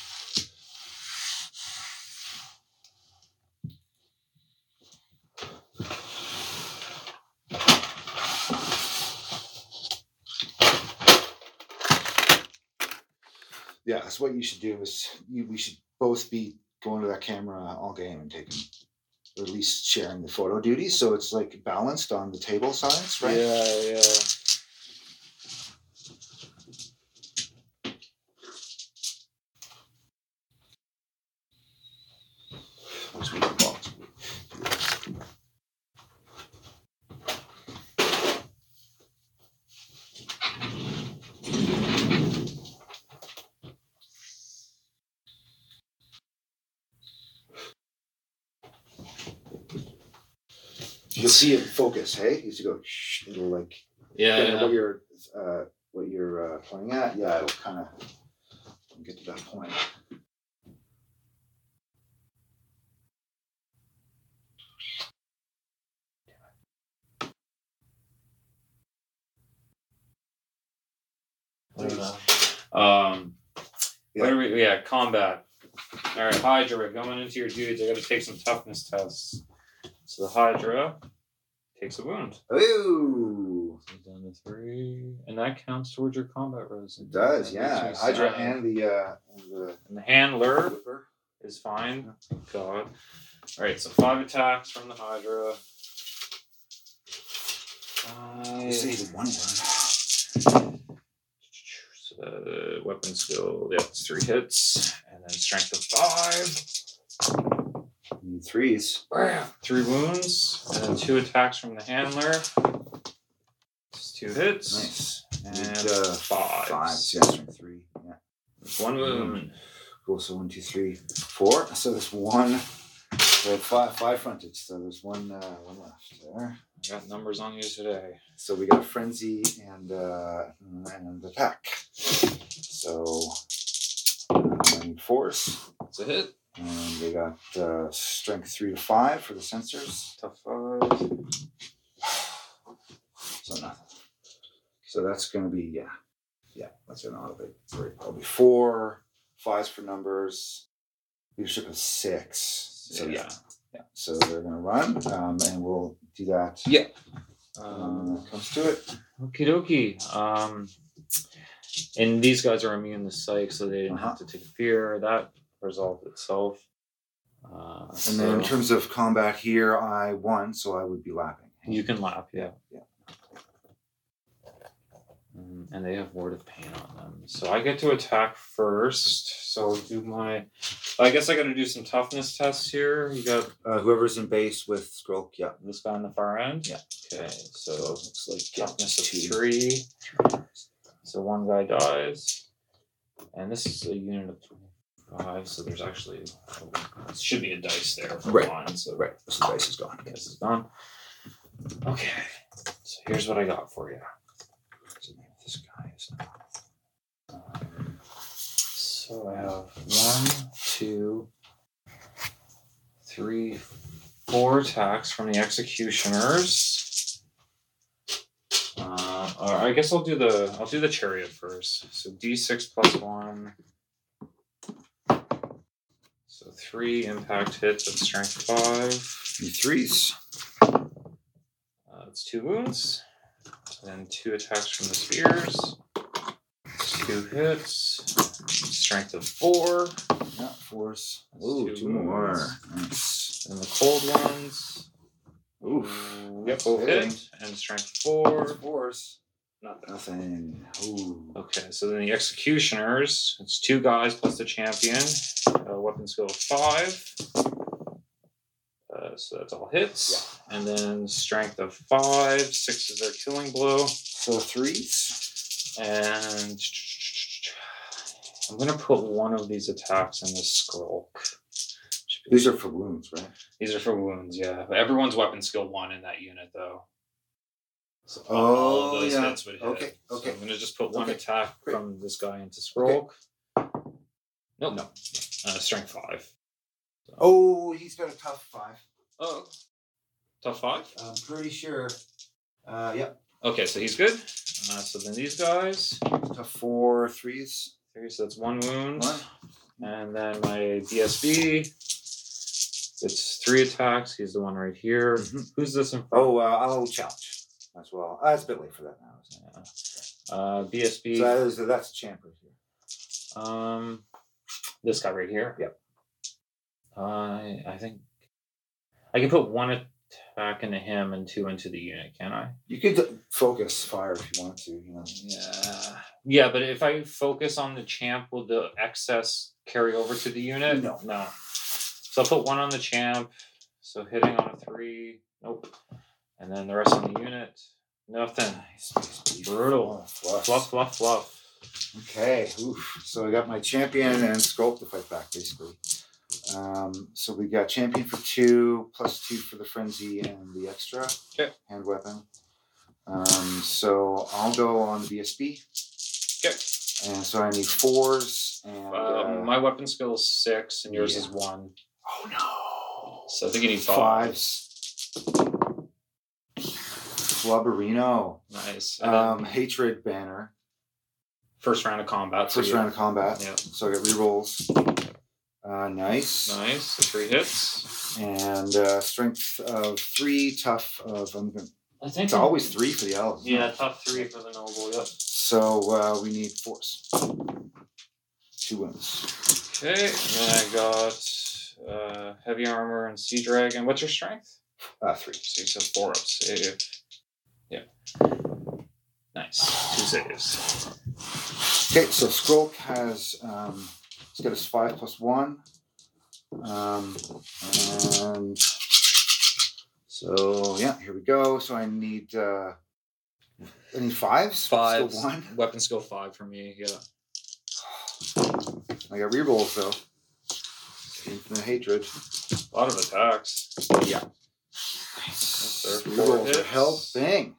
[SPEAKER 2] Yeah, that's what you should do. Is you, we should both be going to that camera all game and taking, or at least sharing the photo duties. So it's like balanced on the table sides, right?
[SPEAKER 1] Yeah, yeah.
[SPEAKER 2] Which we can box. You'll see it focus, hey? You should go, shh, it'll like
[SPEAKER 1] Yeah,
[SPEAKER 2] depending on
[SPEAKER 1] yeah.
[SPEAKER 2] what you're uh, what you're uh, playing at, yeah, it'll kind of get to that point.
[SPEAKER 1] I don't know. Um,
[SPEAKER 2] Yeah.
[SPEAKER 1] What are we? Yeah, combat. All right, Hydra, going into your dudes. I got to take some toughness tests. So the Hydra takes a wound.
[SPEAKER 2] Ooh,
[SPEAKER 1] So down to three, and that counts towards your combat rolls.
[SPEAKER 2] it does, yeah.
[SPEAKER 1] Which is,
[SPEAKER 2] Hydra
[SPEAKER 1] uh,
[SPEAKER 2] and the uh, and the
[SPEAKER 1] and the handler
[SPEAKER 2] whipper.
[SPEAKER 1] is fine. Thank God. All right, so five attacks from the Hydra.
[SPEAKER 2] You
[SPEAKER 1] Five.
[SPEAKER 2] say the one word.
[SPEAKER 1] So the Uh, weapon skill, yeah, it's three hits, and then strength of five.
[SPEAKER 2] You need threes.
[SPEAKER 1] Three wounds, and then two attacks from the handler. It's two hits.
[SPEAKER 2] Nice.
[SPEAKER 1] And
[SPEAKER 2] Need, uh,
[SPEAKER 1] fives.
[SPEAKER 2] Fives, yes, from three. Yeah. Mm-hmm.
[SPEAKER 1] It's one wound.
[SPEAKER 2] Cool. So one, two, three, four. So there's one. So five, five fronted. So there's one, uh, one left there.
[SPEAKER 1] I got numbers on you today.
[SPEAKER 2] So we got frenzy and uh, and attack. So um, force,
[SPEAKER 1] It's a hit.
[SPEAKER 2] and we got uh, strength three to five for the sensors.
[SPEAKER 1] Tough five.
[SPEAKER 2] So nothing. So that's going to be yeah, yeah. That's an auto big three. Probably four fives for numbers. Leadership of six. So yeah. So they're going to run, um, and we'll do that.
[SPEAKER 1] Yeah.
[SPEAKER 2] Uh,
[SPEAKER 1] Um,
[SPEAKER 2] that comes to it.
[SPEAKER 1] Okie dokie. Um, and these guys are immune to psych, so they didn't
[SPEAKER 2] Uh-huh.
[SPEAKER 1] have to take fear. That resolved itself. Uh,
[SPEAKER 2] And then in
[SPEAKER 1] so
[SPEAKER 2] terms of combat here, I won, so I would be lapping.
[SPEAKER 1] you can laugh, yeah.
[SPEAKER 2] Yeah.
[SPEAKER 1] Mm, And they have word of pain on them, so I get to attack first. So I'll do my, I guess I got to do some toughness tests here. You got
[SPEAKER 2] Uh, whoever's in base with Skrulk, yeah.
[SPEAKER 1] this guy on the far end.
[SPEAKER 2] Yeah.
[SPEAKER 1] Okay, so looks like
[SPEAKER 2] Yeah,
[SPEAKER 1] toughness of
[SPEAKER 2] two.
[SPEAKER 1] three. So one guy dies, and this is a unit of twenty-five. So there's actually it should be a dice there for
[SPEAKER 2] Right.
[SPEAKER 1] one. So
[SPEAKER 2] Right, so the base is gone.
[SPEAKER 1] this is gone. Okay, so here's what I got for you.
[SPEAKER 2] So maybe this guy is
[SPEAKER 1] Um, So I have one, two, three, four attacks from the executioners. Uh, or I guess I'll do the I'll do the chariot first. So D six plus one. So three impact hits at strength five.
[SPEAKER 2] Need threes.
[SPEAKER 1] Uh, it's two wounds, and then two attacks from the spears. Two hits, strength of four,
[SPEAKER 2] Yeah, fours.
[SPEAKER 1] That's
[SPEAKER 2] Ooh,
[SPEAKER 1] two
[SPEAKER 2] two, more.
[SPEAKER 1] wounds.
[SPEAKER 2] Nice.
[SPEAKER 1] and the cold ones.
[SPEAKER 2] Oof.
[SPEAKER 1] Yep, both
[SPEAKER 2] Okay.
[SPEAKER 1] hit, and strength four.
[SPEAKER 2] Fours.
[SPEAKER 1] Nothing.
[SPEAKER 2] Nothing. Ooh.
[SPEAKER 1] Okay, so then the executioners. It's two guys plus the champion. Uh, weapon skill of five. Uh, so that's all hits, and then strength of five. Six is their killing blow.
[SPEAKER 2] So threes.
[SPEAKER 1] And I'm gonna put one of these attacks in this scroll.
[SPEAKER 2] These are for wounds, right?
[SPEAKER 1] These are for wounds, yeah. Everyone's weapon skill one in that unit though. So
[SPEAKER 2] Oh, yeah.
[SPEAKER 1] hits would hit.
[SPEAKER 2] Okay,
[SPEAKER 1] So
[SPEAKER 2] okay.
[SPEAKER 1] I'm gonna just put one
[SPEAKER 2] Okay,
[SPEAKER 1] attack
[SPEAKER 2] great.
[SPEAKER 1] from this guy into scroll. No, no. Uh, strength five.
[SPEAKER 2] Oh, he's got a tough five.
[SPEAKER 1] Oh. Tough five?
[SPEAKER 2] I'm pretty sure. Uh, yep.
[SPEAKER 1] Okay, so he's good. Uh, so then these guys.
[SPEAKER 2] Tough four, threes.
[SPEAKER 1] Okay, so that's one wound.
[SPEAKER 2] One.
[SPEAKER 1] And then my DSB. It's three attacks. He's the one right here.
[SPEAKER 2] Mhm.
[SPEAKER 1] Who's this in front?
[SPEAKER 2] Oh, uh, I'll challenge as well. Uh, it's a bit late for that now. Isn't
[SPEAKER 1] Yeah. Uh,
[SPEAKER 2] it?
[SPEAKER 1] BSB.
[SPEAKER 2] So that is, that's champ right here.
[SPEAKER 1] um, this guy right here.
[SPEAKER 2] Yep.
[SPEAKER 1] Uh, I I think I can put one attack into him and two into the unit. Can I?
[SPEAKER 2] You could focus fire if you want to. You know.
[SPEAKER 1] Yeah. Yeah, but if I focus on the champ, will the excess carry over to the unit?
[SPEAKER 2] No.
[SPEAKER 1] No. So I'll put one on the champ. So hitting on a three. Nope. And then the rest on the unit. Nothing.
[SPEAKER 2] Nice, nice, beef.
[SPEAKER 1] Brutal.
[SPEAKER 2] Oh, fluff.
[SPEAKER 1] Fluff, fluff, fluff.
[SPEAKER 2] Okay. Oof. So I got my champion and sculpt to fight back, basically. Um, so we got champion for two, plus two for the frenzy and the extra
[SPEAKER 1] Okay.
[SPEAKER 2] hand weapon. Um, so I'll go on the BSB. And so I need fours and. uh,
[SPEAKER 1] Um, my weapon skill is six, and yours is
[SPEAKER 2] Yeah.
[SPEAKER 1] one.
[SPEAKER 2] oh
[SPEAKER 1] So I think you need
[SPEAKER 2] no!
[SPEAKER 1] five.
[SPEAKER 2] Fives. Flubberino.
[SPEAKER 1] Nice. And then
[SPEAKER 2] Um, hatred banner.
[SPEAKER 1] first round of combat. so
[SPEAKER 2] First
[SPEAKER 1] you-
[SPEAKER 2] round of combat.
[SPEAKER 1] Yeah.
[SPEAKER 2] So I got rerolls. Uh, nice.
[SPEAKER 1] Nice. So three hits.
[SPEAKER 2] and uh, strength of three, tough of I'm gonna,
[SPEAKER 1] I think
[SPEAKER 2] it's always three for the elves.
[SPEAKER 1] Yeah, top three for the noble. Yep.
[SPEAKER 2] So uh, we need force. Two wounds.
[SPEAKER 1] Okay, and then I got uh, heavy armor and sea dragon. What's your strength?
[SPEAKER 2] Uh, three.
[SPEAKER 1] So you said four up save. Yeah. Nice. Two saves.
[SPEAKER 2] Okay, so Skrulk has um, he's got his five plus one, um, and so yeah, here we go. So I need uh, I need fives. Still one.
[SPEAKER 1] Weapon skill five for me. Yeah.
[SPEAKER 2] I got rerolls though. Infinite hatred.
[SPEAKER 1] A lot of attacks.
[SPEAKER 2] Yeah.
[SPEAKER 1] That's their four
[SPEAKER 2] Rerolls are
[SPEAKER 1] hits.
[SPEAKER 2] helping.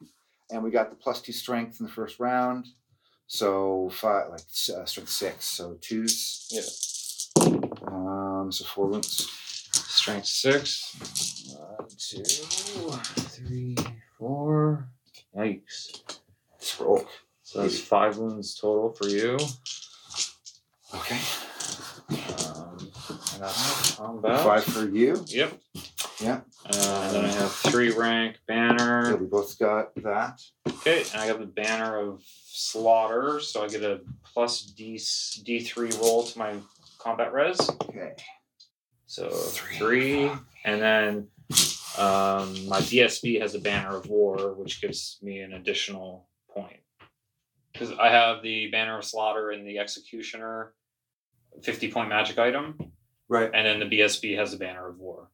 [SPEAKER 2] And we got the plus two strength in the first round. So five, like s- uh, strength six, so twos.
[SPEAKER 1] Yeah.
[SPEAKER 2] Um, so four wounds.
[SPEAKER 1] Strength six. One, two, three, four. Yikes.
[SPEAKER 2] Scroll.
[SPEAKER 1] So that's five wounds total for you.
[SPEAKER 2] Okay.
[SPEAKER 1] Um, and that's combat.
[SPEAKER 2] Five for you.
[SPEAKER 1] Yep.
[SPEAKER 2] Yeah.
[SPEAKER 1] Uh, and then I have three rank banner.
[SPEAKER 2] So we both got that.
[SPEAKER 1] Okay, and I got the banner of slaughter, so I get a plus D D three roll to my combat res.
[SPEAKER 2] Okay.
[SPEAKER 1] So three, and then um, my BSB has a banner of war, which gives me an additional point because I have the banner of slaughter and the executioner, fifty point magic item,
[SPEAKER 2] Right.
[SPEAKER 1] and then the BSB has a banner of war.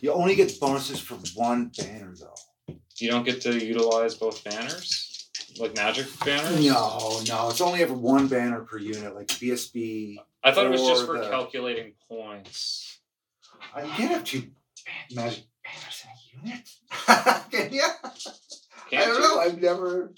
[SPEAKER 2] You only get bonuses for one banner though.
[SPEAKER 1] You don't get to utilize both banners, like magic banners.
[SPEAKER 2] No, no, it's only ever one banner per unit, like BSB.
[SPEAKER 1] I thought it was just
[SPEAKER 2] Or
[SPEAKER 1] for
[SPEAKER 2] the-
[SPEAKER 1] calculating points.
[SPEAKER 2] I can have two ban- magic banners in a unit. can you? I
[SPEAKER 1] Can't
[SPEAKER 2] don't
[SPEAKER 1] you?
[SPEAKER 2] know. I've never.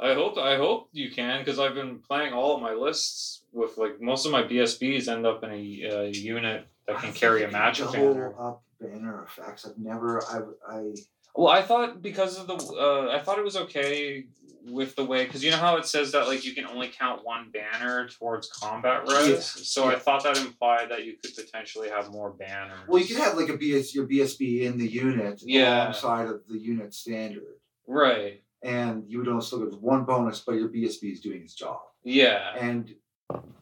[SPEAKER 1] I hope I hope you can because I've been playing all of my lists with like most of my BSBs end up in a uh, unit that can carry a magic
[SPEAKER 2] double
[SPEAKER 1] banner.
[SPEAKER 2] up banner effects. I've never. I. I
[SPEAKER 1] Well, I thought because of the uh, I thought it was okay with the way because you know how it says that like you can only count one banner towards combat res.
[SPEAKER 2] Yeah.
[SPEAKER 1] So I
[SPEAKER 2] Yeah.
[SPEAKER 1] thought that implied that you could potentially have more banners.
[SPEAKER 2] well, you could have like a BS your BSB in the unit
[SPEAKER 1] Yeah.
[SPEAKER 2] alongside of the unit standard,
[SPEAKER 1] right.
[SPEAKER 2] and you would only still get one bonus, but your BSB is doing its job.
[SPEAKER 1] Yeah.
[SPEAKER 2] and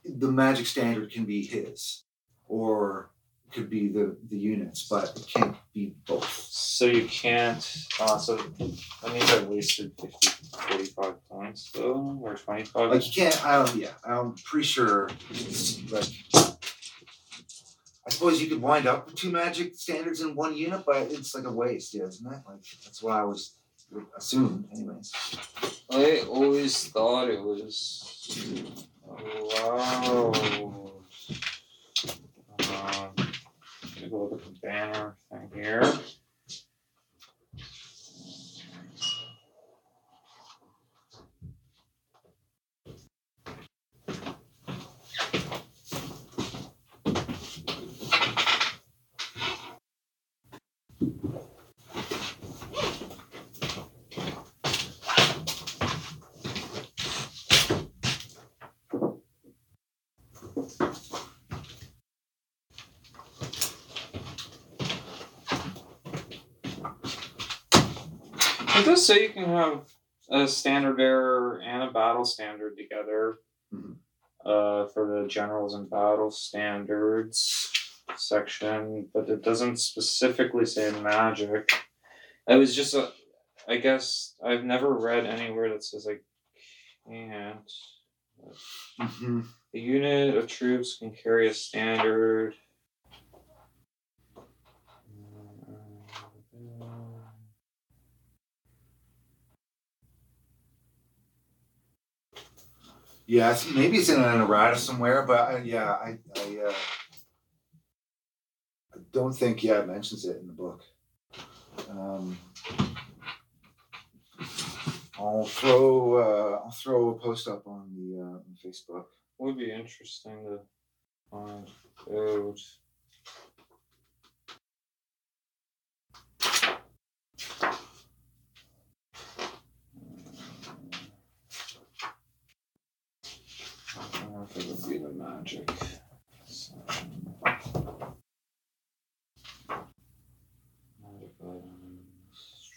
[SPEAKER 2] the magic standard can be his or could be the the units but it can't be both
[SPEAKER 1] So you can't. Uh, so that means I wasted 50, 45 points though, or 25.
[SPEAKER 2] like you can't i don't yeah i'm pretty sure like i suppose you could wind up with two magic standards in one unit but it's like a waste yeah isn't it like that's what i was assumed anyways
[SPEAKER 1] I always thought it was allowed. Um, take a look at the banner thing here. It does say you can have a standard bearer and a battle standard together
[SPEAKER 2] Mhm.
[SPEAKER 1] uh, for the generals and battle standards section, but it doesn't specifically say magic. I was just, uh, I guess, I've never read anywhere that says I can't.
[SPEAKER 2] mm-hmm.
[SPEAKER 1] A unit of troops can carry a standard.
[SPEAKER 2] yeah it's, maybe it's in an errata somewhere but I, yeah i i uh I don't think yeah it mentions it in the book. Um, I'll throw uh, I'll throw a post up on the uh, on Facebook.
[SPEAKER 1] Would be interesting to find out. I don't know if it would be the magic. section. Magic items.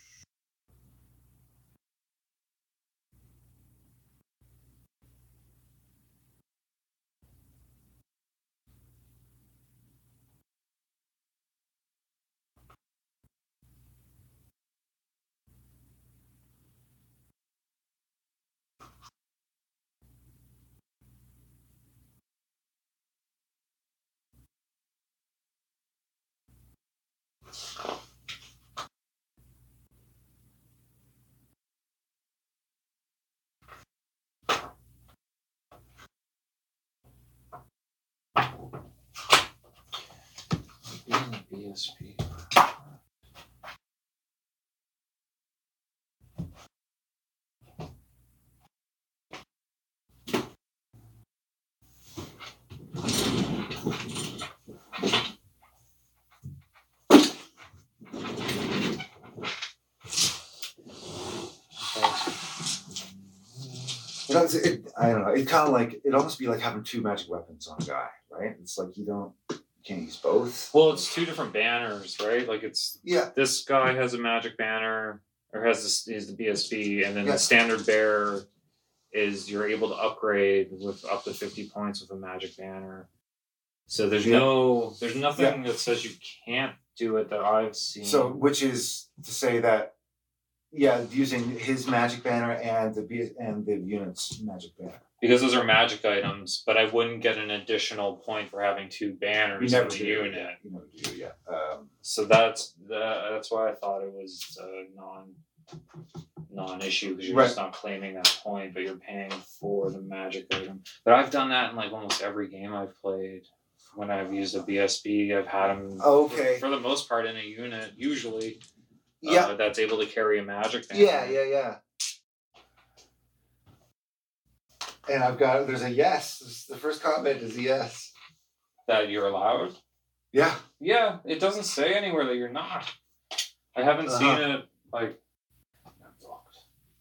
[SPEAKER 1] Being a BSP.
[SPEAKER 2] But that's- it, I don't know. It kind of like it almost be like having two magic weapons on a guy, right? It's like you don't Can you use both?
[SPEAKER 1] Well, it's two different banners, right? Like it's
[SPEAKER 2] Yeah.
[SPEAKER 1] this guy has a magic banner or has this is the BSB, and then
[SPEAKER 2] Yeah.
[SPEAKER 1] the standard bearer is you're able to upgrade with up to fifty points with a magic banner. So there's
[SPEAKER 2] Yeah.
[SPEAKER 1] no there's nothing that says you can't do it that I've seen.
[SPEAKER 2] So, which is to say that, yeah, using his magic banner and the B- and the unit's magic banner.
[SPEAKER 1] because those are magic items, but I wouldn't get an additional point for having two
[SPEAKER 2] You
[SPEAKER 1] banners
[SPEAKER 2] never
[SPEAKER 1] in the
[SPEAKER 2] do.
[SPEAKER 1] unit.
[SPEAKER 2] yeah, You never do. Yeah. Um,
[SPEAKER 1] So that's that, that's why I thought it was a non non issue because you're just not claiming that point, but you're paying for the magic item. But I've done that in like almost every game I've played. When I've used a BSB, I've had them
[SPEAKER 2] Oh, Okay.
[SPEAKER 1] for, the most part in a unit usually. uh,
[SPEAKER 2] yeah.
[SPEAKER 1] that's able to carry a magic. banner.
[SPEAKER 2] Yeah, yeah, yeah. And I've got there's a yes. This- The first comment is a yes.
[SPEAKER 1] That you're allowed.
[SPEAKER 2] Yeah.
[SPEAKER 1] Yeah, it doesn't say anywhere that you're not. I haven't
[SPEAKER 2] Uh-huh.
[SPEAKER 1] seen it like.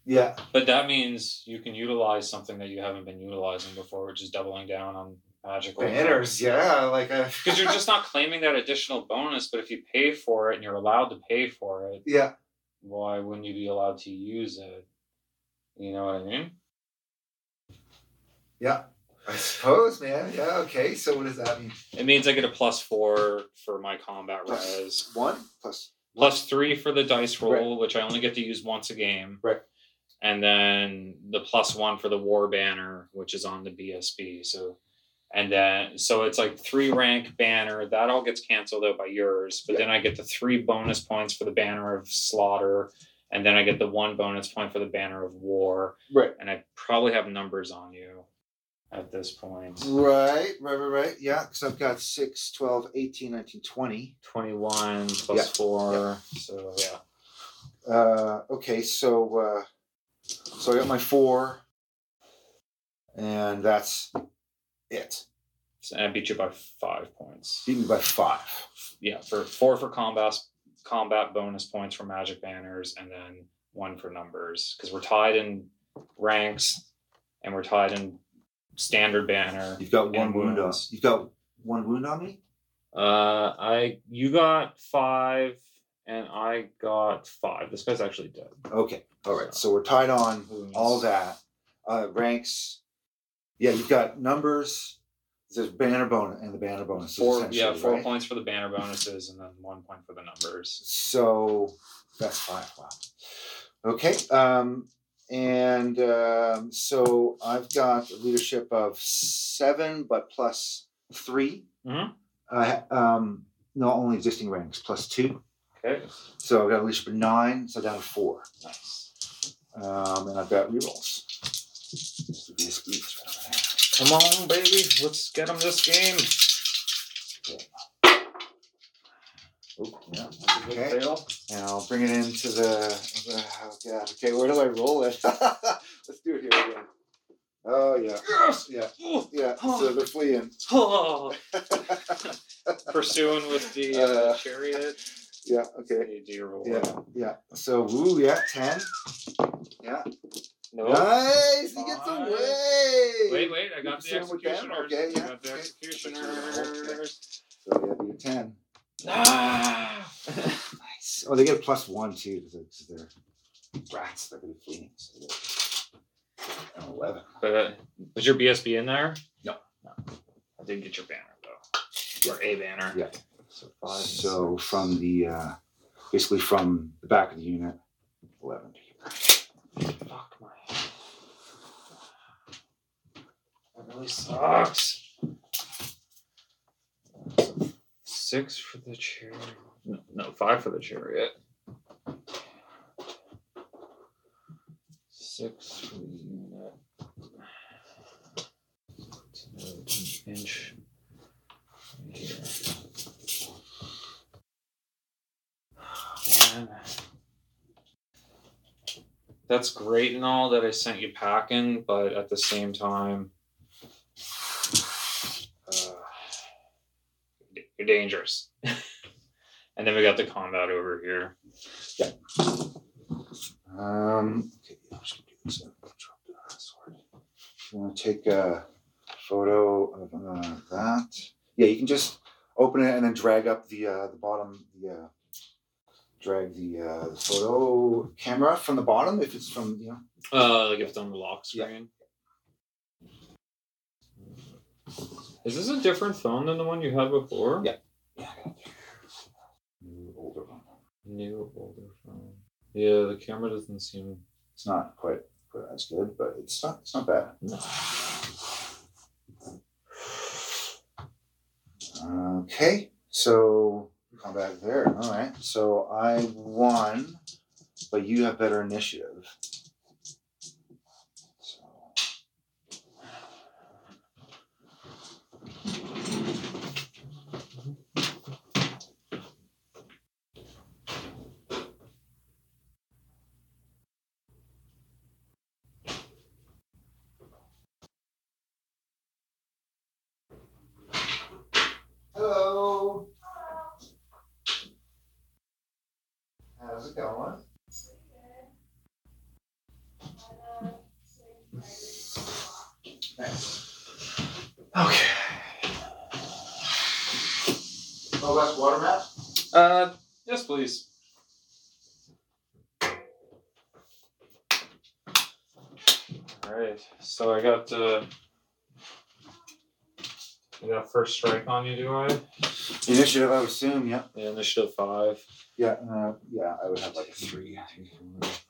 [SPEAKER 2] Yeah.
[SPEAKER 1] But that means you can utilize something that you haven't been utilizing before, which is doubling down on magical
[SPEAKER 2] Banners. Yeah. Like a.
[SPEAKER 1] Because you're just not claiming that additional bonus, but if you pay for it and you're allowed to pay for it,
[SPEAKER 2] Yeah.
[SPEAKER 1] why wouldn't you be allowed to use it? You know what I mean?
[SPEAKER 2] I suppose, man. Yeah. Okay. So what does that mean?
[SPEAKER 1] It means I get a plus four for my combat
[SPEAKER 2] Plus-
[SPEAKER 1] res,
[SPEAKER 2] One plus.
[SPEAKER 1] plus three for the dice roll, which I only get to use once a game.
[SPEAKER 2] Right.
[SPEAKER 1] And then the plus one for the war banner, which is on the BSB. So, and then so it's like three rank banner that all gets canceled out by yours. But then I get the three bonus points for the banner of slaughter, and then I get the one bonus point for the banner of war.
[SPEAKER 2] Right.
[SPEAKER 1] And I probably have numbers on you at this point.
[SPEAKER 2] Right. Right. Right. Right. Yeah. Because I've got 6, 12, 18, 19, 20.
[SPEAKER 1] Twenty-one plus
[SPEAKER 2] Yeah.
[SPEAKER 1] four. So yeah.
[SPEAKER 2] Uh, okay. So uh, so I got my four, and that's it.
[SPEAKER 1] So I beat you by five points.
[SPEAKER 2] Beat me by five.
[SPEAKER 1] yeah, for four for combat combat bonus points for magic banners, and then one for numbers because we're tied in ranks, and we're tied in standard banner.
[SPEAKER 2] You've got
[SPEAKER 1] And
[SPEAKER 2] one wound on.
[SPEAKER 1] wounds.
[SPEAKER 2] You've got one wound on me.
[SPEAKER 1] Uh, I you got five, and I got five. This guy's actually dead.
[SPEAKER 2] Okay. All right. So we're tied on all that. Uh, ranks. Yeah, you've got numbers. There's banner bonus and the banner bonus.
[SPEAKER 1] Four, yeah, four
[SPEAKER 2] right?
[SPEAKER 1] points for the banner bonuses, and then one point for the numbers.
[SPEAKER 2] So that's five. Wow. Okay. Um, and um, so I've got a leadership of seven, but plus three.
[SPEAKER 1] Mhm.
[SPEAKER 2] Uh, um, no, only existing ranks plus two.
[SPEAKER 1] Okay,
[SPEAKER 2] So I've got a leadership of nine, so down to four.
[SPEAKER 1] nice.
[SPEAKER 2] Um, and I've got rerolls. This
[SPEAKER 1] Come on, baby, let's get him this game.
[SPEAKER 2] Oh, yeah.
[SPEAKER 1] That's a good
[SPEAKER 2] Okay.
[SPEAKER 1] fail.
[SPEAKER 2] And I'll bring it into the, the oh god. Okay, where do I roll it? Let's do it here again. Oh yeah.
[SPEAKER 1] Yes.
[SPEAKER 2] Yeah.
[SPEAKER 1] Ooh.
[SPEAKER 2] Yeah. So they're fleeing.
[SPEAKER 1] Oh. Pursuing with the uh,
[SPEAKER 2] Uh,
[SPEAKER 1] chariot.
[SPEAKER 2] Yeah, okay.
[SPEAKER 1] You do your roll.
[SPEAKER 2] Yeah, yeah. So woo, yeah, ten.
[SPEAKER 1] No.
[SPEAKER 2] Nice! He gets
[SPEAKER 1] Five.
[SPEAKER 2] away.
[SPEAKER 1] Oh. Wait, wait, I got the
[SPEAKER 2] Pursuing with them?
[SPEAKER 1] executioners.
[SPEAKER 2] Okay, yeah,
[SPEAKER 1] I got the
[SPEAKER 2] okay.
[SPEAKER 1] executioners.
[SPEAKER 2] So yeah, be a ten.
[SPEAKER 1] Ah.
[SPEAKER 2] Nice. Oh, they get a plus one too because they're, 'cause they're rats. They're gonna be fleeing. So they're- an eleven.
[SPEAKER 1] But uh, was your BSB in there?
[SPEAKER 2] No.
[SPEAKER 1] No. I did get your banner though. Or a banner.
[SPEAKER 2] Yeah.
[SPEAKER 1] So five. and
[SPEAKER 2] So
[SPEAKER 1] six.
[SPEAKER 2] from the uh, basically from the back of the unit, eleven.
[SPEAKER 1] Fuck my. That really sucks. Six for the chariot. No, no, five for the chariot. Six for the unit. It's an Inch. Here. Man. That's great and all that I sent you packing, but at the same time, uh, you're dangerous. and then we got the combat over here.
[SPEAKER 2] Um, okay, I'm just gonna do this. I'm gonna drop the sword. You want to take a photo of uh, that? Yeah, you can just. open it and then drag up the uh, the bottom the uh, drag the, uh, the photo camera from the bottom if it's from you know
[SPEAKER 1] Uh, like if it's on the lock
[SPEAKER 2] Yeah.
[SPEAKER 1] screen. Is this a different phone than the one you had before?
[SPEAKER 2] Yeah. new, older one.
[SPEAKER 1] New older phone. Yeah, the camera doesn't seem.
[SPEAKER 2] It's not quite quite as good, but it's not it's not bad.
[SPEAKER 1] No.
[SPEAKER 2] Okay, so come back there. All right, so I won, but you have better initiative. So. Hello. How's it going? Okay. Oh, that's water map.
[SPEAKER 1] Uh, yes, please. All right. So I got. Uh, I got first strike on you, do I?
[SPEAKER 2] Initiative, I would assume. Yep.
[SPEAKER 1] Yeah, initiative five.
[SPEAKER 2] Yeah. Uh, yeah, I would have like a three.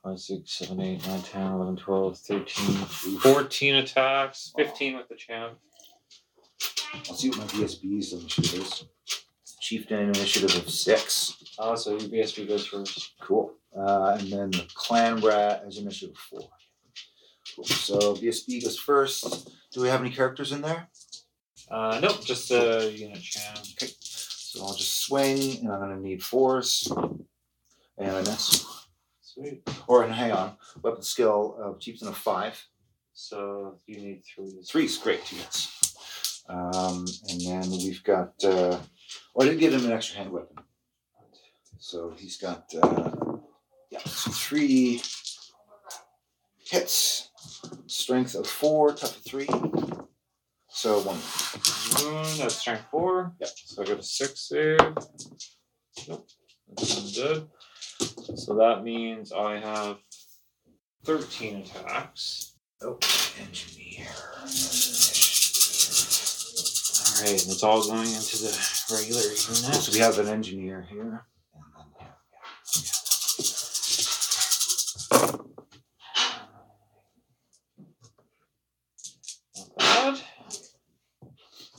[SPEAKER 1] Five, six, seven, eight, nine, 10, 11, 12, 13, 14 attacks, 15 with the champ.
[SPEAKER 2] I'll see what my VSB's initiative is. Chieftain initiative of six.
[SPEAKER 1] Ah, so your BSB goes first.
[SPEAKER 2] Cool. Uh, and then the clan rat as initiative four. Cool. So BSB goes first. Do we have any characters in there?
[SPEAKER 1] Uh, nope, just the unit champ.
[SPEAKER 2] So I'll just swing, and I'm gonna need fours. And I miss.
[SPEAKER 1] Sweet.
[SPEAKER 2] Or and hang on, weapon skill of chieftain of five.
[SPEAKER 1] So you need three.
[SPEAKER 2] Three's great, yes. Um, and then we've got. Uh, well, I did give him an extra hand weapon, so he's got. Uh, yeah, so three hits, strength of four, tough of three. So one.
[SPEAKER 1] Mm, that's strength four.
[SPEAKER 2] Yep.
[SPEAKER 1] So I got a six there. Nope. That's good. So that means I have 13 attacks.
[SPEAKER 2] Oh, engineer.
[SPEAKER 1] All right, and it's all going into the regular unit.
[SPEAKER 2] So we have an engineer here. And then,
[SPEAKER 1] Not bad.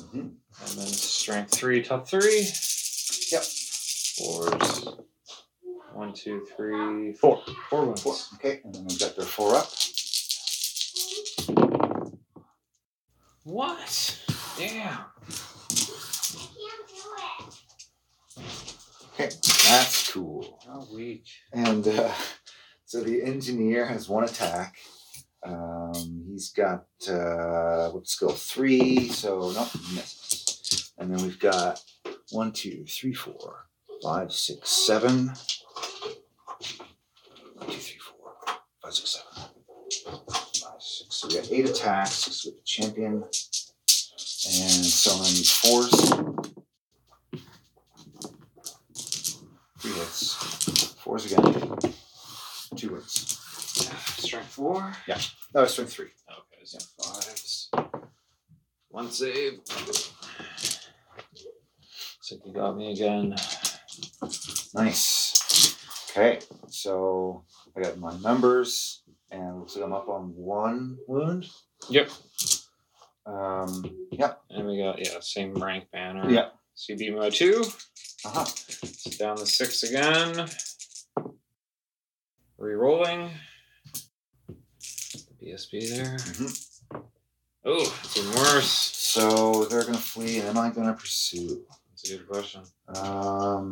[SPEAKER 2] Mhm.
[SPEAKER 1] And then strength three, tough three.
[SPEAKER 2] Yep.
[SPEAKER 1] Fours. One, two, three, four. Four wounds.
[SPEAKER 2] Four. Okay, and then we've got their four up.
[SPEAKER 1] What? Damn.
[SPEAKER 3] I can't do it.
[SPEAKER 2] That's cool.
[SPEAKER 1] How Oh, weak.
[SPEAKER 2] And uh, so the engineer has one attack. Um, he's got uh, what skill three, so nope, he misses. And then we've got one, two, three, four, five, six, seven. One, two, three, four, five, six, seven. Five, six. So we got eight attacks, six with the champion. And so I need fours. Three hits. Fours again. Two wins.
[SPEAKER 1] Ah, Strength four.
[SPEAKER 2] No, it's strength three.
[SPEAKER 1] Okay, so fives. One save. So you got me again.
[SPEAKER 2] Nice. Okay, so I got my numbers, and looks like I'm up on one wound.
[SPEAKER 1] Yep.
[SPEAKER 2] Um. Yep.
[SPEAKER 1] And we got, yeah, same rank banner.
[SPEAKER 2] Yeah.
[SPEAKER 1] So you beat me by two.
[SPEAKER 2] Uh huh.
[SPEAKER 1] So down the six again. Rerolling. BSB there.
[SPEAKER 2] Mhm.
[SPEAKER 1] Oh, it's even worse.
[SPEAKER 2] So they're gonna flee, and am I gonna pursue?
[SPEAKER 1] That's a good question.
[SPEAKER 2] Um.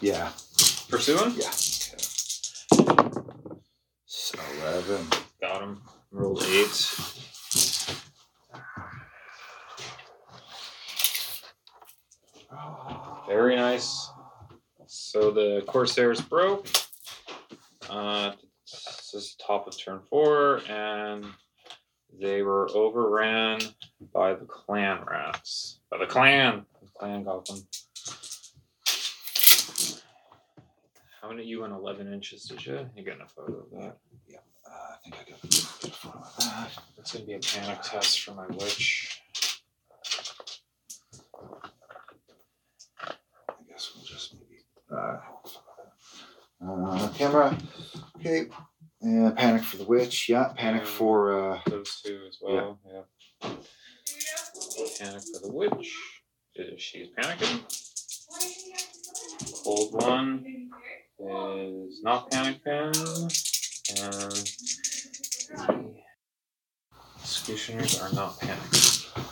[SPEAKER 2] Yeah.
[SPEAKER 1] Pursuing?
[SPEAKER 2] Yeah. Okay. So Eleven.
[SPEAKER 1] Got him. Rolled eight.
[SPEAKER 2] Oh,
[SPEAKER 1] Very nice. So the Corsair's broke. Uh, this is top of turn four, and They were overran by the clan rats. By the clan. The clan got them. How many you went eleven inches, did you? You got enough photo of that.
[SPEAKER 2] Uh, I think I got a photo of that.
[SPEAKER 1] That's gonna be a panic test for my witch.
[SPEAKER 2] I guess we'll just maybe. Uh, uh, camera. Okay. And panic for the witch. Yeah. Panic
[SPEAKER 1] Yeah.
[SPEAKER 2] for. Uh,
[SPEAKER 1] Those two as well. Yeah. Panic for the witch. Is she's panicking? Cold one. is not panicking, and the executioners are not panicking.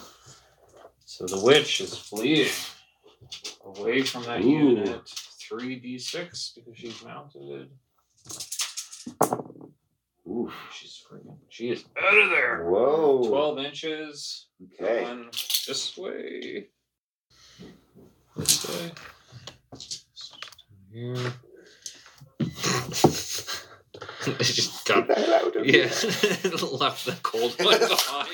[SPEAKER 1] So the witch is fleeing away from that
[SPEAKER 2] Ooh.
[SPEAKER 1] unit. 3d6 because she's mounted.
[SPEAKER 2] oof.
[SPEAKER 1] She's freaking. She is out of there.
[SPEAKER 2] Whoa.
[SPEAKER 1] 12 inches.
[SPEAKER 2] Okay.
[SPEAKER 1] One this way. This way. Here.
[SPEAKER 5] They just got
[SPEAKER 2] Get that out of
[SPEAKER 5] yeah,
[SPEAKER 2] here.
[SPEAKER 5] left the cold one behind.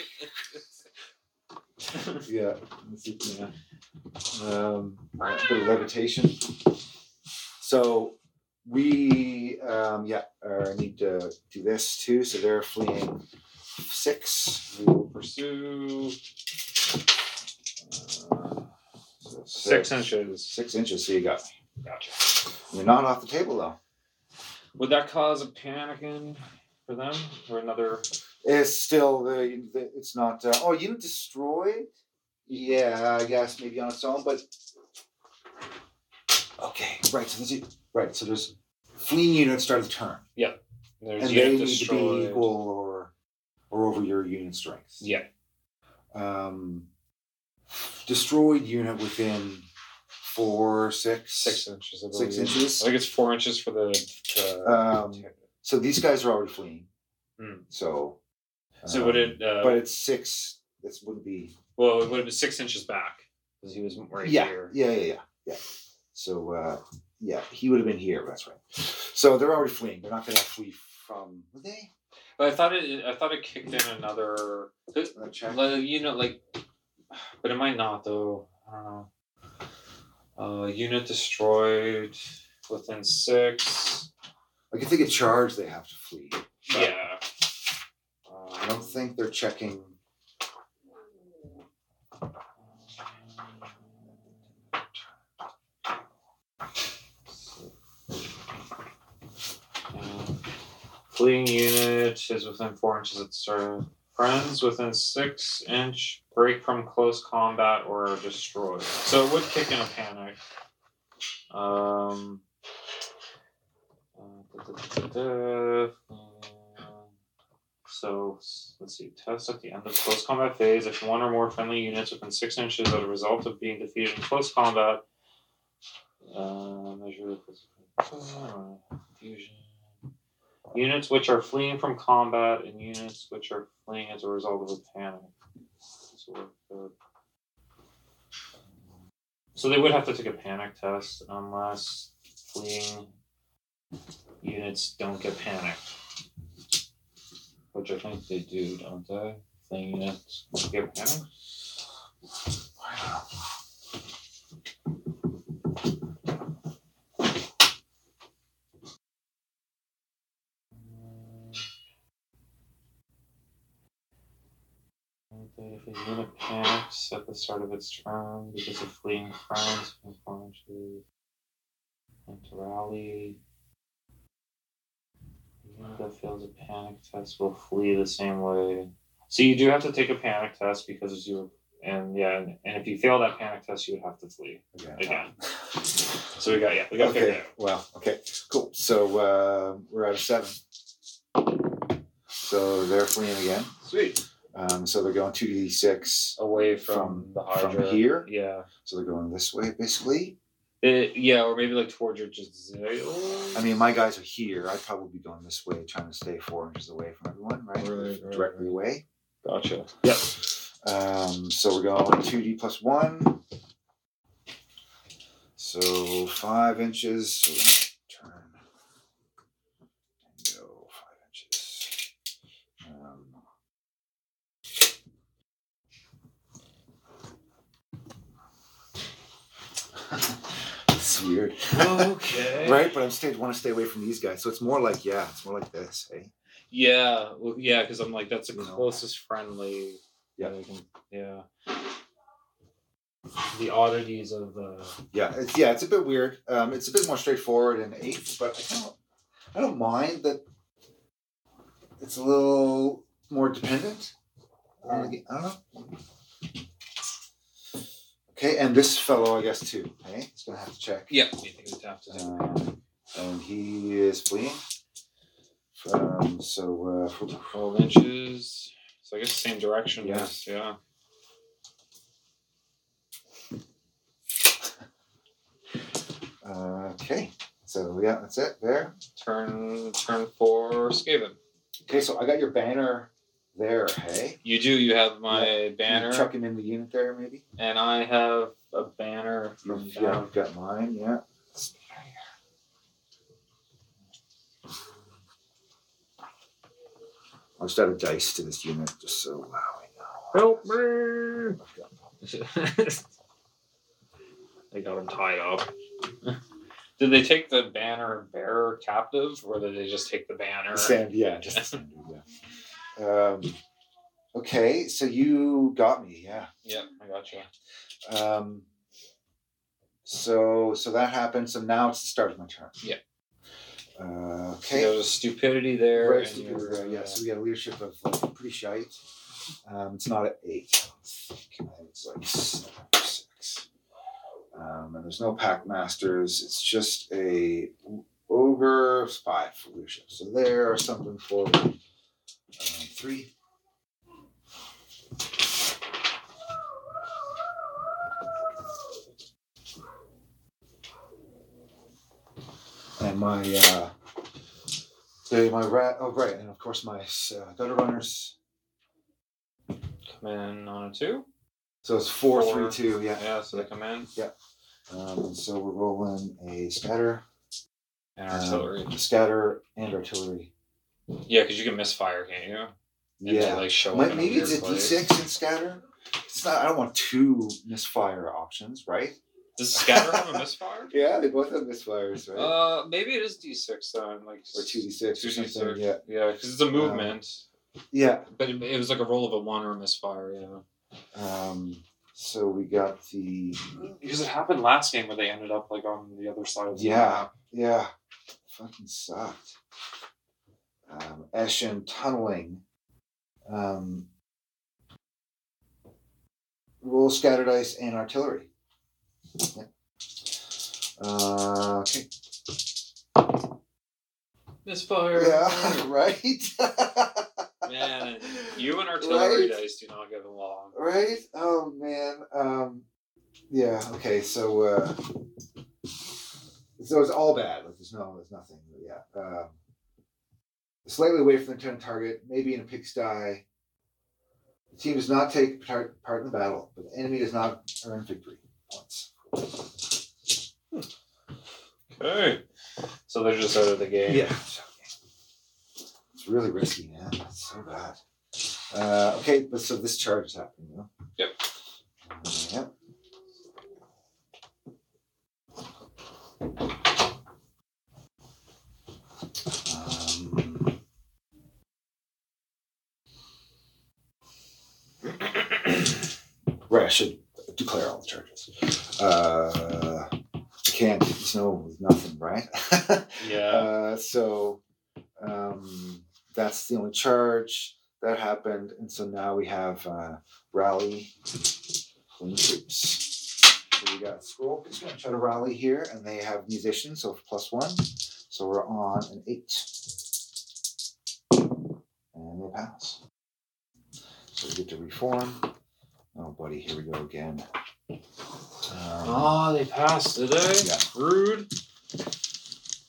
[SPEAKER 2] Yeah. Let's see, yeah. Um, all right, bit of levitation. So we, um, yeah, uh, need to do this too. So they're fleeing six.
[SPEAKER 1] We will pursue
[SPEAKER 2] Uh, so
[SPEAKER 1] six inches.
[SPEAKER 2] Six inches. So you got.
[SPEAKER 1] Gotcha.
[SPEAKER 2] You're not off the table though.
[SPEAKER 1] Would that cause a panicking for them or another?
[SPEAKER 2] It's still the, the it's not. Uh, oh, you destroyed. Yeah, I guess maybe on its own, but okay. Right. So there's a- right. So there's fleeing units start the turn,
[SPEAKER 1] There's
[SPEAKER 2] and they need to be equal or or over your unit strength.
[SPEAKER 1] Yeah.
[SPEAKER 2] Um, destroyed unit within four, six,
[SPEAKER 1] Six inches. I
[SPEAKER 2] six
[SPEAKER 1] believe.
[SPEAKER 2] inches.
[SPEAKER 1] I think it's four inches for the. the
[SPEAKER 2] Um, so these guys are already fleeing.
[SPEAKER 1] Hmm.
[SPEAKER 2] So.
[SPEAKER 1] so
[SPEAKER 2] um,
[SPEAKER 1] would it? Uh,
[SPEAKER 2] but it's six. This would be
[SPEAKER 1] well, it would have been six inches back because he was right
[SPEAKER 2] yeah,
[SPEAKER 1] here.
[SPEAKER 2] Yeah, yeah, yeah, yeah. So uh, yeah, he would have been here. That's right. So they're already fleeing. They're not going to flee from. Would they?
[SPEAKER 1] But I thought it. I thought it kicked in another.
[SPEAKER 2] Uh, check.
[SPEAKER 1] Like, you know, like, but it might not though. I don't know. Uh, unit destroyed within six.
[SPEAKER 2] Like if they get charged, they have to flee.
[SPEAKER 1] Yeah.
[SPEAKER 2] I
[SPEAKER 1] Um,
[SPEAKER 2] don't think they're checking.
[SPEAKER 1] Fleeing unit is within four inches of the start. Friends within six inch break from close combat or are destroyed. So it would kick in a panic. Um. uh, da, da, da, da, da, uh, so s- let's see. Test at the end of close combat phase. If one or more friendly units within six inches are the result of being defeated in close combat, uh, measure the physical- uh, fusion. Units which are fleeing from combat and units which are fleeing as a result of a panic. So, we're good. so they would have to take a panic test unless fleeing units don't get panicked. Which I think they do, don't they? Fleeing units get panicked? If a unit panics at the start of its turn because of fleeing friends, it's going to and to rally. A unit that fails a panic test will flee the same way. So you do have to take a panic test because you and yeah, and, and if you fail that panic test, you would have to flee again. So we got yeah, we got figured
[SPEAKER 2] Uh, Okay.
[SPEAKER 1] out.
[SPEAKER 2] Well. Okay. Cool. So uh, we're out of seven. So they're fleeing again.
[SPEAKER 1] Sweet.
[SPEAKER 2] Um, so they're going two d six.
[SPEAKER 1] Away from,
[SPEAKER 2] From-
[SPEAKER 1] the
[SPEAKER 2] from
[SPEAKER 1] Hydra.
[SPEAKER 2] here?
[SPEAKER 1] Yeah.
[SPEAKER 2] So they're going this way, basically.
[SPEAKER 1] It, Uh, yeah, or maybe like towards your Giselle.
[SPEAKER 2] I mean, my guys are here. I'd probably be going this way, trying to stay four inches away from everyone, right?
[SPEAKER 1] Right, right,
[SPEAKER 2] Directly
[SPEAKER 1] right.
[SPEAKER 2] away.
[SPEAKER 1] Gotcha.
[SPEAKER 2] Um, so we're going two D plus one. So five inches. So we're gonna turn and go five inches. Um, it's Um, weird.
[SPEAKER 1] Okay.
[SPEAKER 2] Right, but I'm stayed want to stay away from these guys, so it's more like yeah, it's more like this, eh?
[SPEAKER 1] Yeah, well, yeah, because I'm like that's the
[SPEAKER 2] You know.
[SPEAKER 1] closest friendly.
[SPEAKER 2] Yeah.
[SPEAKER 1] that I can- yeah. The oddities of uh,
[SPEAKER 2] Yeah, it's yeah, it's a bit weird. Um, it's a bit more straightforward and eight, but I don't, I don't mind that. It's a little more dependent. on the ga- I don't know. Okay, and this fellow, I guess too. Hey, he's gonna have to check.
[SPEAKER 1] yeah, we think we have to do.
[SPEAKER 2] Um, and he is fleeing. Um, so uh, from-
[SPEAKER 1] twelve inches. So I guess same direction.
[SPEAKER 2] Yeah.
[SPEAKER 1] Yes. Yeah.
[SPEAKER 2] uh, okay, so yeah, that's it there.
[SPEAKER 1] Turn turn for Skaven.
[SPEAKER 2] Okay, so I got your banner there. Hey,
[SPEAKER 1] You do. You have my
[SPEAKER 2] Can you
[SPEAKER 1] banner,
[SPEAKER 2] Chuck him in the unit there, maybe.
[SPEAKER 1] and I have a banner from
[SPEAKER 2] You've, yeah,
[SPEAKER 1] down.
[SPEAKER 2] I've got mine, yeah. I'll just add a dice to this unit just so wow, I know.
[SPEAKER 5] Help me! they got him tied up.
[SPEAKER 1] Did they take the banner bearer captive, or did they just take the banner?
[SPEAKER 2] The Stand, yeah, just the standard, yeah. Um, okay, so you got me, yeah.
[SPEAKER 1] Yep, I got you.
[SPEAKER 2] Um, so so that happened. So now it's the start of my turn.
[SPEAKER 1] Yeah.
[SPEAKER 2] Uh,
[SPEAKER 1] Okay.
[SPEAKER 2] okay.
[SPEAKER 1] There was stupidity there.
[SPEAKER 2] Right,
[SPEAKER 1] and
[SPEAKER 2] so
[SPEAKER 1] you
[SPEAKER 2] we're,
[SPEAKER 1] were,
[SPEAKER 2] uh, yeah, so we got a leadership of like, pretty shite. Um, it's not at eight. I think It's like seven or six. Um, and there's no pack masters. It's just a ogre spy for leadership. So there are something for um, three. And my uh, they, my rat. Oh, right, and of course my uh, gutter runners.
[SPEAKER 1] come in on a two.
[SPEAKER 2] So it's four, three, two.
[SPEAKER 1] Four.
[SPEAKER 2] yeah.
[SPEAKER 1] Yeah, so they come in
[SPEAKER 2] Um, so we're rolling a scatter,
[SPEAKER 1] and
[SPEAKER 2] um,
[SPEAKER 1] artillery.
[SPEAKER 2] scatter and artillery.
[SPEAKER 1] Yeah, because you can misfire, can't you? And they,
[SPEAKER 2] yeah,
[SPEAKER 1] like show
[SPEAKER 2] Might-
[SPEAKER 1] up. in
[SPEAKER 2] maybe
[SPEAKER 1] weird
[SPEAKER 2] it's a D
[SPEAKER 1] place.
[SPEAKER 2] six in scatter. It's not. I don't want two misfire options, right?
[SPEAKER 1] Does scatter have a misfire?
[SPEAKER 2] Yeah, they both have misfires,
[SPEAKER 1] Uh, maybe it is D six though. I'm like
[SPEAKER 2] or two D six or
[SPEAKER 1] 2d6.
[SPEAKER 2] something. Yeah,
[SPEAKER 1] Yeah, because it's a movement,
[SPEAKER 2] yeah.
[SPEAKER 1] but it, it was like a roll of a one or a misfire. Yeah,
[SPEAKER 2] Um, so we got the
[SPEAKER 1] because it happened last game where they ended up like on the other side of the
[SPEAKER 2] Yeah, yeah. Fucking sucked. Um, Eshin tunneling. Um, roll scatter dice and artillery. Yeah. Uh, okay.
[SPEAKER 1] misfire.
[SPEAKER 2] Yeah, right?
[SPEAKER 1] man, you and artillery
[SPEAKER 2] Right?
[SPEAKER 1] dice do not get along.
[SPEAKER 2] right? Oh, man. Um, yeah, okay, so. Uh, so it's all bad. Like, there's no, there's nothing. Yeah. Um, slightly away from the intended target, maybe in a pigsty. The team does not take par- part in the battle, but the enemy does not earn victory points.
[SPEAKER 1] Okay, so they're just out of the game.
[SPEAKER 2] It's okay. It's really risky, man. It's so bad. Uh, okay, but so this charge is happening, you know?
[SPEAKER 1] Yep.
[SPEAKER 2] Uh, yep. Um, right, I should declare all the charges. Uh, I can't, there's no, there's nothing, right?
[SPEAKER 1] yeah.
[SPEAKER 2] Uh, so um, that's the only charge that happened, and so now we have uh, rally clean troops. So we got scroll is going to try to rally here, and they have musician, so plus one. So we're on an eight, and they pass. So we get to reform. Oh, buddy, here we go again. Um,
[SPEAKER 1] Oh, they passed today.
[SPEAKER 2] Yeah.
[SPEAKER 1] Rude.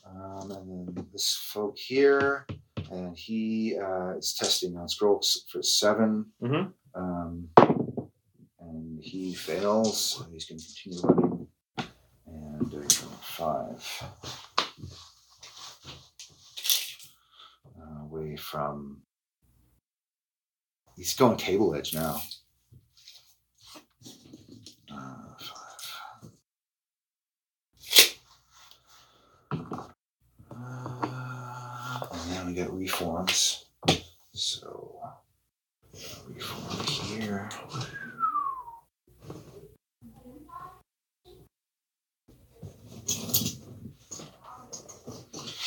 [SPEAKER 2] Um, and then this folk here, and he uh, is testing on scrolls for 7
[SPEAKER 1] Mhm.
[SPEAKER 2] Um, and he fails. so he's going to continue running and doing five uh, away from. He's going table edge now. Uh, five. Uh, I got reforms. So, reform here.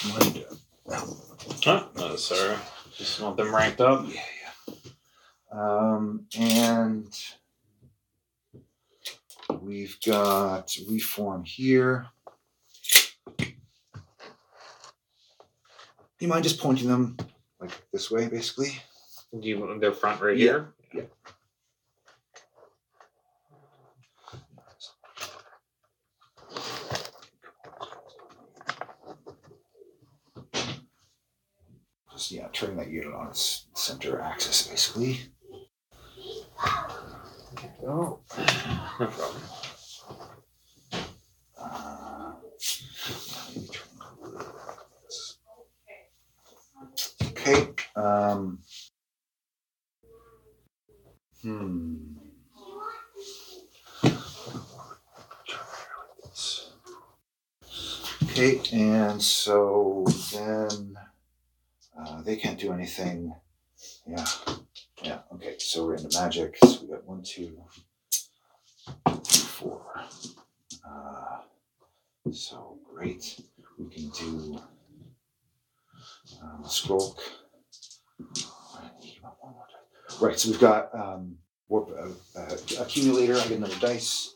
[SPEAKER 2] Mind up.
[SPEAKER 1] Huh? No, sir. Just want them ranked up.
[SPEAKER 2] Yeah, yeah. Um, and we've got reform here. Do you mind just pointing them like this way, basically?
[SPEAKER 5] Do you want their front right
[SPEAKER 2] Yeah.
[SPEAKER 5] here?
[SPEAKER 2] Just yeah, turn that unit on its center axis, basically.
[SPEAKER 5] Oh. No problem.
[SPEAKER 2] Uh, maybe turn it over like this. Okay. Um, hmm. Okay, and so then uh, they can't do anything. Yeah. Yeah. Okay. So we're into magic. So we got one, two, three, four. Uh, so great. We can do um, Skrulk. Right, so we've got um, warp uh, uh, accumulator. I get another dice.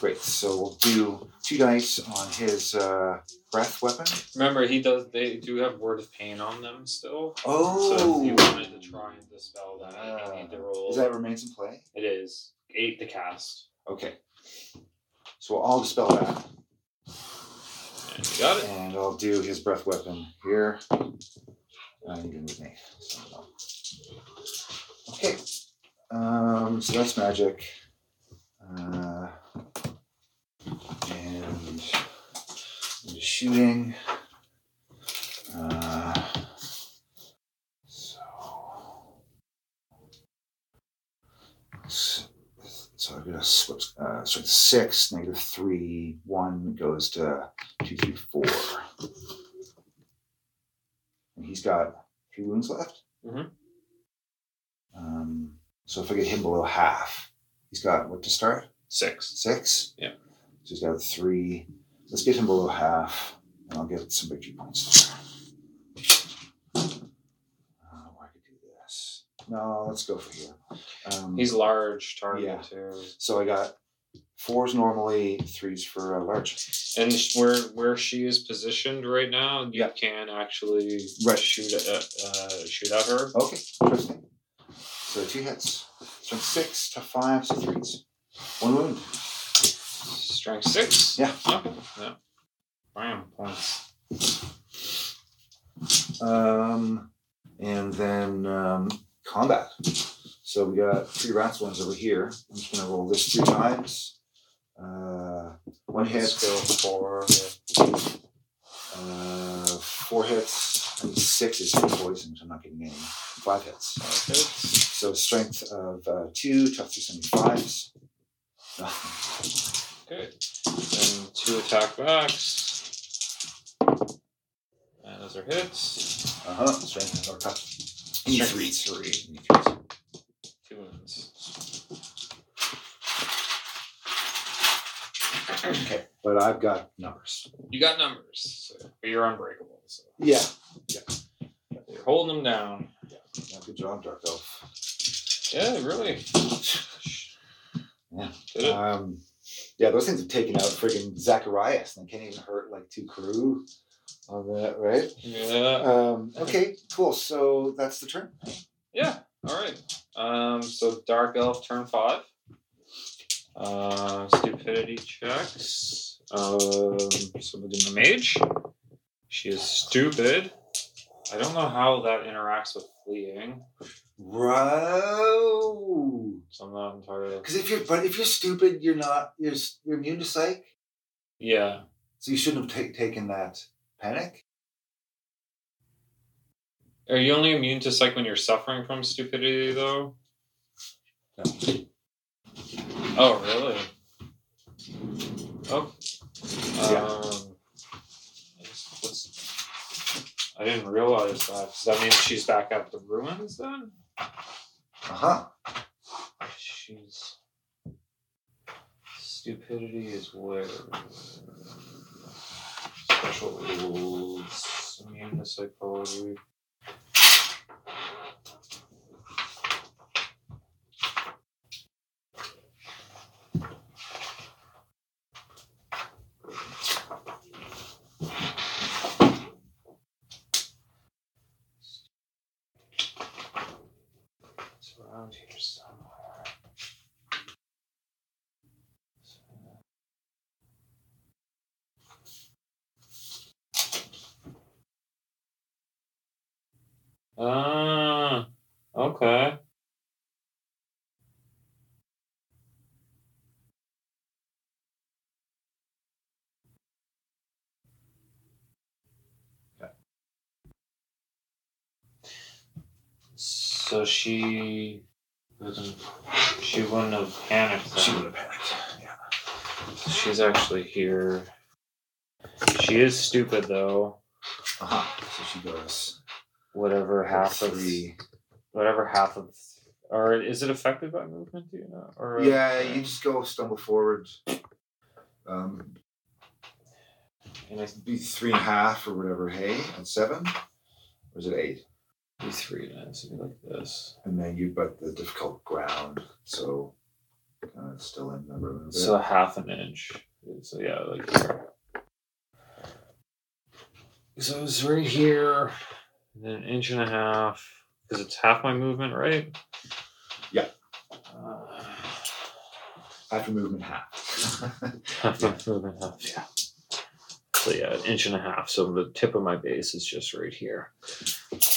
[SPEAKER 2] Great, so we'll do two dice on his uh, breath weapon.
[SPEAKER 1] Remember, he does. They do have word of pain on them still.
[SPEAKER 2] Oh,
[SPEAKER 1] So if you wanted to try and dispel that, you need to roll.
[SPEAKER 2] Does that remains in play?
[SPEAKER 1] it is eight to cast.
[SPEAKER 2] Okay. So we'll all dispel that,
[SPEAKER 1] And you got it.
[SPEAKER 2] and I'll do his breath weapon here. Uh, you can move me. so no. Okay. Um, so that's magic. Uh, and into shooting. Uh, so, s- so I'm gonna switch. Uh, so it's six, negative three, one goes to two, three, four. And he's got three wounds left.
[SPEAKER 1] Mhm.
[SPEAKER 2] Um, so if I get him below half, he's got what to start?
[SPEAKER 1] Six.
[SPEAKER 2] Six?
[SPEAKER 1] Yeah.
[SPEAKER 2] So he's got three. Let's get him below half, and I'll get some victory points. Uh, well, I could do this. No, let's go for here. Um,
[SPEAKER 1] He's large target
[SPEAKER 2] Yeah.
[SPEAKER 1] too.
[SPEAKER 2] so I got fours normally, threes for uh, large.
[SPEAKER 1] And sh- where where she is positioned right now, you
[SPEAKER 2] Yeah.
[SPEAKER 1] can actually
[SPEAKER 2] Right.
[SPEAKER 1] shoot at uh, shoot at her.
[SPEAKER 2] Okay, interesting. So two hits. So six to five, so threes. One wound.
[SPEAKER 1] Strength six.
[SPEAKER 2] Yeah.
[SPEAKER 1] Okay. Yeah. Bam. Points.
[SPEAKER 2] Um, and then um, combat. So we got three rats ones over here. I'm just gonna roll this three times. Uh, one hit,
[SPEAKER 1] Skill four. yeah.
[SPEAKER 2] uh, four hits, and six is poison, so I'm not getting any. Five hits.
[SPEAKER 1] Five hits.
[SPEAKER 2] So strength of uh, two, tough three seventy fives.
[SPEAKER 1] Okay. And two attack backs. And those are hits.
[SPEAKER 2] Uh huh. Strength or tough.
[SPEAKER 1] Strength
[SPEAKER 2] Three.
[SPEAKER 1] three.
[SPEAKER 2] Any threes.
[SPEAKER 1] Two wounds.
[SPEAKER 2] Okay, but I've got numbers.
[SPEAKER 1] You got numbers, so, but you're unbreakable. So
[SPEAKER 2] Yeah.
[SPEAKER 1] you're holding them down.
[SPEAKER 2] yeah good job, Dark Elf.
[SPEAKER 1] Yeah, really.
[SPEAKER 2] Yeah.
[SPEAKER 1] Did it?
[SPEAKER 2] Um, yeah, those things have taken out friggin' Zacharias and they can't even hurt like two crew on that, right?
[SPEAKER 1] Yeah.
[SPEAKER 2] Um, okay, cool. So that's the turn.
[SPEAKER 1] Yeah. All right. Um, so Dark Elf turn five. Uh, stupidity checks. Um, somebody my mage. She is stupid. I don't know how that interacts with fleeing,
[SPEAKER 2] Bro,
[SPEAKER 1] so I'm not entirely.
[SPEAKER 2] because if you're but if you're stupid, you're not you're s- you're immune to psych,
[SPEAKER 1] Yeah.
[SPEAKER 2] so you shouldn't have ta- taken that panic.
[SPEAKER 1] Are you only immune to psych when you're suffering from stupidity, though?
[SPEAKER 2] No.
[SPEAKER 1] Oh, really? Oh. Um, I just- what's- five. Does that mean she's back at the ruins then?
[SPEAKER 2] Uh huh.
[SPEAKER 1] She's stupidity is where special rules, immune to psychology. It's around here somewhere. Ah, okay. So she wouldn't. She wouldn't have panicked.
[SPEAKER 2] She
[SPEAKER 1] then.
[SPEAKER 2] would have panicked. Yeah.
[SPEAKER 1] She's actually here. She is stupid though.
[SPEAKER 2] Uh huh. So she goes
[SPEAKER 1] Whatever half of
[SPEAKER 2] three.
[SPEAKER 1] whatever half of or is it affected by movement? Do you know? Or uh,
[SPEAKER 2] Yeah, you just go stumble forward. Um,
[SPEAKER 1] and I
[SPEAKER 2] it'd be three and a half or whatever. Hey, and seven, or is it eight?
[SPEAKER 1] be three nights be like this.
[SPEAKER 2] And then you but the difficult ground, so uh, it's still in the room.
[SPEAKER 1] So half an inch. So yeah, like here. So it's right here, and then an inch and a half because it's half my movement, right?
[SPEAKER 2] Yeah.
[SPEAKER 1] Uh,
[SPEAKER 2] After movement, half.
[SPEAKER 1] half my movement, half. Yeah. So yeah, an inch and a half. So the tip of my base is just right here.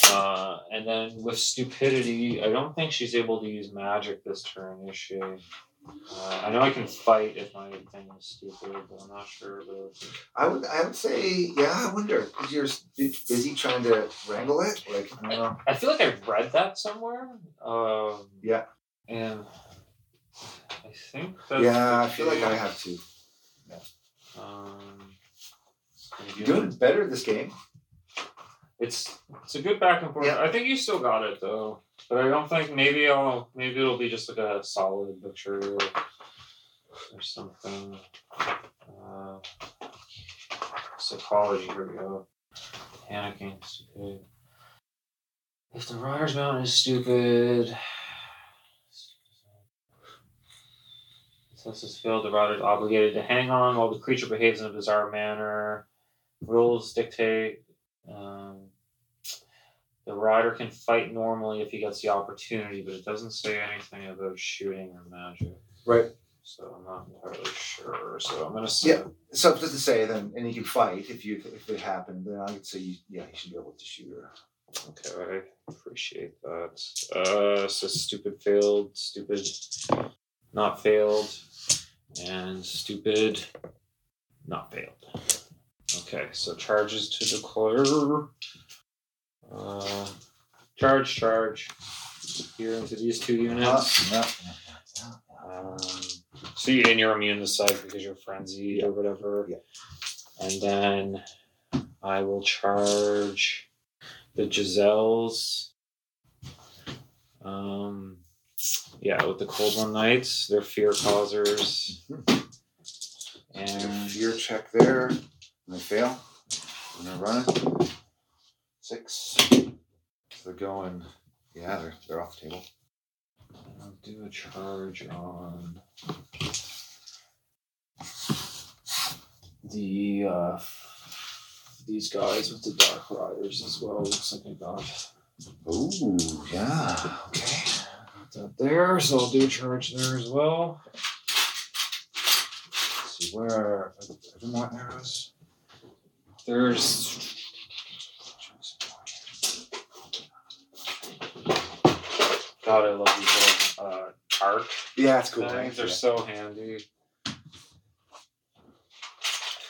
[SPEAKER 1] Uh, and then with stupidity, I don't think she's able to use magic this turn, is she? Uh, I know I can fight if my thing is stupid, but I'm not sure about.
[SPEAKER 2] I would, I would say, yeah. I wonder because you're s- bu- busy trying to wrangle it. Like, I don't know.
[SPEAKER 1] I feel like I read that somewhere. Um,
[SPEAKER 2] Yeah.
[SPEAKER 1] And I think that's
[SPEAKER 2] yeah,
[SPEAKER 1] the
[SPEAKER 2] I feel like I
[SPEAKER 1] case.
[SPEAKER 2] have to.
[SPEAKER 1] Um,
[SPEAKER 2] You're doing better this game.
[SPEAKER 1] It's it's a good back and forth.
[SPEAKER 2] Yeah.
[SPEAKER 1] I think you still got it though, but I don't think maybe I'll maybe it'll be just like a solid picture or, or something. Uh, psychology. Here we go. Panicking. Stupid. If the Riders Mountain is stupid. Success is failed, the rider is obligated to hang on while the creature behaves in a bizarre manner. Rules dictate um, the rider can fight normally if he gets the opportunity, but it doesn't say anything about shooting or magic.
[SPEAKER 2] Right.
[SPEAKER 1] So I'm not entirely sure. So I'm gonna say
[SPEAKER 2] Yeah. So just to say, then, and you can fight if you if it happened. Then I would say, you, yeah, you should be able to shoot her.
[SPEAKER 1] okay, I appreciate that. Uh so stupid failed, stupid not failed, and stupid not failed. Okay, so charges to declare. Uh, charge, charge. Here into these two units.
[SPEAKER 2] Yeah.
[SPEAKER 1] Um, so you and you're immune to psych because you're frenzied or whatever.
[SPEAKER 2] Yeah.
[SPEAKER 1] And then I will charge the Giselles. Um, yeah, with the Cold One Knights, they're fear causers.
[SPEAKER 2] And
[SPEAKER 1] And
[SPEAKER 2] your check there, and I fail. And I run it. Six. So they're going. Yeah, they're, they're off the table.
[SPEAKER 1] I'll do a charge on the uh, these guys with the Dark Riders as well. Looks like I got
[SPEAKER 2] Ooh, yeah. Okay.
[SPEAKER 1] that there, so I'll do a charge there as well.
[SPEAKER 2] Let's see where are, are there more arrows?
[SPEAKER 1] There's God, I love these little uh, arc
[SPEAKER 2] Yeah, it's cool.
[SPEAKER 1] things. They're
[SPEAKER 2] Yeah.
[SPEAKER 1] so handy.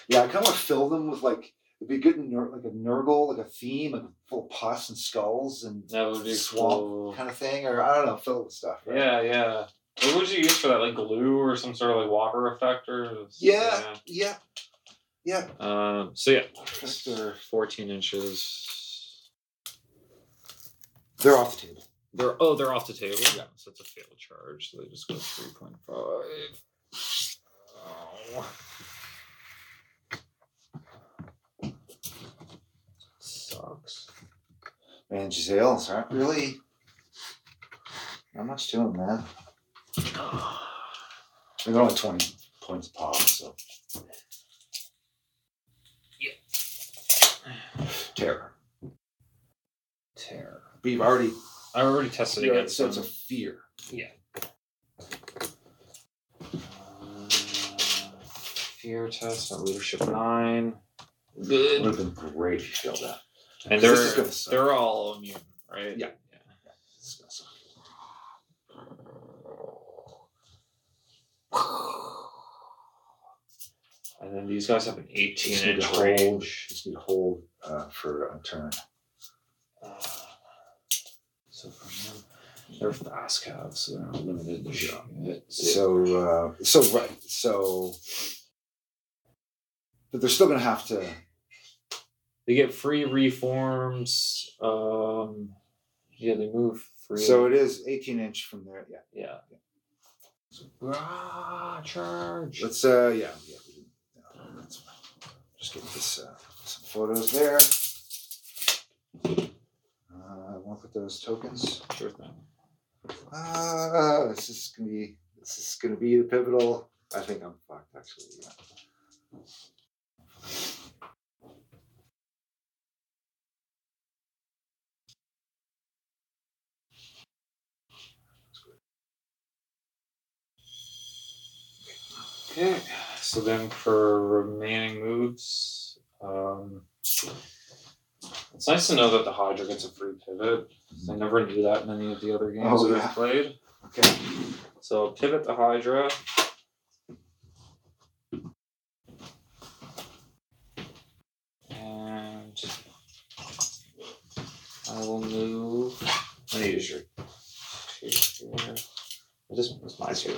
[SPEAKER 2] Yeah, I kind of want to fill them with like it'd be good ner- like a nurgle, like a theme, like full of pus and skulls and
[SPEAKER 1] That would be
[SPEAKER 2] Swamp
[SPEAKER 1] cool.
[SPEAKER 2] kind of thing, or I don't know, fill it with stuff. right?
[SPEAKER 1] Yeah, yeah. What would you use for that? Like glue or some sort of like water effect or
[SPEAKER 2] Yeah. Yeah.
[SPEAKER 1] yeah. Um so yeah.
[SPEAKER 2] Perfect.
[SPEAKER 1] Fourteen inches.
[SPEAKER 2] They're off the table.
[SPEAKER 1] They're oh, they're off the table.
[SPEAKER 2] Yeah.
[SPEAKER 1] So it's a fail charge. So they just go three point five. Oh. Sucks.
[SPEAKER 2] Man, Giselle, it's not really. Not much to them, man. They're only 20 points a pop, so. Terror.
[SPEAKER 1] Terror.
[SPEAKER 2] But you've already.
[SPEAKER 1] I already tested
[SPEAKER 2] You're
[SPEAKER 1] against
[SPEAKER 2] so it's a
[SPEAKER 1] them.
[SPEAKER 2] fear.
[SPEAKER 1] Uh, fear test. and leadership nine. Good.
[SPEAKER 2] It would have been great if you failed that.
[SPEAKER 1] And
[SPEAKER 2] This
[SPEAKER 1] they're
[SPEAKER 2] is gonna suck.
[SPEAKER 1] they're all immune, right?
[SPEAKER 2] Yeah.
[SPEAKER 1] yeah.
[SPEAKER 2] It's gonna suck.
[SPEAKER 1] And then these guys have an 18
[SPEAKER 2] need to
[SPEAKER 1] inch
[SPEAKER 2] hold.
[SPEAKER 1] range.
[SPEAKER 2] Just need to hold uh, for a turn.
[SPEAKER 1] Uh, so from them, they're fast calves, so they're not limited to shit.
[SPEAKER 2] So, uh, so right, so, but they're still gonna have to.
[SPEAKER 1] They get free reforms. Um, yeah, they move free.
[SPEAKER 2] So it is 18 inch from there. Yeah,
[SPEAKER 1] yeah. Ah, charge.
[SPEAKER 2] let's. Uh, yeah, yeah. we didn't- no, that's fine. Just get this uh, some photos there. Uh, I won't put those tokens.
[SPEAKER 1] Sure thing.
[SPEAKER 2] Uh, this is gonna be. This is gonna be the pivotal. I think I'm fucked actually. Yeah.
[SPEAKER 1] Okay, so then for remaining moves, um, it's nice to know that the Hydra gets a free pivot. I never knew that in any of the other games
[SPEAKER 2] Mm-hmm. Oh,
[SPEAKER 1] that
[SPEAKER 2] yeah.
[SPEAKER 1] I've played.
[SPEAKER 2] Okay.
[SPEAKER 1] So pivot the Hydra. And I will move
[SPEAKER 2] I need a shirt.
[SPEAKER 1] to here. It is it's my turn.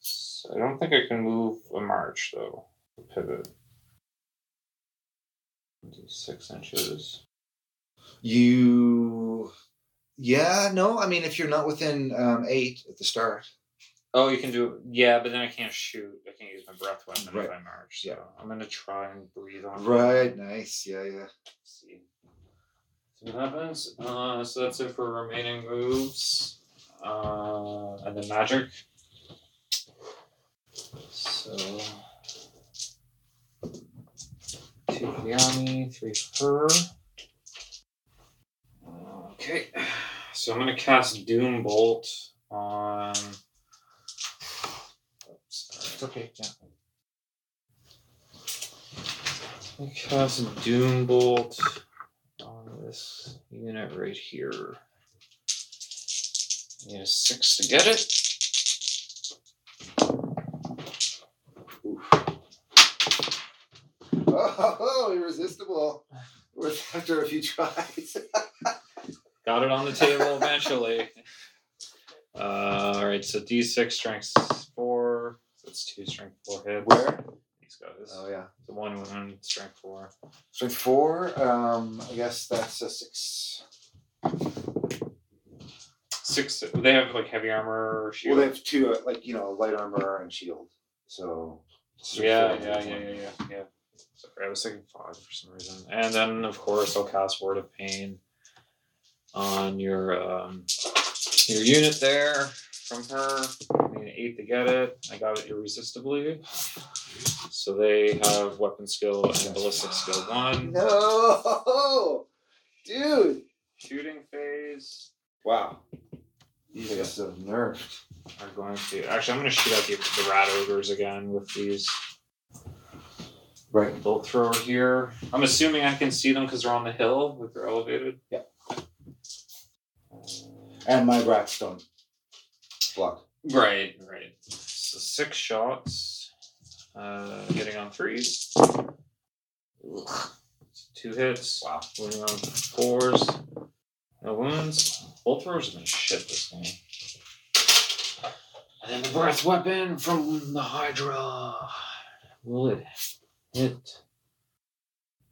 [SPEAKER 1] So I don't think I can move a march though. Pivot. Six inches.
[SPEAKER 2] You. Yeah, no, I mean, if you're not within um, eight at the start,
[SPEAKER 1] Oh, you can do yeah, but then I can't shoot. I can't use my breath weapon
[SPEAKER 2] Right.
[SPEAKER 1] if I march. So
[SPEAKER 2] Yeah.
[SPEAKER 1] I'm gonna try and breathe on.
[SPEAKER 2] right? Nice, yeah, yeah.
[SPEAKER 1] see. See what happens. Uh, so that's it for remaining moves. Uh, and then magic. So. Two for Yami, three for her. Okay. So I'm going to cast Doom Bolt on. Oops,
[SPEAKER 2] It's okay. Yeah.
[SPEAKER 1] I cast Doom Bolt on this unit right here. I need a six to get it.
[SPEAKER 2] Oh, irresistible! With after a few tries.
[SPEAKER 1] Got it on the table eventually. Uh, all right, so D6 strength four. So that's two strength four hits.
[SPEAKER 2] Where?
[SPEAKER 1] These guys.
[SPEAKER 2] Oh yeah.
[SPEAKER 1] The one wound, strength four.
[SPEAKER 2] Strength four. Um, I guess that's a six.
[SPEAKER 1] Six. They have like heavy armor or
[SPEAKER 2] Well,
[SPEAKER 1] shield.
[SPEAKER 2] they have two, uh, like you know, light armor and shield. So. strength
[SPEAKER 1] yeah,
[SPEAKER 2] four,
[SPEAKER 1] yeah,
[SPEAKER 2] one.
[SPEAKER 1] yeah, yeah, yeah, yeah. Sorry, I was thinking five for some reason. And then, of course, I'll cast Word of Pain on your um, your unit there from her. I mean, eight to get it. I got it irresistibly. So they have weapon skill and ballistic skill one.
[SPEAKER 2] No, dude!
[SPEAKER 1] Shooting phase
[SPEAKER 2] Wow. These guys are so nerfed.
[SPEAKER 1] are going to. Actually, I'm going to shoot out the, the rat ogres again with these
[SPEAKER 2] Right.
[SPEAKER 1] bolt thrower here. I'm assuming I can see them because they're on the hill, like they're elevated.
[SPEAKER 2] And my rats don't block.
[SPEAKER 1] Right, right. So six shots, uh, hitting on threes. Two hits. Wow. Winning on fours. No wounds. Bolt throwers have been shit this game. And then the breath weapon from the Hydra. Will it hit?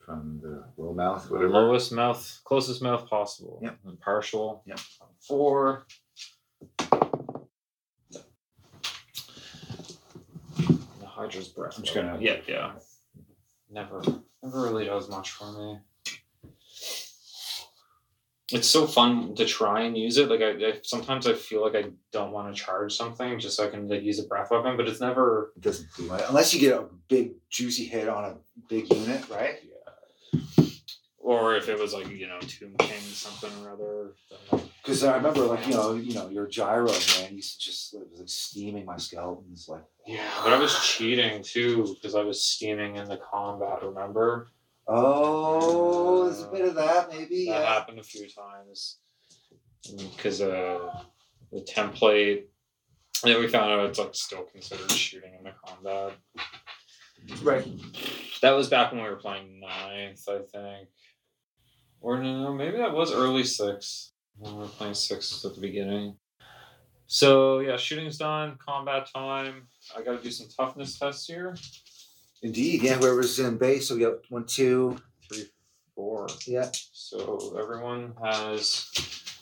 [SPEAKER 2] from the low mouth, whatever.
[SPEAKER 1] Lowest mouth, closest mouth possible.
[SPEAKER 2] Yep.
[SPEAKER 1] And partial.
[SPEAKER 2] Yep.
[SPEAKER 1] Four. The Hydra's breath.
[SPEAKER 2] I'm just gonna-
[SPEAKER 1] Yeah, yeah. Never, never really does much for me. It's so fun to try and use it. Like I, I sometimes I feel like I don't want to charge something just so I can like use a breath weapon, but it's never.
[SPEAKER 2] It doesn't do much unless you get a big juicy hit on a big unit, right?
[SPEAKER 1] Or if it was like you know Tomb King something or other. then-
[SPEAKER 2] Because I remember, like you know, you know, your gyro man used to just it was like steaming my skeletons, like
[SPEAKER 1] Yeah, but I was cheating too because I was steaming in the combat. Remember
[SPEAKER 2] oh, there's a bit of that maybe.
[SPEAKER 1] that
[SPEAKER 2] Yeah.
[SPEAKER 1] happened a few times because uh, the template. And then we found out it's like still considered shooting in the combat. Uh-huh.
[SPEAKER 2] Right.
[SPEAKER 1] That was back when we were playing ninth, I think. Or no, maybe that was early six when we were playing six at the beginning. So yeah, shooting's done, combat time. I gotta do some toughness tests here.
[SPEAKER 2] Indeed. Yeah. Whoever's in base, so we got one, two.
[SPEAKER 1] Three, four.
[SPEAKER 2] Yeah.
[SPEAKER 1] So everyone has.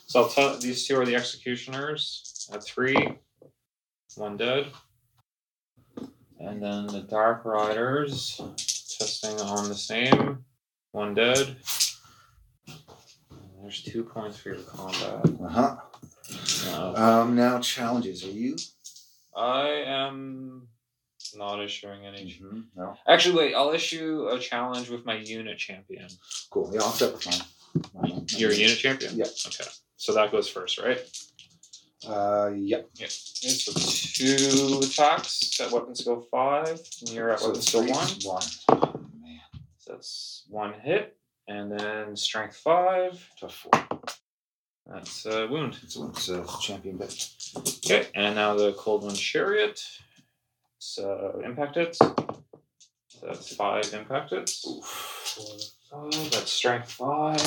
[SPEAKER 1] So I'll tell these two are the executioners at three, one dead, and then the Dark Riders testing on the same, one dead. And there's two points for your combat.
[SPEAKER 2] Uh huh.
[SPEAKER 1] Uh,
[SPEAKER 2] Um. Now challenges. Are you?
[SPEAKER 1] I am not issuing any.
[SPEAKER 2] No.
[SPEAKER 1] Actually, wait. I'll issue a challenge with my unit champion.
[SPEAKER 2] Cool. Yeah. I'll start with mine. Mine- mine-
[SPEAKER 1] Your unit champion.
[SPEAKER 2] Yeah.
[SPEAKER 1] Okay. So that goes first, right?
[SPEAKER 2] Uh. Yep.
[SPEAKER 1] Okay, so two attacks at weapon skill five, and you're at
[SPEAKER 2] So
[SPEAKER 1] weapon skill
[SPEAKER 2] three,
[SPEAKER 1] one.
[SPEAKER 2] One. Oh, man.
[SPEAKER 1] So that's one hit, and then strength five.
[SPEAKER 2] Tough four.
[SPEAKER 1] That's a wound.
[SPEAKER 2] It's a, it's a champion bit.
[SPEAKER 1] Okay, and now the cold one chariot. So impact hits. So that's five impact hits. Four, five. That's strength five.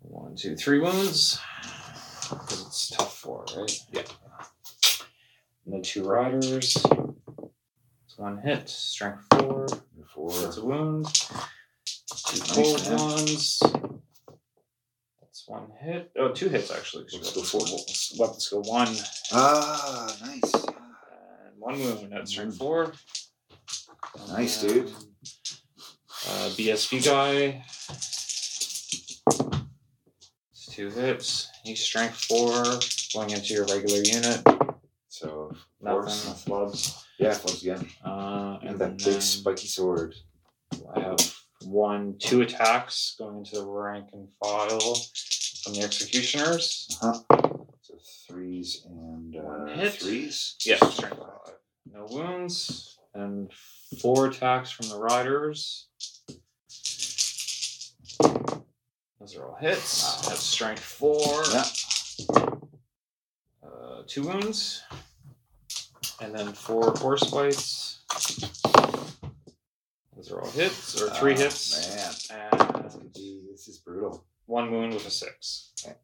[SPEAKER 1] One, two, three wounds. 'Cause it's tough four, right?
[SPEAKER 2] Yeah.
[SPEAKER 1] And the two riders. It's one hit. Strength four.
[SPEAKER 2] Four.
[SPEAKER 1] That's a wound. Two
[SPEAKER 2] Nice,
[SPEAKER 1] cold
[SPEAKER 2] man.
[SPEAKER 1] ones. That's one hit. Oh, two hits actually. 'cause you
[SPEAKER 2] Let's
[SPEAKER 1] got
[SPEAKER 2] go four.
[SPEAKER 1] Weapon skill one.
[SPEAKER 2] Ah, nice. Yeah.
[SPEAKER 1] And one wound at strength four. And
[SPEAKER 2] Mm. Nice,
[SPEAKER 1] then,
[SPEAKER 2] dude.
[SPEAKER 1] Uh, BSP guy. It's two hits. He's strength four, going into your regular unit.
[SPEAKER 2] So Force.
[SPEAKER 1] Nothing, flubs.
[SPEAKER 2] yeah, once again,
[SPEAKER 1] Uh,
[SPEAKER 2] and
[SPEAKER 1] and
[SPEAKER 2] that
[SPEAKER 1] then
[SPEAKER 2] big spiky sword.
[SPEAKER 1] I have one, two attacks going into the rank and file from the executioners.
[SPEAKER 2] So threes and
[SPEAKER 1] One
[SPEAKER 2] uh,
[SPEAKER 1] hit.
[SPEAKER 2] threes.
[SPEAKER 1] Yeah, strength five. No wounds. And four attacks from the riders. Those are all hits. That's strength four.
[SPEAKER 2] Yeah.
[SPEAKER 1] Uh, two wounds. And then four horse bites. Those are all hits, or three
[SPEAKER 2] Ah,
[SPEAKER 1] hits.
[SPEAKER 2] Man, This
[SPEAKER 1] And
[SPEAKER 2] could be- this is brutal.
[SPEAKER 1] one wound with a six.
[SPEAKER 2] Okay.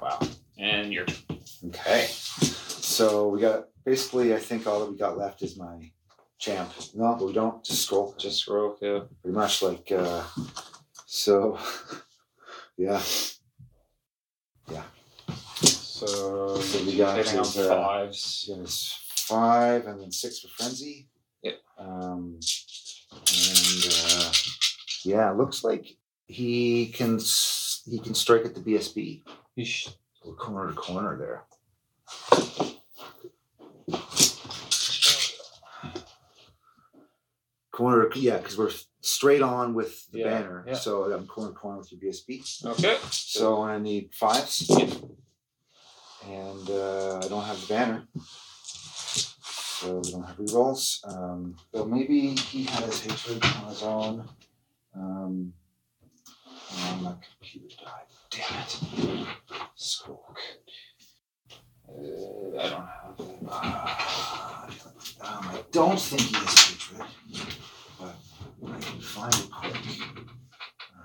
[SPEAKER 1] Wow. And you're
[SPEAKER 2] Okay. So we got basically, I think all that we got left is my champ. No, but we don't. Just scroll. Just
[SPEAKER 1] just rogue. Yeah.
[SPEAKER 2] pretty much like uh, so. yeah.
[SPEAKER 1] So,
[SPEAKER 2] So we
[SPEAKER 1] we
[SPEAKER 2] got
[SPEAKER 1] got hitting on
[SPEAKER 2] his, uh,
[SPEAKER 1] fives.
[SPEAKER 2] So it's five and then six for frenzy.
[SPEAKER 1] Yep.
[SPEAKER 2] Um, and uh, yeah, it looks like he can s- he can strike at the BSB. Or corner to corner there. Corner, yeah, because we're straight on with the
[SPEAKER 1] Yeah,
[SPEAKER 2] banner.
[SPEAKER 1] yeah.
[SPEAKER 2] So I'm corner to corner with your BSB.
[SPEAKER 1] Okay.
[SPEAKER 2] So I need fives. And uh, I don't have the banner. So we don't have rerolls. Um, but maybe he had his hatred on his own. Um, oh, my computer died. Damn it. Squawk.
[SPEAKER 1] Uh, I don't have that.
[SPEAKER 2] Ah, um, I don't think he has hatred, but I can find it quick.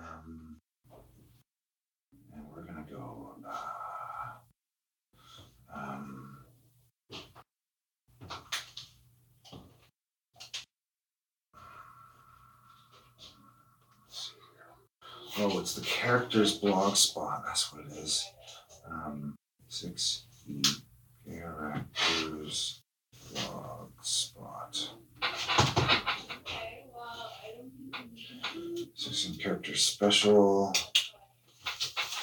[SPEAKER 2] Um, and we're gonna go. Uh, um, Oh, it's the characters blog spot. That's what it is. Um, six E characters blog spot.
[SPEAKER 4] Okay, well, I don't think we need
[SPEAKER 2] Six in character special.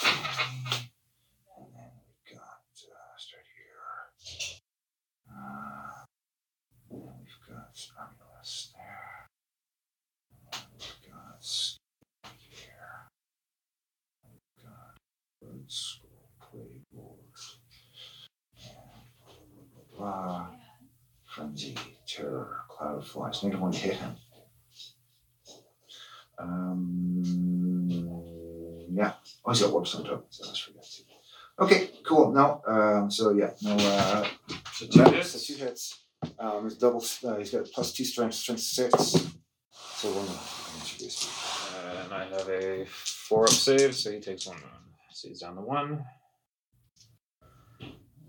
[SPEAKER 2] And then we got uh, start here. Uh, and then we've got Romulus there. And then we've got Scout here. And we've got Road School Playboard. And blah, blah, blah, blah, blah. Frenzy, Terror, Cloud of Flies. Neither one hit him. Um, yeah. Oh, he's got warp stone token, so I just forgot to. Okay, cool. No, um, so yeah, no. Uh,
[SPEAKER 1] So two
[SPEAKER 2] no,
[SPEAKER 1] hits.
[SPEAKER 2] so two hits. Um, he's double. Uh, he's got plus two strength, strength six. So one. I should use-
[SPEAKER 1] Uh, and I have a four up save, so he takes one run. So he's down to one.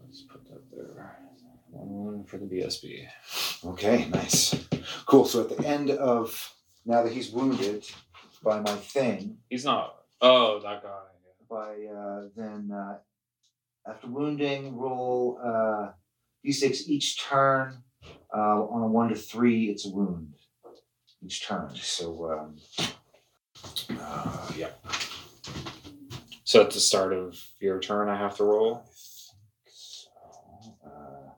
[SPEAKER 1] Let's put that there. One one for the BSB.
[SPEAKER 2] Okay, nice, cool. So at the end of now that he's wounded by my thing,
[SPEAKER 1] He's not. Oh, that guy.
[SPEAKER 2] by uh, then uh, after wounding, roll uh, d6 each turn. Uh, on a one to three, it's a wound each turn. So um, uh, yeah,
[SPEAKER 1] So at the start of your turn, I have to roll.
[SPEAKER 2] so uh,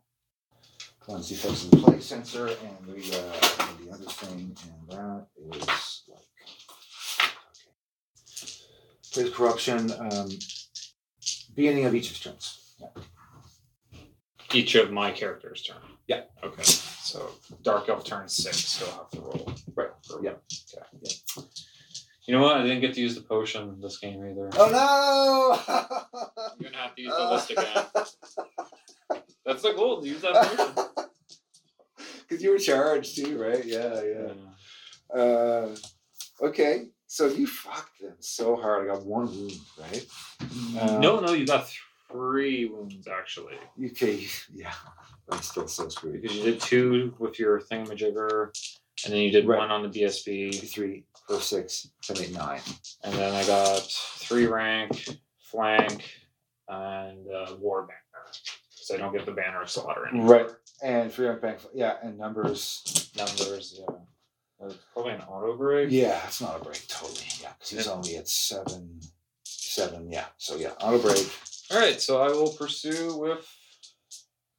[SPEAKER 2] cleanse the effects of the plague sensor, and we uh, and the other thing, and that is like okay. plague corruption. Um, beginning of each of his turns.
[SPEAKER 1] Each of my character's turn.
[SPEAKER 2] Yeah.
[SPEAKER 1] Okay. So Dark Elf turn six, so I'll have to roll. Right.
[SPEAKER 2] Yeah.
[SPEAKER 1] Okay. You know what? I didn't get to use the potion this game either.
[SPEAKER 2] Oh no!
[SPEAKER 1] You're gonna have to use the list again. That's the goal. to Use that potion.
[SPEAKER 2] Because you were charged too, right? Yeah, yeah. Uh, okay, so you fucked them so hard. I got one wound, right? Uh,
[SPEAKER 1] Mm-hmm. no, no, you got three wounds actually
[SPEAKER 2] Okay, yeah. I'm still so screwed.
[SPEAKER 1] because you did two with your thingamajigger, and then you did
[SPEAKER 2] Right.
[SPEAKER 1] one on the BSB,
[SPEAKER 2] Three, four, oh six, seven, eight, nine.
[SPEAKER 1] and then I got three rank, flank, and uh, war banner. So I don't get the banner of slaughter anymore.
[SPEAKER 2] Right. And three on bank. Yeah, and numbers.
[SPEAKER 1] Numbers, yeah. That's probably an auto break.
[SPEAKER 2] Yeah, it's not a break totally. Yeah, because he's only at seven, seven. Yeah, so yeah, on a break.
[SPEAKER 1] All right, so I will pursue with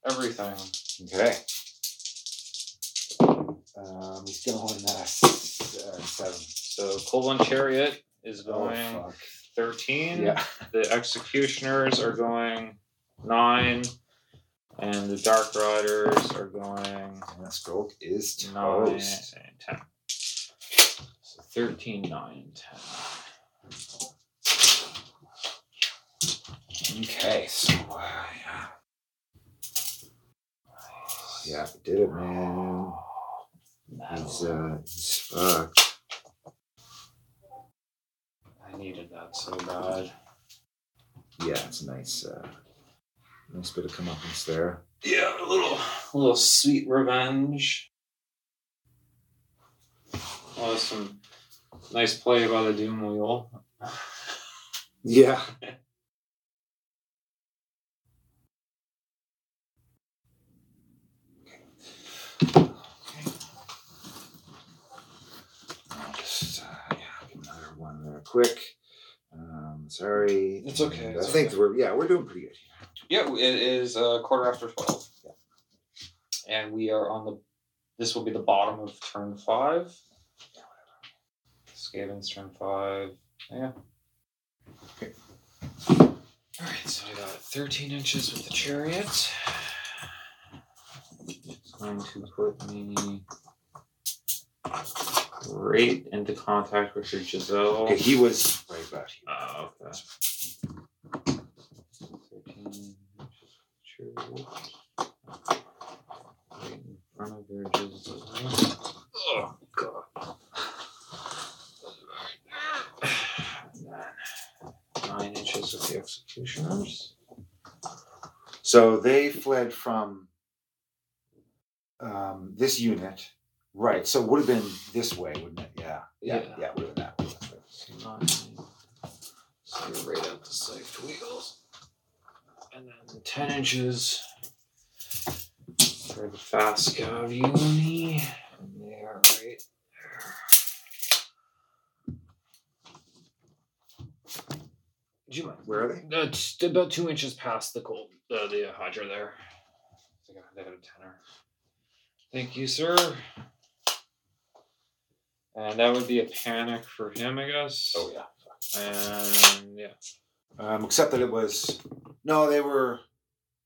[SPEAKER 1] everything.
[SPEAKER 2] Okay. Um, he's going uh, s- uh, seven.
[SPEAKER 1] So Colon Chariot is going
[SPEAKER 2] Oh, fuck.
[SPEAKER 1] 13.
[SPEAKER 2] Yeah.
[SPEAKER 1] The Executioners are going 9. And the Dark Riders are going
[SPEAKER 2] And that stroke is
[SPEAKER 1] 9
[SPEAKER 2] toast.
[SPEAKER 1] and 10. So 13, 9, and 10.
[SPEAKER 2] Okay, so uh, yeah. Yeah, I did it, man. He's uh, he's fucked.
[SPEAKER 1] I needed that so bad.
[SPEAKER 2] Yeah, it's a nice, uh, nice bit of comeuppance there.
[SPEAKER 1] Yeah, a little, a little sweet revenge. Oh, some nice play by the Doom Wheel.
[SPEAKER 2] Yeah. I'll just, uh, yeah, give another one there quick. Um, sorry.
[SPEAKER 1] It's okay,
[SPEAKER 2] And
[SPEAKER 1] it's
[SPEAKER 2] I think
[SPEAKER 1] okay.
[SPEAKER 2] we're yeah, we're doing pretty good here.
[SPEAKER 1] Yeah, it is uh, quarter after twelve, and we are on the. This will be the bottom of turn five. Skaven's turn five. Yeah. All right, so I got thirteen inches with the chariot. It's going to put me right into contact with your Giselle.
[SPEAKER 2] Okay, he was right about here.
[SPEAKER 1] Oh, okay. 13, sure. Right in front of your just. Oh, God. And then Nine inches of the executioners.
[SPEAKER 2] So they fled from um, this unit. Right. So it would have been this way, wouldn't it? Yeah. Yeah.
[SPEAKER 1] Yeah.
[SPEAKER 2] Yeah, it would have been that way.
[SPEAKER 1] So nine, So you're right out the side Tweagles. And then 10 inches for the fast code uni. And they are right there. Do you mind?
[SPEAKER 2] Where are they?
[SPEAKER 1] That's about two inches past the cold, uh, the uh, hydra there. I got that at a tenner. Thank you, sir. And that would be a panic for him, I guess.
[SPEAKER 2] Oh yeah.
[SPEAKER 1] And yeah.
[SPEAKER 2] Um, except that it was no, they were.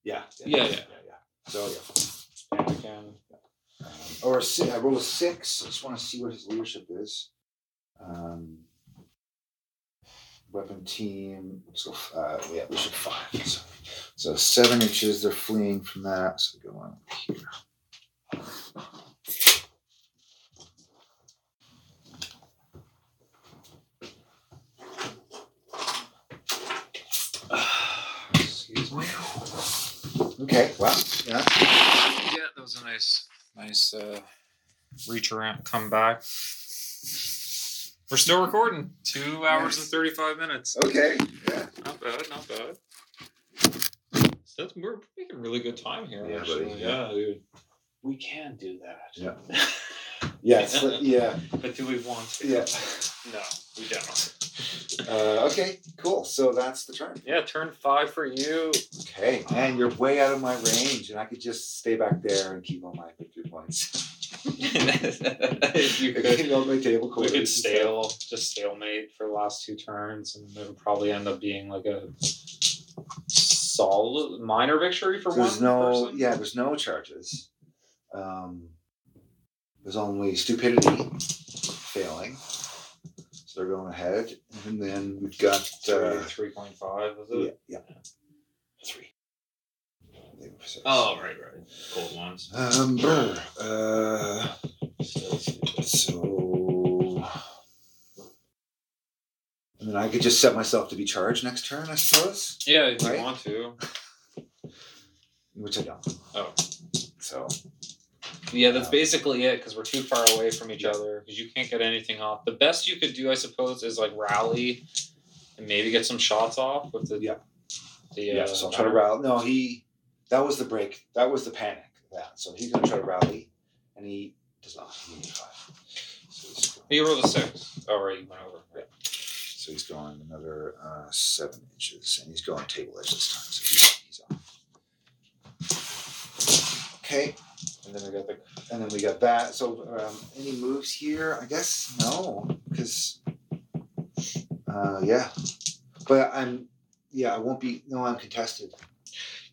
[SPEAKER 2] Yeah.
[SPEAKER 1] Yeah, yeah.
[SPEAKER 2] yeah. So yeah.
[SPEAKER 1] Panic and
[SPEAKER 2] or a si- I rolled a six. I just want to see what his leadership is. Um, weapon team. Let's go. f- Uh, yeah, we should five. So, so seven inches. They're fleeing from that. So go on here.
[SPEAKER 1] excuse me.
[SPEAKER 2] Okay. Wow. Yeah.
[SPEAKER 1] Yeah, that was a nice, nice uh, reach around, come back. We're still recording. Two hours and thirty-five minutes.
[SPEAKER 2] Okay. Yeah.
[SPEAKER 1] Not bad. Not bad. So that's, we're making really good time here.
[SPEAKER 2] Yeah,
[SPEAKER 1] actually.
[SPEAKER 2] buddy.
[SPEAKER 1] yeah, dude. We can do that.
[SPEAKER 2] Yeah. Yeah. It's like, yeah.
[SPEAKER 1] But do we want to?
[SPEAKER 2] Yeah.
[SPEAKER 1] No, we don't.
[SPEAKER 2] Uh, okay. Cool. So that's the turn.
[SPEAKER 1] Yeah, turn five for you.
[SPEAKER 2] Okay, man, you're way out of my range, and I could just stay back there and keep all my victory points.
[SPEAKER 1] you
[SPEAKER 2] I could keep all my table
[SPEAKER 1] we
[SPEAKER 2] quarters.
[SPEAKER 1] could
[SPEAKER 2] and stuff.
[SPEAKER 1] stale, just stalemate for the last two turns, and it'll probably end up being like a solid minor victory for
[SPEAKER 2] So
[SPEAKER 1] one
[SPEAKER 2] there's no,
[SPEAKER 1] person.
[SPEAKER 2] yeah, there's no charges. Um, there's only stupidity failing, so they're going ahead, and then we've got uh,
[SPEAKER 1] three point five is it?
[SPEAKER 2] yeah, yeah, three. They were six.
[SPEAKER 1] Oh right, right. Cold ones.
[SPEAKER 2] Um, brr, uh, so. And then I could just set myself to be charged next turn, I suppose,
[SPEAKER 1] Yeah, if
[SPEAKER 2] Right?
[SPEAKER 1] you want to.
[SPEAKER 2] which I don't.
[SPEAKER 1] Oh.
[SPEAKER 2] So,
[SPEAKER 1] Yeah, that's basically it because we're too far away from each other because you can't get anything off. The best you could do, I suppose, is like rally and maybe get some shots off with the
[SPEAKER 2] Yeah.
[SPEAKER 1] The
[SPEAKER 2] yeah,
[SPEAKER 1] uh,
[SPEAKER 2] so I'll try to rally. No, he, that was the break. That was the panic. That. So he's going to try to rally, and he does not. He needs five. So he's going,
[SPEAKER 1] You rolled a six. Oh right, you went over.
[SPEAKER 2] so he's going another uh, seven inches, and he's going table edge this time. So he's, he's off. Okay.
[SPEAKER 1] And then we got the
[SPEAKER 2] And then we got that. So um, any moves here? I guess no, because uh, yeah. But I'm yeah. I won't be. No, I'm contested.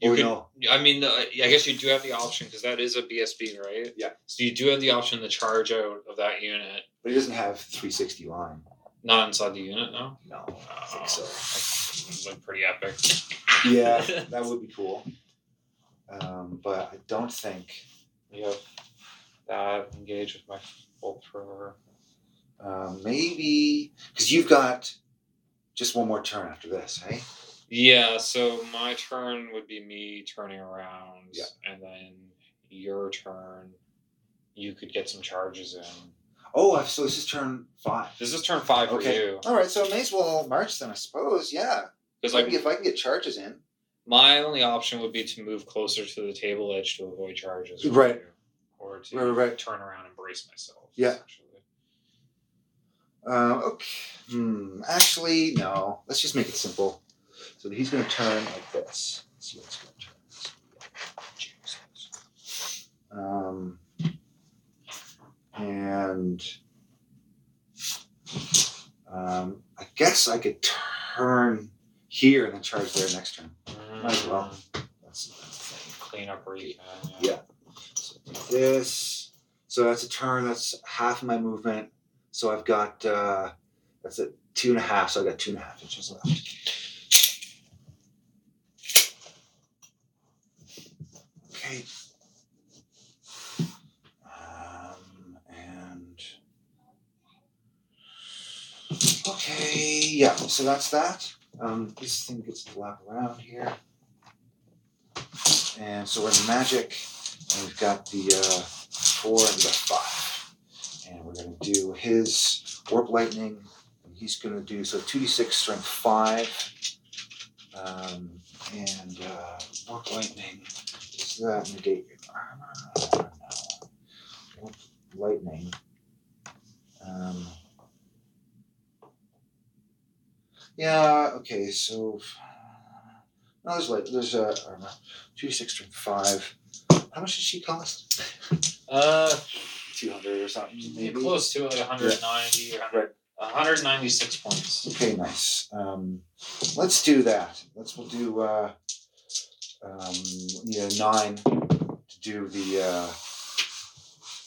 [SPEAKER 1] You
[SPEAKER 2] or
[SPEAKER 1] could-
[SPEAKER 2] no.
[SPEAKER 1] I mean, the, I guess you do have the option because that is a BSB, right?
[SPEAKER 2] Yeah.
[SPEAKER 1] So you do have the option to charge out of that unit,
[SPEAKER 2] But he doesn't have 360 line.
[SPEAKER 1] not inside the unit, no.
[SPEAKER 2] No, I don't think so.
[SPEAKER 1] That's like pretty epic.
[SPEAKER 2] Yeah, that would be cool. Um, but I don't think.
[SPEAKER 1] You have that engage with my full thrower.
[SPEAKER 2] Uh, maybe because you've got just one more turn after this, hey?
[SPEAKER 1] Yeah. So my turn would be me turning around,
[SPEAKER 2] Yeah.
[SPEAKER 1] and then your turn. You could get some charges in.
[SPEAKER 2] Oh, I've- so this is turn five.
[SPEAKER 1] This is turn five
[SPEAKER 2] Okay.
[SPEAKER 1] for you
[SPEAKER 2] All right, so I may as well march then, I suppose. Yeah,
[SPEAKER 1] because
[SPEAKER 2] like
[SPEAKER 1] like
[SPEAKER 2] if I can get charges in.
[SPEAKER 1] my only option would be to move closer to the table edge to avoid charges. with
[SPEAKER 2] Right.
[SPEAKER 1] you, Or to
[SPEAKER 2] Right, right, right.
[SPEAKER 1] turn around and brace myself.
[SPEAKER 2] Yeah.
[SPEAKER 1] essentially.
[SPEAKER 2] Uh, okay. Hmm. Actually, no. Let's just make it simple. So he's going to turn like this. Let's see what's going to turn. Jesus. Um, and um, I guess I could turn here and then charge there next turn. Might as well. That's, that's the thing.
[SPEAKER 1] Mm, Clean up where you can.
[SPEAKER 2] Yeah. So like this. So that's a turn. That's half of my movement. So I've got uh, that's a two and a half. So I've got two and a half inches left. Okay. Um, and okay, yeah. So that's that. Um, this thing gets to lap around here. And so we're in magic. And we've got the uh, four and the five. And we're going to do his Warp Lightning and he's going to do so 2d6 strength 5. Um, and uh, Warp Lightning. Does that negate your armor? No. Warp Lightning. Um, yeah, okay, so. No, there's light. There's uh, armor. 2d6 strength 5. How much does she cost?
[SPEAKER 1] Uh,
[SPEAKER 2] 200 or something, maybe?
[SPEAKER 1] close to it, 190 or 100, 196 points.
[SPEAKER 2] Okay, nice. Um, let's do that. Let's we'll do uh, um, yeah nine to do the uh,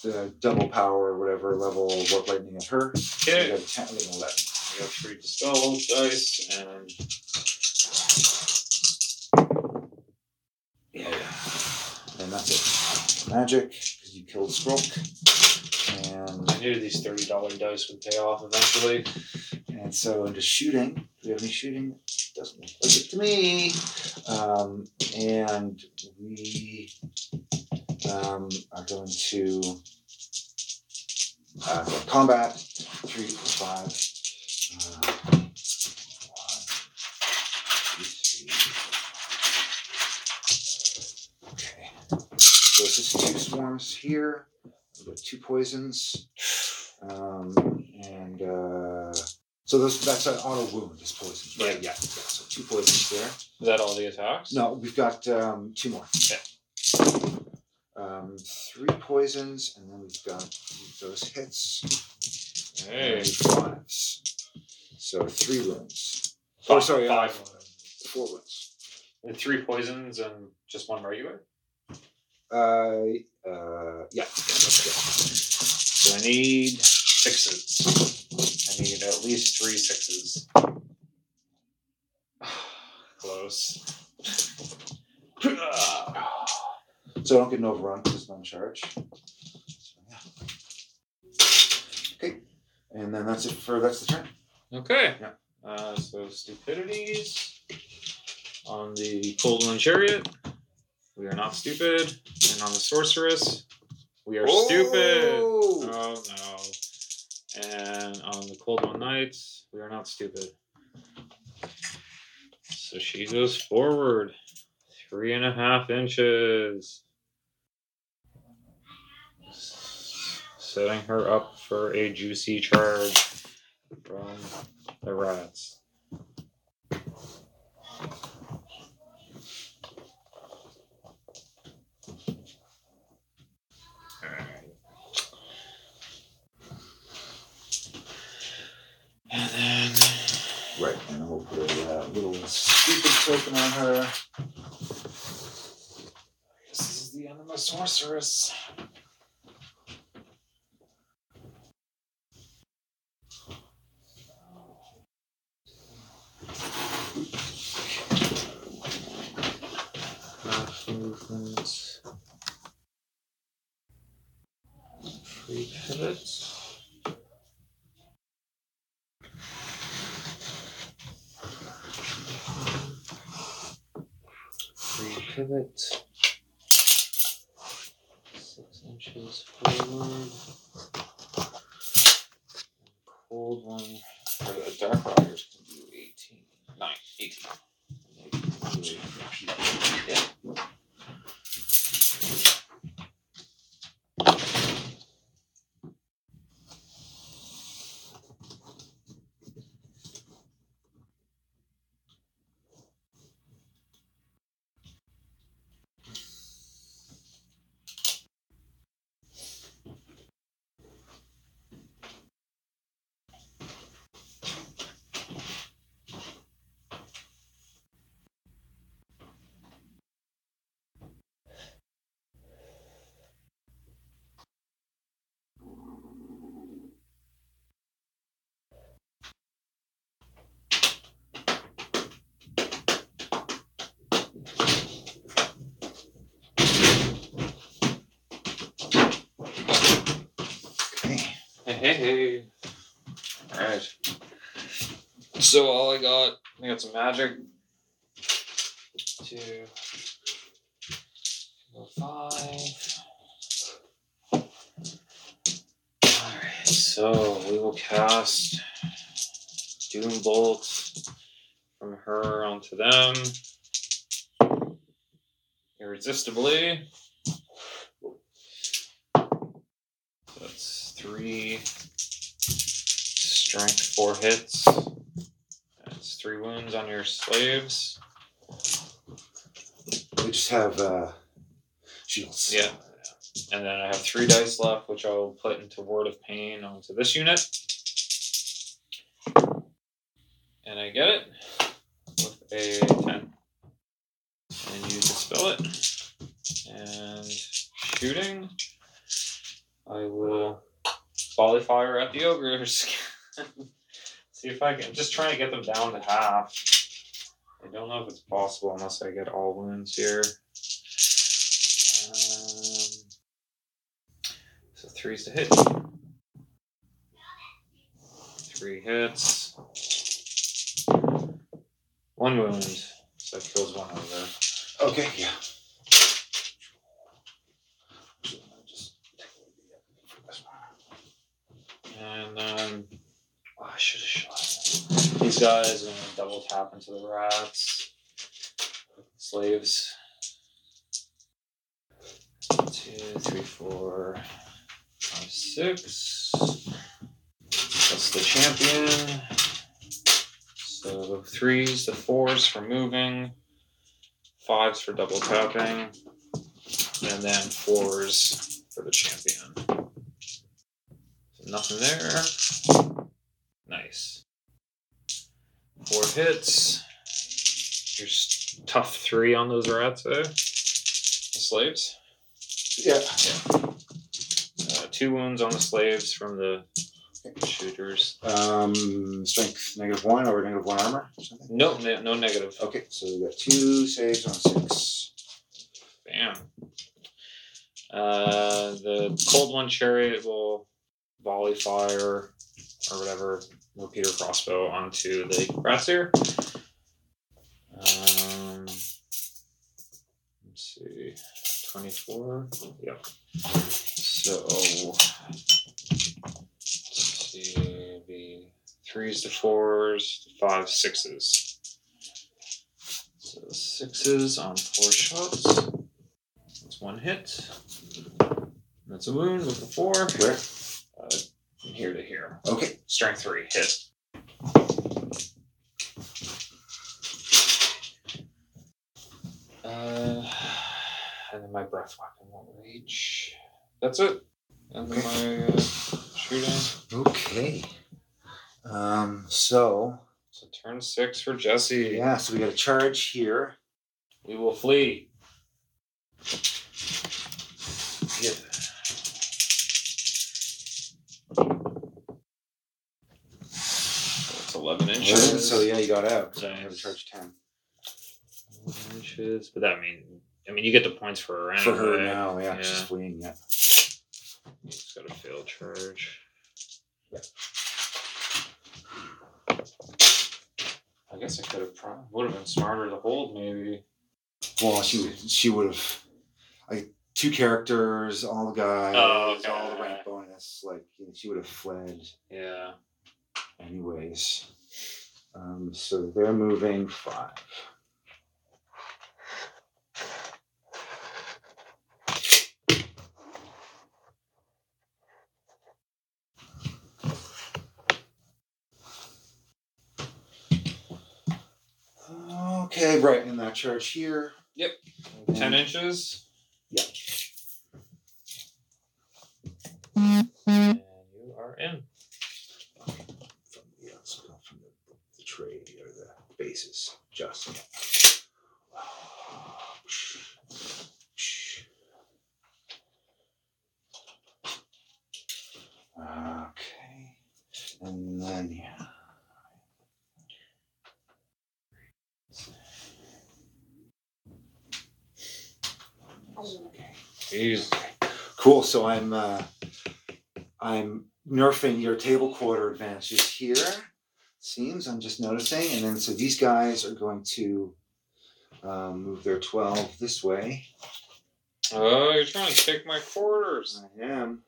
[SPEAKER 2] the double power or whatever level warp lightning at her. So we
[SPEAKER 1] Okay.
[SPEAKER 2] got a 10, we got an 11.
[SPEAKER 1] I got three dispel dice and
[SPEAKER 2] Yeah. And that's it. Magic because you killed Skrulk. And
[SPEAKER 1] I knew these thirty dollar dice would pay off eventually.
[SPEAKER 2] And so into shooting. Do we have any shooting? Doesn't look like it to me. Um, and we um, are going to uh, go combat three for five. Uh, one, two, three. Okay. So it's just two swarms here. We've got two poisons. Um, and uh, so those, that's an auto wound is poison.
[SPEAKER 1] Right.
[SPEAKER 2] Yeah. yeah. So two poisons there.
[SPEAKER 1] Is that all the attacks?
[SPEAKER 2] No, we've got um, two more.
[SPEAKER 1] Okay.
[SPEAKER 2] Um, three poisons, and then we've got those hits.
[SPEAKER 1] Hey.
[SPEAKER 2] And fives. So three wounds. Oh, sorry, uh,
[SPEAKER 1] Five.
[SPEAKER 2] Four wounds.
[SPEAKER 1] With Three poisons and just one regular.
[SPEAKER 2] Uh, uh, yeah. yeah, that's
[SPEAKER 1] So I need sixes. I need at least three sixes. Close. Ah.
[SPEAKER 2] good. So I don't get an overrun because it's non charge. So, yeah. Okay. And then that's it for that's the turn.
[SPEAKER 1] Okay.
[SPEAKER 2] Yeah.
[SPEAKER 1] Uh, so stupidities on the cold one chariot. We are not stupid, and on the sorceress, we are stupid.
[SPEAKER 2] Oh!
[SPEAKER 1] Oh no! And on the cold one knights, we are not stupid. So she goes forward three and a half inches, setting her up for a juicy charge from the rats. And then
[SPEAKER 2] Right, and we'll put a uh, little stupid token on her.
[SPEAKER 1] this is the end of my sorceress. Half movement. Free pivots. Free pivot. Six inches forward. Cold one. Or the dark riders can do 18. 9, 18. Yeah.
[SPEAKER 2] Okay.
[SPEAKER 1] Hey, hey, hey. Alright. So all I got, I got some magic. Two. Go five. Alright, so we will cast Doom Bolt from her onto them. Irresistibly. So that's three strength, four hits. That's three wounds on your slaves.
[SPEAKER 2] We just have uh, shields.
[SPEAKER 1] Yeah. And then I have three dice left, which I will put into Word of Pain onto this unit. And I get it with a 10. And you dispel it. And shooting, I will volley fire at the ogres. See if I can. Just trying to get them down to half. I don't know if it's possible unless I get all wounds here. Um, so three's to hit. Three hits. One wound. So that kills one over.
[SPEAKER 2] Okay. Yeah.
[SPEAKER 1] And then oh, I should have shot. him. These guys are gonna double tap into the rats. Slaves. Two, three, four, five, six. That's the champion. So the threes, the fours for moving, fives for double tapping, and then fours for the champion. Nothing there. Nice. Four hits. Your s- tough three on those rats there. The slaves.
[SPEAKER 2] Yeah.
[SPEAKER 1] Uh, two wounds on the slaves from the shooters.
[SPEAKER 2] Um, strength negative one over negative one armor. Or something.
[SPEAKER 1] No, ne- no negative.
[SPEAKER 2] Okay, so we got two saves on six.
[SPEAKER 1] Bam. Uh, the cold one chariot will volley fire or whatever repeater crossbow onto the rats here. Um, let's see, twenty-four. Yep. So let's see, the threes, the fours, the five, sixes. So sixes on four shots. That's one hit. That's a wound with a four. From
[SPEAKER 2] Where?
[SPEAKER 1] here to here.
[SPEAKER 2] Okay.
[SPEAKER 1] Strength three hit. Uh, and then my breath weapon won't reach. That's it. And then my uh, shooting.
[SPEAKER 2] Okay. Um, so
[SPEAKER 1] So turn six for Jesse.
[SPEAKER 2] yeah, so we got a charge here.
[SPEAKER 1] We will flee. Yeah. So it's 11 inches.
[SPEAKER 2] So yeah, you got out. So
[SPEAKER 1] Nice.
[SPEAKER 2] we have a charge ten.
[SPEAKER 1] 11 inches. But that mean, I mean, you get the points for her round.
[SPEAKER 2] For her
[SPEAKER 1] right?
[SPEAKER 2] now, yeah, she's
[SPEAKER 1] Yeah.
[SPEAKER 2] fleeing, yeah.
[SPEAKER 1] You just got a fail charge. I guess I could have probably would have been smarter to hold maybe.
[SPEAKER 2] Well, she would- she would have like two characters, all the guys,
[SPEAKER 1] Oh, okay.
[SPEAKER 2] all the rank bonus. Like you know, she would have fled
[SPEAKER 1] Yeah.
[SPEAKER 2] anyways. Um, so they're moving five. Okay, right in that church here.
[SPEAKER 1] Yep.
[SPEAKER 2] And
[SPEAKER 1] Ten
[SPEAKER 2] then-
[SPEAKER 1] inches.
[SPEAKER 2] Yeah.
[SPEAKER 1] And you are in.
[SPEAKER 2] from the outside, from the, the tray or the bases, just. Okay, and then yeah.
[SPEAKER 1] Jeez.
[SPEAKER 2] Cool. So I'm uh, I'm nerfing your table quarter advantages here. Seems I'm just noticing, and then so these guys are going to um, move their twelve this way.
[SPEAKER 1] Oh, you're trying to take my quarters.
[SPEAKER 2] I am.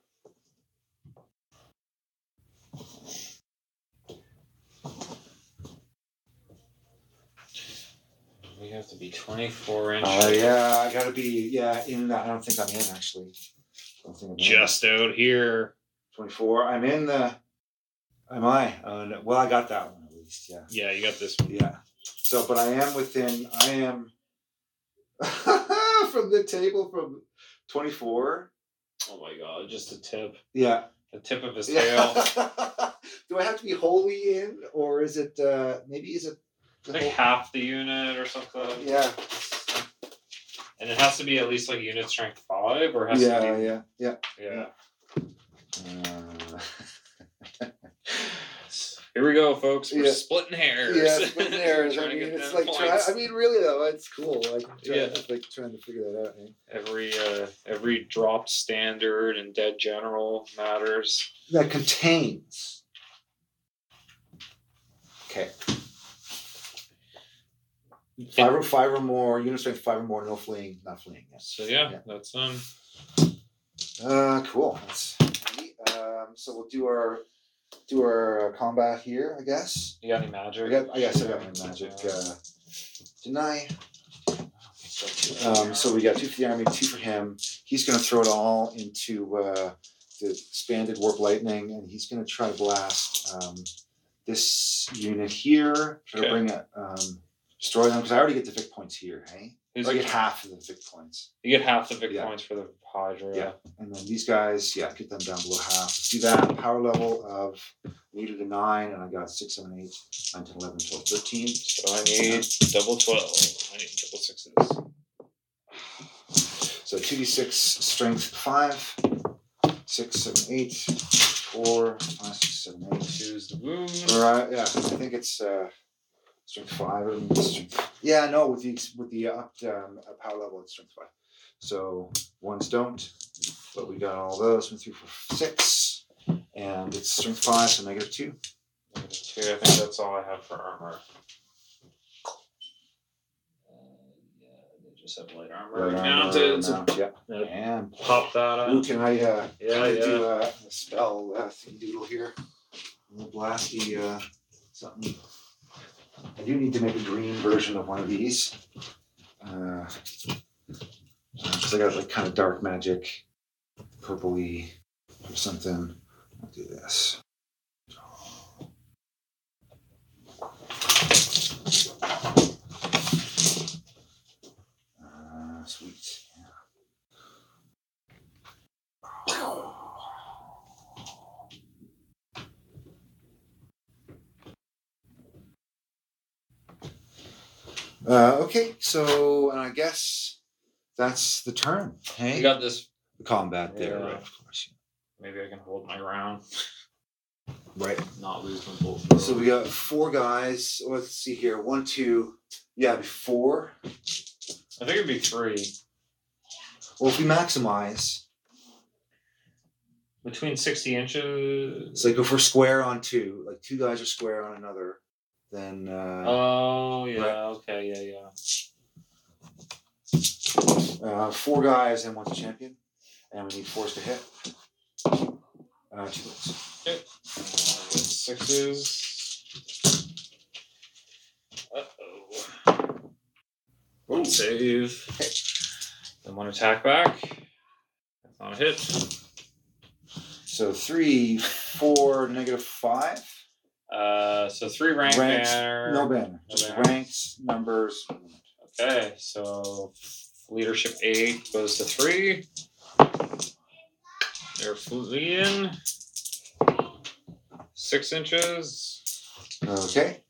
[SPEAKER 1] You have to be 24 inch.
[SPEAKER 2] Oh yeah, I gotta be yeah in and out. I don't think I'm in actually. I don't think I'm in.
[SPEAKER 1] Just out here.
[SPEAKER 2] 24. I'm in the. Am I? Uh, no, well, I got that one at least. Yeah.
[SPEAKER 1] Yeah, you got this one.
[SPEAKER 2] Yeah. So, but I am within. I am from the table from 24.
[SPEAKER 1] Oh my god, just a tip.
[SPEAKER 2] Yeah.
[SPEAKER 1] The tip of his
[SPEAKER 2] Yeah.
[SPEAKER 1] tail.
[SPEAKER 2] Do I have to be wholly in, or is it uh maybe is it?
[SPEAKER 1] It's like half the unit or something.
[SPEAKER 2] yeah.
[SPEAKER 1] And it has to be at least like unit strength five or has
[SPEAKER 2] Yeah.
[SPEAKER 1] to
[SPEAKER 2] Yeah. Yeah.
[SPEAKER 1] be Yeah.
[SPEAKER 2] Uh,
[SPEAKER 1] Here we go, folks. We're
[SPEAKER 2] Yeah.
[SPEAKER 1] splitting hairs.
[SPEAKER 2] yeah, splitting hairs. I
[SPEAKER 1] Trying to
[SPEAKER 2] mean,
[SPEAKER 1] get
[SPEAKER 2] it's
[SPEAKER 1] them
[SPEAKER 2] like try,
[SPEAKER 1] points.
[SPEAKER 2] I mean, really though, it's cool. Like, I'm trying,
[SPEAKER 1] Yeah.
[SPEAKER 2] it's like trying to figure that out. Man.
[SPEAKER 1] every uh, every dropped standard and dead general matters.
[SPEAKER 2] that contains. Okay. Five or five or more unit strength, five or more, no fleeing, not fleeing. Yes.
[SPEAKER 1] So yeah, that's um
[SPEAKER 2] Uh, cool. That's handy. um, so we'll do our do our combat here, I guess.
[SPEAKER 1] you got any magic?
[SPEAKER 2] I got, I guess I got my magic. Uh, deny. Um, so we got two for the army, two for him. He's going to throw it all into uh, the expanded warp lightning, and he's going to try to blast um, this unit here. Try
[SPEAKER 1] Okay.
[SPEAKER 2] to bring it, um, destroy them because I already get the vic points here. Hey,
[SPEAKER 1] Who's-
[SPEAKER 2] I get half of the vic points,
[SPEAKER 1] you get half the vic
[SPEAKER 2] Oh, Yeah.
[SPEAKER 1] points for the Hydra.
[SPEAKER 2] Yeah. and then these guys, yeah, get them down below half. See that power level of needed a nine, and I got six, seven, eight, nine, ten, eleven, twelve, thirteen.
[SPEAKER 1] So I need double twelve. I need double sixes.
[SPEAKER 2] So two d six strength five, six, seven, eight, four, five, six, seven, eight.
[SPEAKER 1] Choose the wound.
[SPEAKER 2] All right, yeah, I think it's uh, strength five. I mean, strength. Yeah, no, with the ex- with the upped um, uh, power level, it's strength five. So ones don't, but we got all those one, three, four, six, and it's strength five, so negative two.
[SPEAKER 1] Negative Two. I think that's all I have for armor. Uh, yeah, they just have light armor.
[SPEAKER 2] Right,
[SPEAKER 1] mounted. so
[SPEAKER 2] mount, yeah.
[SPEAKER 1] Yeah.
[SPEAKER 2] And
[SPEAKER 1] pop that
[SPEAKER 2] Ooh,
[SPEAKER 1] up.
[SPEAKER 2] can I uh,
[SPEAKER 1] Yeah,
[SPEAKER 2] can I
[SPEAKER 1] yeah.
[SPEAKER 2] do uh, a spell uh, thingy doodle here? I'm gonna blast the uh, something. I do need to make a green version of one of these. Because I got like kind of dark magic, purpley or something. I'll do this. Uh, sweet. Uh, okay, so and I guess that's the turn. Hey,
[SPEAKER 1] You got this
[SPEAKER 2] the combat there,
[SPEAKER 1] Yeah.
[SPEAKER 2] right? Of course,
[SPEAKER 1] Maybe I can hold my round,
[SPEAKER 2] yeah. right.
[SPEAKER 1] not lose my bolt.
[SPEAKER 2] So we got four guys. Let's see here. One, two. Yeah, it'd be four.
[SPEAKER 1] I think it'd be three.
[SPEAKER 2] Well, if we maximize,
[SPEAKER 1] Between 60 inches.
[SPEAKER 2] it's like if we're square on two, like two guys are square on another, then uh,
[SPEAKER 1] Oh, yeah.
[SPEAKER 2] Right.
[SPEAKER 1] Okay, yeah, yeah. Oh.
[SPEAKER 2] uh, four guys and one's a champion, and we need fours to hit. Uh, two hits.
[SPEAKER 1] Uh, Sixes. Uh oh. One save. Then one attack back. That's not a hit.
[SPEAKER 2] So three, four, negative five.
[SPEAKER 1] Uh, so three rank
[SPEAKER 2] Ranks,
[SPEAKER 1] banner.
[SPEAKER 2] No banner.
[SPEAKER 1] No
[SPEAKER 2] Just
[SPEAKER 1] banner.
[SPEAKER 2] ranks, numbers.
[SPEAKER 1] Okay, so leadership eight goes to three. They're fleeing. Six inches.
[SPEAKER 2] Okay.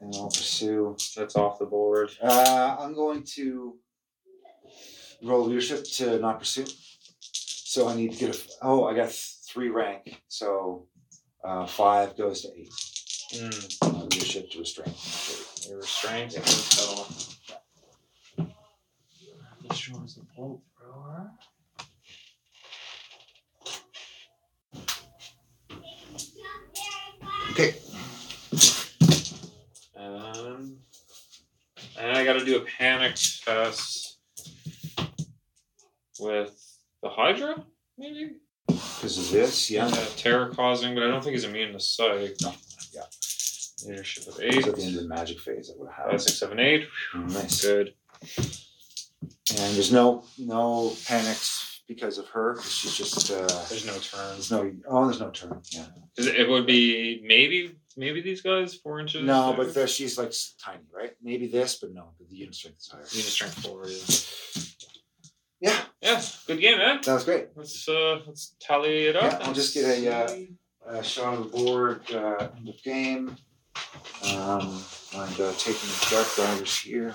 [SPEAKER 2] And I'll pursue.
[SPEAKER 1] That's off the board.
[SPEAKER 2] Uh, I'm going to roll leadership to not pursue. So I need to get a. Oh, I got three rank. So uh, five goes to eight.
[SPEAKER 1] Mm,
[SPEAKER 2] Uh, leadership to restraint.
[SPEAKER 1] your restraint.
[SPEAKER 2] Yeah.
[SPEAKER 1] So.
[SPEAKER 2] Okay.
[SPEAKER 1] Um, and I got to do a panic test with the Hydra, maybe?
[SPEAKER 2] Because of this, yeah.
[SPEAKER 1] uh, terror causing, but I don't think he's immune to psych.
[SPEAKER 2] No, yeah.
[SPEAKER 1] Leadership of
[SPEAKER 2] It
[SPEAKER 1] eight.
[SPEAKER 2] was at the end of the magic phase that would
[SPEAKER 1] Five,
[SPEAKER 2] have.
[SPEAKER 1] six, seven, eight.
[SPEAKER 2] Nice.
[SPEAKER 1] Good.
[SPEAKER 2] And there's no no panics because of her. 'cause She's just uh,
[SPEAKER 1] There's no turns.
[SPEAKER 2] there's no oh there's no turn. Yeah.
[SPEAKER 1] 'Cause It would be maybe maybe these guys four inches.
[SPEAKER 2] No,
[SPEAKER 1] there.
[SPEAKER 2] but there, she's like s- tiny, right? Maybe this, but no, but the unit strength is higher.
[SPEAKER 1] You just drink four. Yeah.
[SPEAKER 2] Yeah,
[SPEAKER 1] yeah. Good game, man.
[SPEAKER 2] that was great.
[SPEAKER 1] Let's uh let's tally it up.
[SPEAKER 2] Yeah, I'll
[SPEAKER 1] and
[SPEAKER 2] just get a, uh,
[SPEAKER 1] see.
[SPEAKER 2] Uh, shot of the board, uh, end of game, um, and uh, taking the dark drivers here.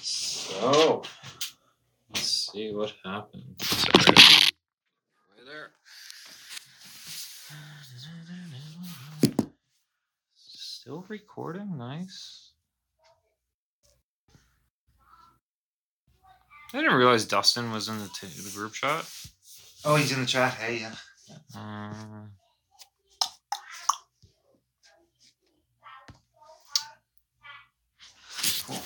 [SPEAKER 1] So let's see what happens. Right there. Still recording, nice. I didn't realize Dustin was in the, t- the group shot.
[SPEAKER 2] Oh, he's in the chat. Hey, yeah.
[SPEAKER 1] Uh,
[SPEAKER 2] Cool.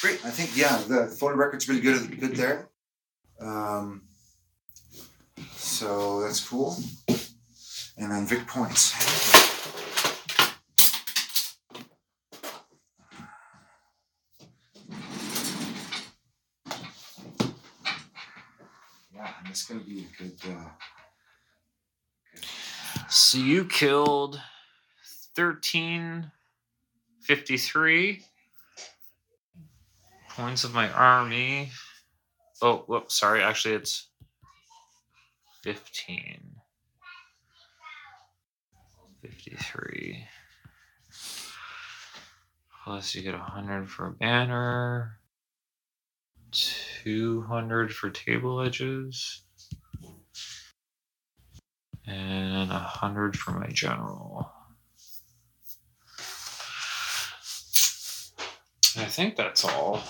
[SPEAKER 2] Great. I think yeah, the phone record's really good. Good there. Um, so that's cool. And then Vic points. Yeah, and it's gonna be a good. Uh,
[SPEAKER 1] So you killed 1353 points of my army. Oh, whoops, sorry. Actually, it's 15. 53. Plus, you get 100 for a banner, 200 for table edges and a hundred for my general. I think that's all.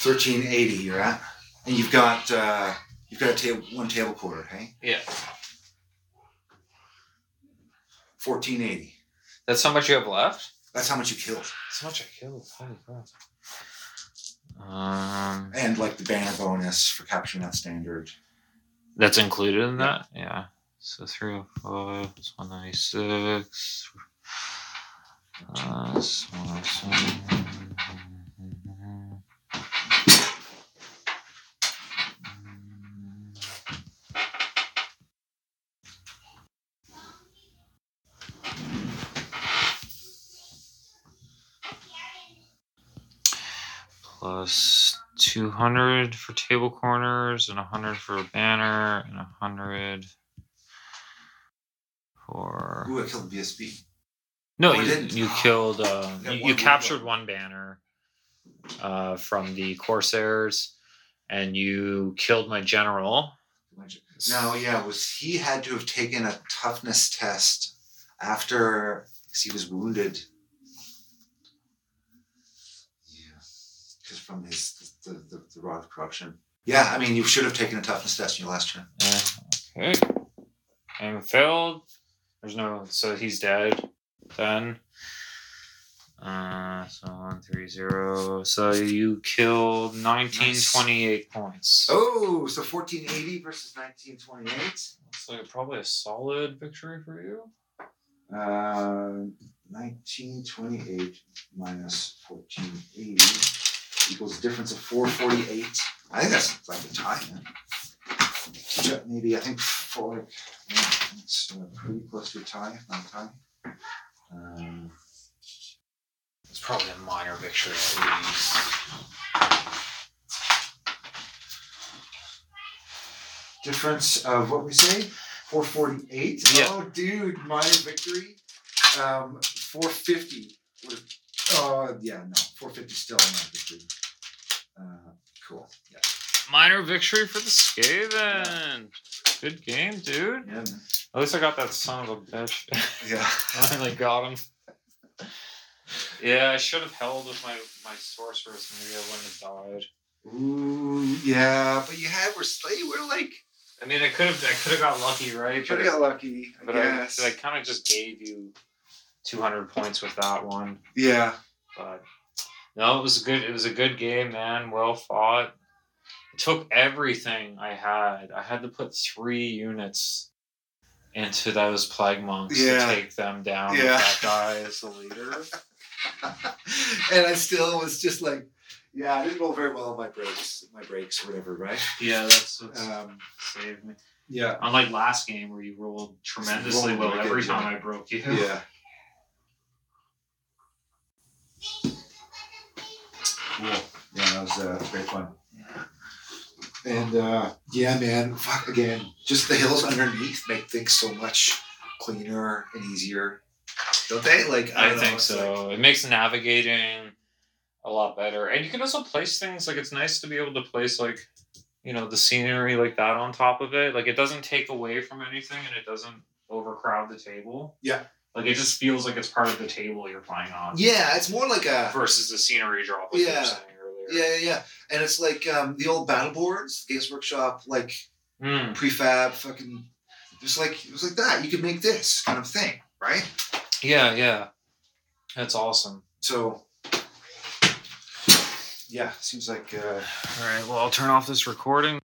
[SPEAKER 2] thirteen eighty. You're at, and you've got uh, you've got a table one table quarter. Hey,
[SPEAKER 1] Yeah,
[SPEAKER 2] fourteen eighty.
[SPEAKER 1] that's how much you have left.
[SPEAKER 2] That's how much you killed.
[SPEAKER 1] That's how much I killed. Holy crap. Um,
[SPEAKER 2] And like the banner bonus for capturing that standard.
[SPEAKER 1] that's included in that. Yeah. So three hundred five plus one ninety six. Plus one seven. plus 200 for table corners and 100 for a banner and 100 for
[SPEAKER 2] Ooh, I killed the BSB.
[SPEAKER 1] no
[SPEAKER 2] Oh, I
[SPEAKER 1] you,
[SPEAKER 2] didn't.
[SPEAKER 1] you killed um,
[SPEAKER 2] Yeah,
[SPEAKER 1] you,
[SPEAKER 2] one
[SPEAKER 1] you
[SPEAKER 2] banner.
[SPEAKER 1] captured one banner uh, from the corsairs and you killed my general
[SPEAKER 2] No, yeah, was he had to have taken a toughness test after because he was wounded. Yeah, because from his the, the, the rod of corruption. Yeah, I mean you should have taken a toughness test in your last turn.
[SPEAKER 1] Yeah, Eh, okay and failed there's no so he's dead then uh so one three zero so you killed 19
[SPEAKER 2] Nice.
[SPEAKER 1] 28 points
[SPEAKER 2] Oh, so fourteen eighty versus nineteen twenty eight.
[SPEAKER 1] Looks like probably a solid victory for you.
[SPEAKER 2] Uh, nineteen twenty eight minus fourteen eighty equals a difference of four forty eight. I think that's like a tie. man. Yeah, Maybe I think four. Yeah, it's uh, pretty close to a tie, if not a tie. Um,
[SPEAKER 1] It's probably a minor victory at least.
[SPEAKER 2] difference of what we say, four forty eight.
[SPEAKER 1] Yeah.
[SPEAKER 2] Oh, dude, my victory. Um, 450 would have. Oh, yeah, no. 450 still not victory. Uh, cool. Yeah.
[SPEAKER 1] Minor victory for the Skaven. Good game, dude.
[SPEAKER 2] Yeah.
[SPEAKER 1] At least I got that son of a bitch.
[SPEAKER 2] yeah.
[SPEAKER 1] Finally got him. Yeah, I should have held with my my sorceress. Maybe I wouldn't have died.
[SPEAKER 2] Ooh, yeah. But you had, we're, sl- you were like,
[SPEAKER 1] I mean, I could have I could have got lucky, right?
[SPEAKER 2] pretty lucky, I
[SPEAKER 1] But I,
[SPEAKER 2] guess.
[SPEAKER 1] I kind of just gave you 200 points with that one.
[SPEAKER 2] yeah.
[SPEAKER 1] But no, it was a good. It was a good game, man. Well fought. It took everything I had. I had to put three units into those plague monks
[SPEAKER 2] Yeah.
[SPEAKER 1] to take them down.
[SPEAKER 2] Yeah.
[SPEAKER 1] With that guy as the leader.
[SPEAKER 2] and I still was just like, yeah, I didn't roll very well on my breaks, my breaks or whatever, right?
[SPEAKER 1] yeah, that's what
[SPEAKER 2] Um,
[SPEAKER 1] saved me.
[SPEAKER 2] yeah.
[SPEAKER 1] Unlike last game where you rolled tremendously
[SPEAKER 2] Rolled
[SPEAKER 1] well
[SPEAKER 2] like
[SPEAKER 1] every
[SPEAKER 2] it,
[SPEAKER 1] time
[SPEAKER 2] yeah.
[SPEAKER 1] I broke you.
[SPEAKER 2] Yeah. Cool. Yeah, that was uh, great fun. And uh, yeah, man, fuck again. Just the hills underneath make things so much cleaner and easier, don't they? Like I,
[SPEAKER 1] I
[SPEAKER 2] don't know,
[SPEAKER 1] think
[SPEAKER 2] it's
[SPEAKER 1] so. it makes navigating a lot better, and you can also place things like it's nice to be able to place like you know the scenery like that on top of it. Like it doesn't take away from anything, and it doesn't overcrowd the table.
[SPEAKER 2] Yeah.
[SPEAKER 1] Like it just feels like it's part of the table you're playing
[SPEAKER 2] Like,
[SPEAKER 1] on
[SPEAKER 2] yeah, it's more like a
[SPEAKER 1] versus the scenery drop. Like you
[SPEAKER 2] Yeah.
[SPEAKER 1] were saying earlier.
[SPEAKER 2] yeah, yeah, yeah. And it's like um, the old battle boards, Games Workshop, like
[SPEAKER 1] Mm.
[SPEAKER 2] prefab, fucking. Just like it was like that. You could make this kind of thing, right?
[SPEAKER 1] Yeah. Yeah. That's awesome.
[SPEAKER 2] So. Yeah, uh, seems like. Uh,
[SPEAKER 1] All right. Well, I'll turn off this recording.